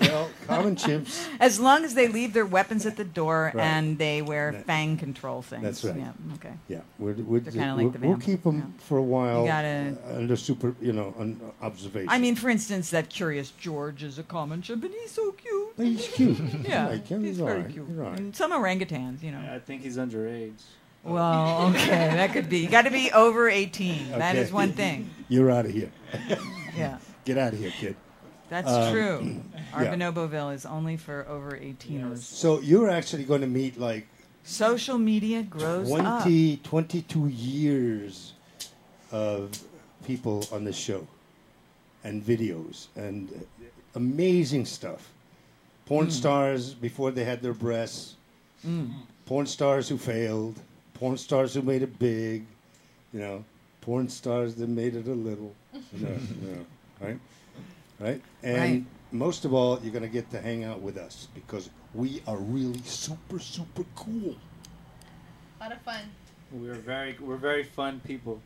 Speaker 2: well, common chimps.
Speaker 3: As long as they leave their weapons at the door
Speaker 2: Right.
Speaker 3: and they wear fang control things.
Speaker 2: That's right.
Speaker 3: Yeah. Okay.
Speaker 2: Yeah, we're, we're,
Speaker 3: They're
Speaker 2: we'll,
Speaker 3: kinda like the
Speaker 2: we'll
Speaker 3: vamp,
Speaker 2: keep them for a while
Speaker 3: gotta-
Speaker 2: uh, under super, you know, un, observation.
Speaker 3: I mean, for instance, that curious George is a common chimp, and he's so cute.
Speaker 2: He's cute.
Speaker 3: yeah,
Speaker 2: Like him,
Speaker 3: he's
Speaker 2: he's all
Speaker 3: very
Speaker 2: right,
Speaker 3: cute.
Speaker 2: he's all right.
Speaker 3: And some orangutans, you know.
Speaker 15: I think he's underage.
Speaker 3: Well, okay, that could be. You got to be over 18. That
Speaker 2: Okay.
Speaker 3: is one thing.
Speaker 2: You're out of here.
Speaker 3: Yeah.
Speaker 2: Get out of here, kid.
Speaker 3: That's
Speaker 2: Um,
Speaker 3: true. Our
Speaker 2: yeah.
Speaker 3: Bonoboville is only for over 18ers.
Speaker 2: So you're actually going to meet like
Speaker 3: Social media grows up.
Speaker 2: 20, 22 years of people on the show and videos and uh, amazing stuff. Porn
Speaker 3: Hmm.
Speaker 16: Mm.
Speaker 2: stars before they had their breasts,
Speaker 5: Mm.
Speaker 2: porn stars who failed, porn stars who made it big, you know, porn stars that made it a little, you know, you know, right? Right? And
Speaker 3: Right.
Speaker 2: most of all, you're going to get to hang out with us because we are really super, super cool.
Speaker 14: A lot of fun.
Speaker 15: We're very we're very fun people.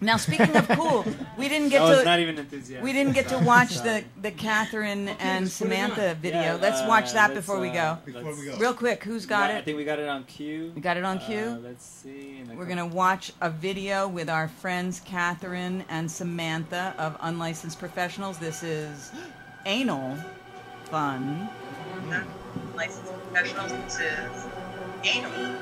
Speaker 3: Now, speaking of cool, we didn't get
Speaker 15: That
Speaker 3: to.
Speaker 15: was Oh, not even enthusiastic.
Speaker 3: We didn't get to
Speaker 15: Sorry,
Speaker 3: watch
Speaker 15: sorry.
Speaker 3: the the Catherine and
Speaker 15: just put it on.
Speaker 3: Samantha video.
Speaker 15: Yeah,
Speaker 3: let's
Speaker 15: uh,
Speaker 3: watch that
Speaker 15: let's,
Speaker 3: before we
Speaker 15: uh,
Speaker 3: go.
Speaker 15: Before we go.
Speaker 3: Real quick, who's got
Speaker 15: I
Speaker 3: it?
Speaker 15: think we got it on cue.
Speaker 3: We got it on cue?
Speaker 15: Uh, let's see. in a
Speaker 3: We're
Speaker 15: couple-
Speaker 3: gonna watch a video with our friends Catherine and Samantha of Unlicensed Professionals. This is anal fun.
Speaker 24: Licensed professionals to anal.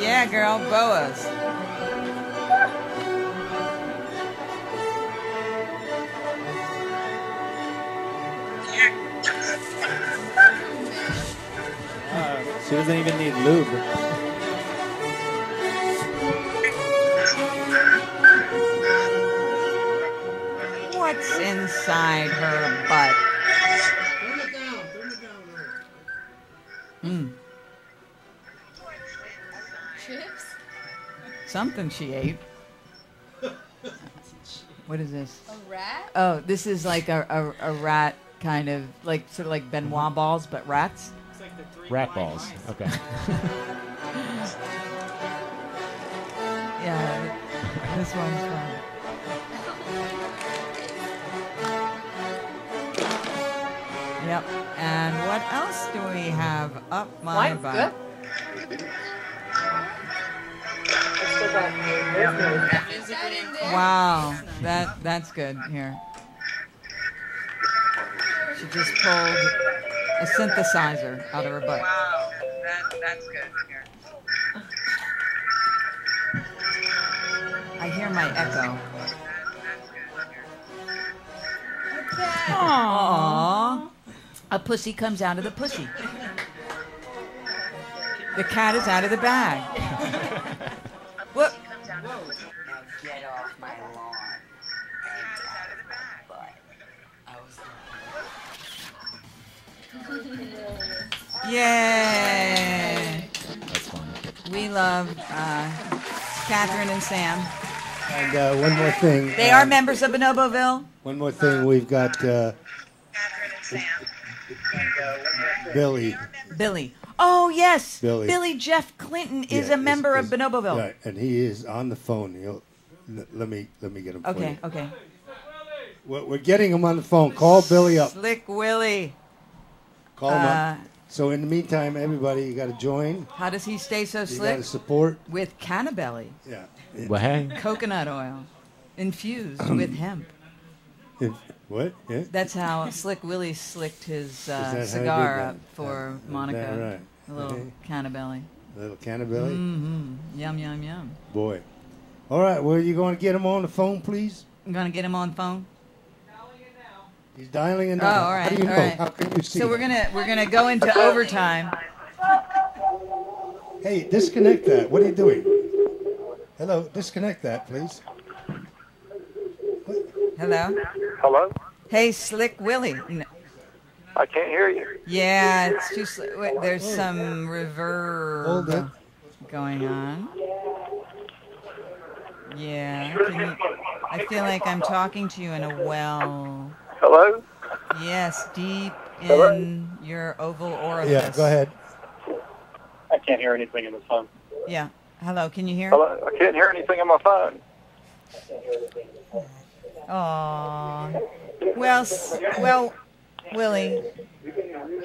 Speaker 3: Yeah, girl, boas.
Speaker 15: Uh, she doesn't even need lube.
Speaker 3: What's inside her butt? Mm,
Speaker 14: Chips?
Speaker 3: something she ate. What is this?
Speaker 14: A rat?
Speaker 3: Oh, this is like a, a, a rat kind of like sort of like Benoit balls, but rats.
Speaker 21: Rat balls. Okay.
Speaker 3: Yeah, this one's fun. Yep. And what else do we have up my
Speaker 24: Mine's
Speaker 3: butt? Wow, that that's good here. She just pulled a synthesizer out of her butt.
Speaker 5: Wow, that, that's good. Here.
Speaker 3: I hear my echo.
Speaker 24: Aw.
Speaker 3: Aww. A pussy comes out of the pussy. The cat is out of the bag. Whoa.
Speaker 24: Get off my lawn.
Speaker 3: Yay! We love uh, Catherine and Sam.
Speaker 2: And uh, one more thing.
Speaker 3: They
Speaker 2: uh,
Speaker 3: are members of Bonoboville.
Speaker 2: One more thing. We've got uh, Billy.
Speaker 3: Billy. Oh yes,
Speaker 2: Billy.
Speaker 3: Jeff Clinton is
Speaker 2: Yeah,
Speaker 3: a member of Bonoboville.
Speaker 2: Right, and he is on the phone. He'll, l- let me let me get him. for
Speaker 3: Okay,
Speaker 2: you.
Speaker 3: okay.
Speaker 2: We're, we're getting him on the phone. Call Billy up.
Speaker 3: Slick Willie.
Speaker 2: Call him
Speaker 3: Uh,
Speaker 2: up. So in the meantime, everybody, you got to join.
Speaker 3: How does he stay so
Speaker 2: You got
Speaker 3: slick?
Speaker 2: to support.
Speaker 3: With cannabelly.
Speaker 2: Yeah.
Speaker 21: Well, hey.
Speaker 3: Coconut oil, infused with hemp.
Speaker 2: If, what? Yeah?
Speaker 3: That's how Slick Willie slicked his
Speaker 2: Is that how
Speaker 3: uh,
Speaker 2: he
Speaker 3: cigar
Speaker 2: did that?
Speaker 3: up for
Speaker 2: Is that
Speaker 3: Monica.
Speaker 2: right?
Speaker 3: A little
Speaker 2: Okay.
Speaker 3: cannabelly.
Speaker 2: Little Cannabelly.
Speaker 3: hmm Yum yum yum.
Speaker 2: Boy. All right. Well, you going to get him on the phone, please?
Speaker 3: I'm gonna get him on the phone.
Speaker 2: He's dialing in.
Speaker 3: Oh, all right,
Speaker 2: How do you
Speaker 3: all
Speaker 2: know?
Speaker 3: right.
Speaker 2: How can you see?
Speaker 3: So we're gonna we're gonna go into overtime.
Speaker 2: Hey, disconnect that. What are you doing? Hello, disconnect that, please.
Speaker 3: Hello.
Speaker 10: Hello?
Speaker 3: Hey, Slick Willie. N-
Speaker 10: I can't hear you.
Speaker 3: Yeah, it's too sli- wait, There's some reverb
Speaker 2: Oh. Hold it.
Speaker 3: going on. Yeah. can you- I feel like I'm talking to you in a well.
Speaker 10: Hello?
Speaker 3: Yes, deep in
Speaker 10: Hello?
Speaker 3: your oval orifice.
Speaker 2: Yeah, go ahead.
Speaker 10: I can't hear anything in the phone.
Speaker 3: Yeah. Hello, can you hear?
Speaker 10: Hello? I can't hear anything on my phone.
Speaker 3: Aw. Well, s- well, Willie,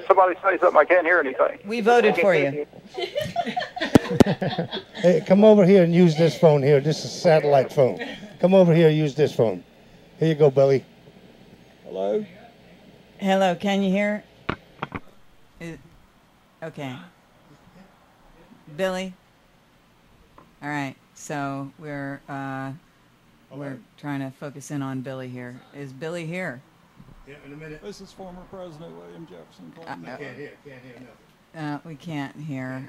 Speaker 10: Somebody say something. I can't hear anything.
Speaker 3: we voted for you.
Speaker 2: Hey, come over here and use this phone here. This is a satellite phone. Come over here, use this phone. Here you go, Billy.
Speaker 3: Hello. Hello, can you hear? Is- Okay. Billy. All right. So we're uh, we're trying to focus in on Billy here. Is Billy here?
Speaker 2: Yeah, in a minute.
Speaker 16: This is former President William Jefferson Clinton.
Speaker 2: I can't hear, can't hear nothing.
Speaker 3: Uh, we can't hear.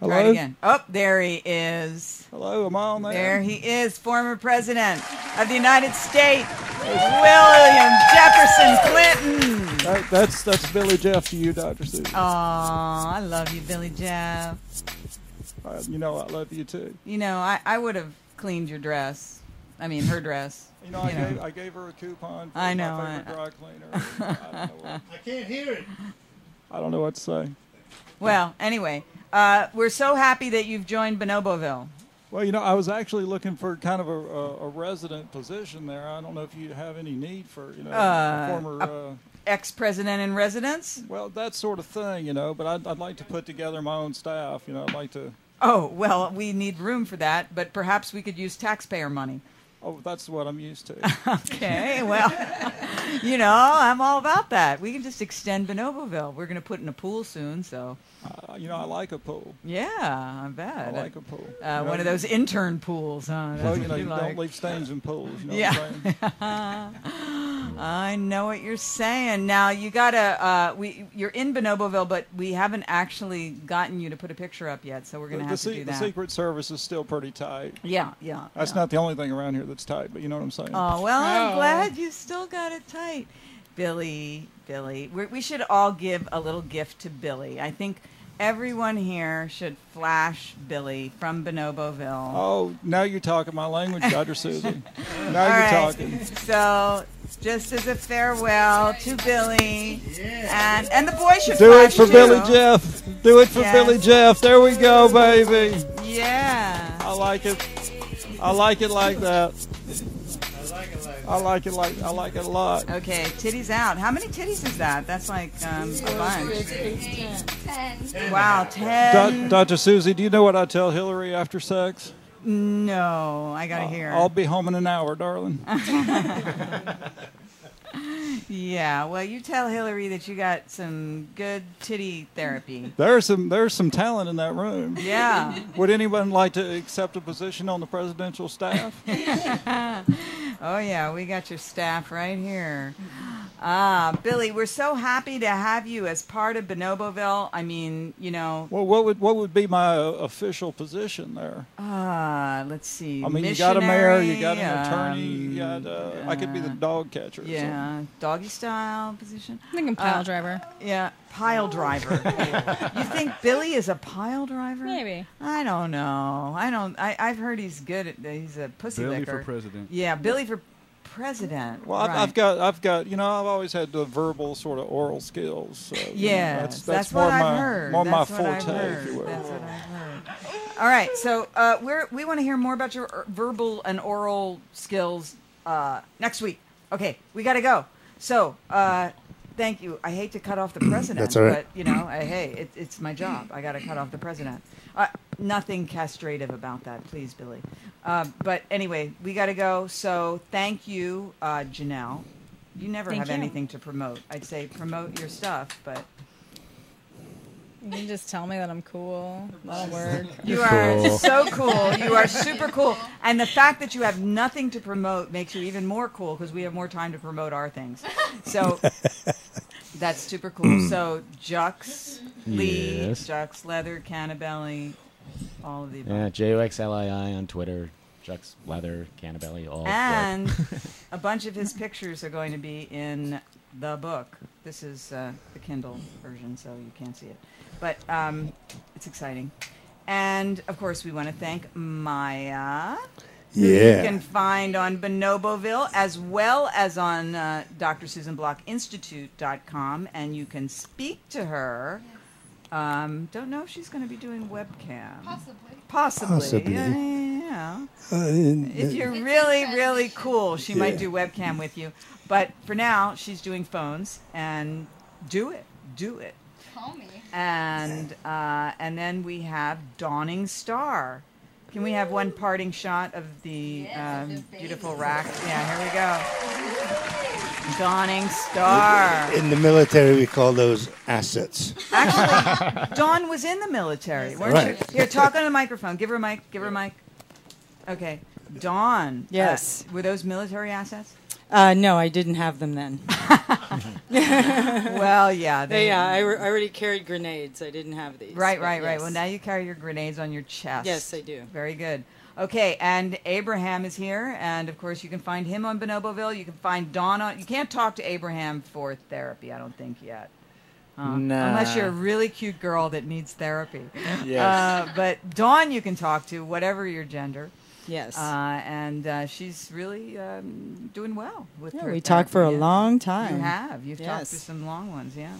Speaker 16: Hello?
Speaker 3: Try it again. Oh, there he is.
Speaker 16: Hello, am I on there?
Speaker 3: There he is, former president of the United States, William Jefferson Clinton.
Speaker 16: That, that's that's Billy Jeff to you, Doctor Seuss.
Speaker 3: Aw, I love you, Billy Jeff.
Speaker 16: Uh, you know I love you too.
Speaker 3: You know, I, I would have cleaned your dress. I mean, her dress.
Speaker 16: You know, I, Gave, I gave her a coupon for
Speaker 3: I know,
Speaker 16: my
Speaker 3: I-
Speaker 16: favorite dry cleaner. I don't know what-
Speaker 2: I can't hear it.
Speaker 16: I don't know what to say.
Speaker 3: Well, anyway, uh, we're so happy that you've joined Bonoboville.
Speaker 16: Well, you know, I was actually looking for kind of a, a, a resident position there. I don't know if you have any need for you know
Speaker 3: Uh,
Speaker 16: a former.
Speaker 3: a-
Speaker 16: Uh,
Speaker 3: Ex-president in residence?
Speaker 16: well, that sort of thing, you know, but I'd, I'd like to put together my own staff. You know, I'd like to.
Speaker 3: Oh, well, we need room for that, but perhaps we could use taxpayer money.
Speaker 16: Oh, that's what I'm used to.
Speaker 3: Okay, well, you know, I'm all about that. We can just extend Bonoboville. We're going to put in a pool soon, so.
Speaker 16: Uh, you know, I like a pool.
Speaker 3: Yeah, I bet.
Speaker 16: I like a pool.
Speaker 3: Uh, one of those intern pools, huh? That's
Speaker 16: Well, you
Speaker 3: what
Speaker 16: know,
Speaker 3: you
Speaker 16: you
Speaker 3: like.
Speaker 16: don't leave stains in pools. You know what I'm saying?
Speaker 3: yeah. I know what you're saying. Now you gotta. Uh, we you're in Bonoboville, but we haven't actually gotten you to put a picture up yet, so we're gonna
Speaker 16: the,
Speaker 3: have
Speaker 16: se-
Speaker 3: to do
Speaker 16: the
Speaker 3: that.
Speaker 16: Secret Service is still pretty tight.
Speaker 3: Yeah, yeah.
Speaker 16: That's not the only thing around here that's tight, but you know what I'm saying.
Speaker 3: Oh Uh, well, I'm
Speaker 24: Oh.
Speaker 3: glad you still got it tight, Billy. Billy, we we should all give a little gift to Billy. I think everyone here should flash Billy from Bonoboville.
Speaker 16: Oh, now you're talking my language, Dr. Susan. Now
Speaker 3: All
Speaker 16: you're
Speaker 3: right.
Speaker 16: talking.
Speaker 3: So, just as a farewell to Billy, and and the boy should
Speaker 16: Do it
Speaker 3: flash
Speaker 16: for
Speaker 3: too.
Speaker 16: Billy Jeff. Do it for
Speaker 3: Yes.
Speaker 16: Billy Jeff. There we go, baby.
Speaker 3: Yeah.
Speaker 16: I like it. I like it like that.
Speaker 2: I
Speaker 16: I like it like I like it a lot.
Speaker 3: Okay, titties out. How many titties is that? That's like um, a bunch. Wow,
Speaker 16: Doc-
Speaker 3: ten.
Speaker 16: Dr. Susie, do you know what I tell Hillary after sex?
Speaker 3: No, I gotta hear.
Speaker 16: Uh, I'll be home in an hour, darling.
Speaker 3: Yeah, well, you tell Hillary that you got some good titty therapy.
Speaker 16: There's some there's some talent in that room.
Speaker 3: Yeah.
Speaker 16: Would anyone like to accept a position on the presidential staff?
Speaker 3: oh yeah, we got your staff right here. Ah, Billy, we're so happy to have you as part of Bonoboville. I mean, you know,
Speaker 16: well, what would what would be my uh, official position there?
Speaker 3: ah, let's see.
Speaker 16: I mean, you got a mayor, you got an
Speaker 3: missionary,
Speaker 16: attorney,
Speaker 3: um,
Speaker 16: you got uh, I could be the dog catcher. or something.
Speaker 3: Yeah, doggy style position. I
Speaker 13: think I'm pile driver.
Speaker 3: Yeah, pile driver. you think Billy is a pile driver?
Speaker 13: Maybe.
Speaker 3: I don't know. I don't. I, I've heard he's good at. He's a pussy
Speaker 16: Billy
Speaker 3: licker.
Speaker 16: for president.
Speaker 3: Yeah, Billy for president.
Speaker 16: Well,
Speaker 3: right.
Speaker 16: I've, I've got, I've got, you know, I've always had the verbal sort of oral skills. So, you know,
Speaker 3: Yes,
Speaker 16: that's, that's,
Speaker 3: that's
Speaker 16: more
Speaker 3: what I've
Speaker 16: my,
Speaker 3: heard.
Speaker 16: More
Speaker 3: That's
Speaker 16: my
Speaker 3: what I've
Speaker 16: forte, if
Speaker 3: heard.
Speaker 16: you will.
Speaker 3: That's what I've All right, so uh, we're, we want to hear more about your er- verbal and oral skills uh, next week. Okay, we got to go. So, uh, thank you. I hate to cut off the president,
Speaker 2: That's all right.
Speaker 3: but you know, I, hey, it, it's my job. I got to cut off the president. Uh, nothing castrative about that, please, Billy. Uh, but anyway, we got to go. So, thank you, uh, Janelle. You never
Speaker 13: Thank
Speaker 3: have
Speaker 13: you.
Speaker 3: anything to promote. I'd say promote your stuff, but
Speaker 13: You can just tell me that I'm cool. That'll work.
Speaker 3: You are
Speaker 13: Cool.
Speaker 3: so cool. You are super cool. And the fact that you have nothing to promote makes you even more cool because we have more time to promote our things. So that's super cool. so Jux, Lee,
Speaker 21: Yes.
Speaker 3: Jux Leather, Cannabelli, all of the above.
Speaker 21: Yeah, J O X L I I on Twitter. Jux Leather, Cannabelli, all. work.
Speaker 3: And a bunch of his pictures are going to be in the book. This is uh, the Kindle version, so you can't see it. But um, it's exciting. And of course, we want to thank Maya. who
Speaker 2: Yeah.
Speaker 3: You can find on Bonoboville as well as on uh, drsusanblockinstitute.com, and you can speak to her. Um, don't know if she's going to be doing webcam. Possibly. Possibly.
Speaker 2: Possibly.
Speaker 3: Yeah, yeah, yeah.
Speaker 21: Uh,
Speaker 3: If
Speaker 2: If
Speaker 3: you're really, really cool, she might
Speaker 2: Yeah.
Speaker 3: do webcam with you. But for now, she's doing phones and do it. Do it.
Speaker 14: Call me.
Speaker 3: And uh, and then we have Dawning Star. Can we have one parting shot of the um, beautiful rack? Yeah, here we go. Dawning Star.
Speaker 2: In the military, we call those assets.
Speaker 3: Actually, Dawn was in the military, weren't
Speaker 2: Right.
Speaker 3: you? Here, talk on the microphone. Give her a mic. Give her a mic. Okay. Dawn. uh,
Speaker 7: Yes.
Speaker 3: were those military assets?
Speaker 7: Uh, no, I didn't have them then.
Speaker 3: well, yeah.
Speaker 7: They, yeah, I, re- I already carried grenades. I didn't have these.
Speaker 3: Right,
Speaker 7: but
Speaker 3: right, right.
Speaker 7: yes.
Speaker 3: Well, now you carry your grenades on your chest.
Speaker 7: Yes, I do.
Speaker 3: Very good. Okay, and Abraham is here, and of course you can find him on Bonoboville. You can find Dawn on. You can't talk to Abraham for therapy, I don't think yet. Um, Unless you're a really cute girl that needs therapy.
Speaker 7: Yes.
Speaker 3: Uh, but Dawn, you can talk to, whatever your gender.
Speaker 7: Yes.
Speaker 3: Uh, and uh, she's really um, doing well with
Speaker 7: Yeah,
Speaker 3: her.
Speaker 7: we talked for a
Speaker 3: therapy, yeah.
Speaker 7: long time.
Speaker 3: You have. You've talked to
Speaker 7: Yes.
Speaker 3: some long ones, yeah.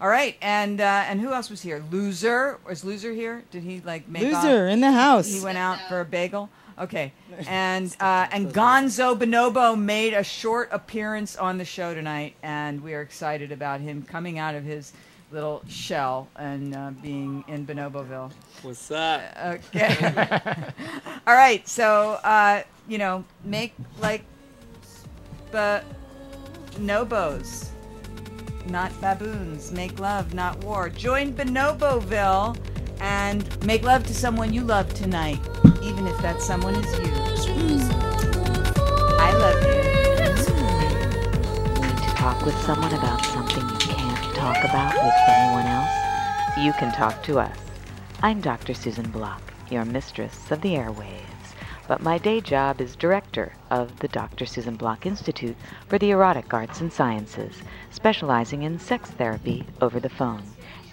Speaker 3: All right, and uh, and who else was here? Loser was Loser here? Did he like make off?
Speaker 7: Loser in the house.
Speaker 3: He went out for a bagel. Okay, and uh, and Gonzo Bonobo made a short appearance on the show tonight, and we are excited about him coming out of his little shell and uh, being in Bonoboville.
Speaker 15: What's up?
Speaker 3: Okay. All right. So uh, you know, make like, but bonobos, not baboons. Make love, not war. Join Bonoboville and make love to someone you love tonight, even if that someone is you. I love you.
Speaker 1: Need to talk with someone about something you can't talk about with anyone else? You can talk to us. I'm Dr. Susan Block, your mistress of the airwaves, but my day job is director of the Dr. Susan Block Institute for the Erotic Arts and Sciences, specializing in sex therapy over the phone.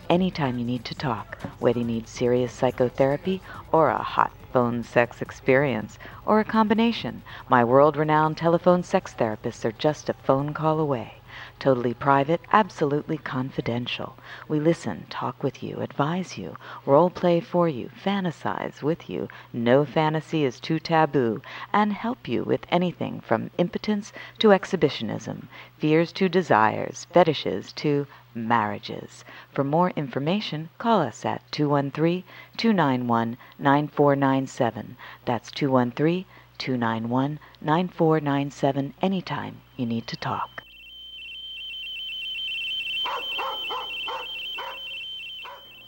Speaker 1: Anytime you need to talk, whether you need serious psychotherapy or a hot phone sex experience or a combination, my world renowned telephone sex therapists are just a phone call away. Totally private, absolutely confidential. We listen, talk with you, advise you, role play for you, fantasize with you. No fantasy is too taboo, and help you with anything from impotence to exhibitionism, fears to desires, fetishes to marriages. For more information, call us at 213 291 9497. That's 213 291 9497 anytime you need to talk.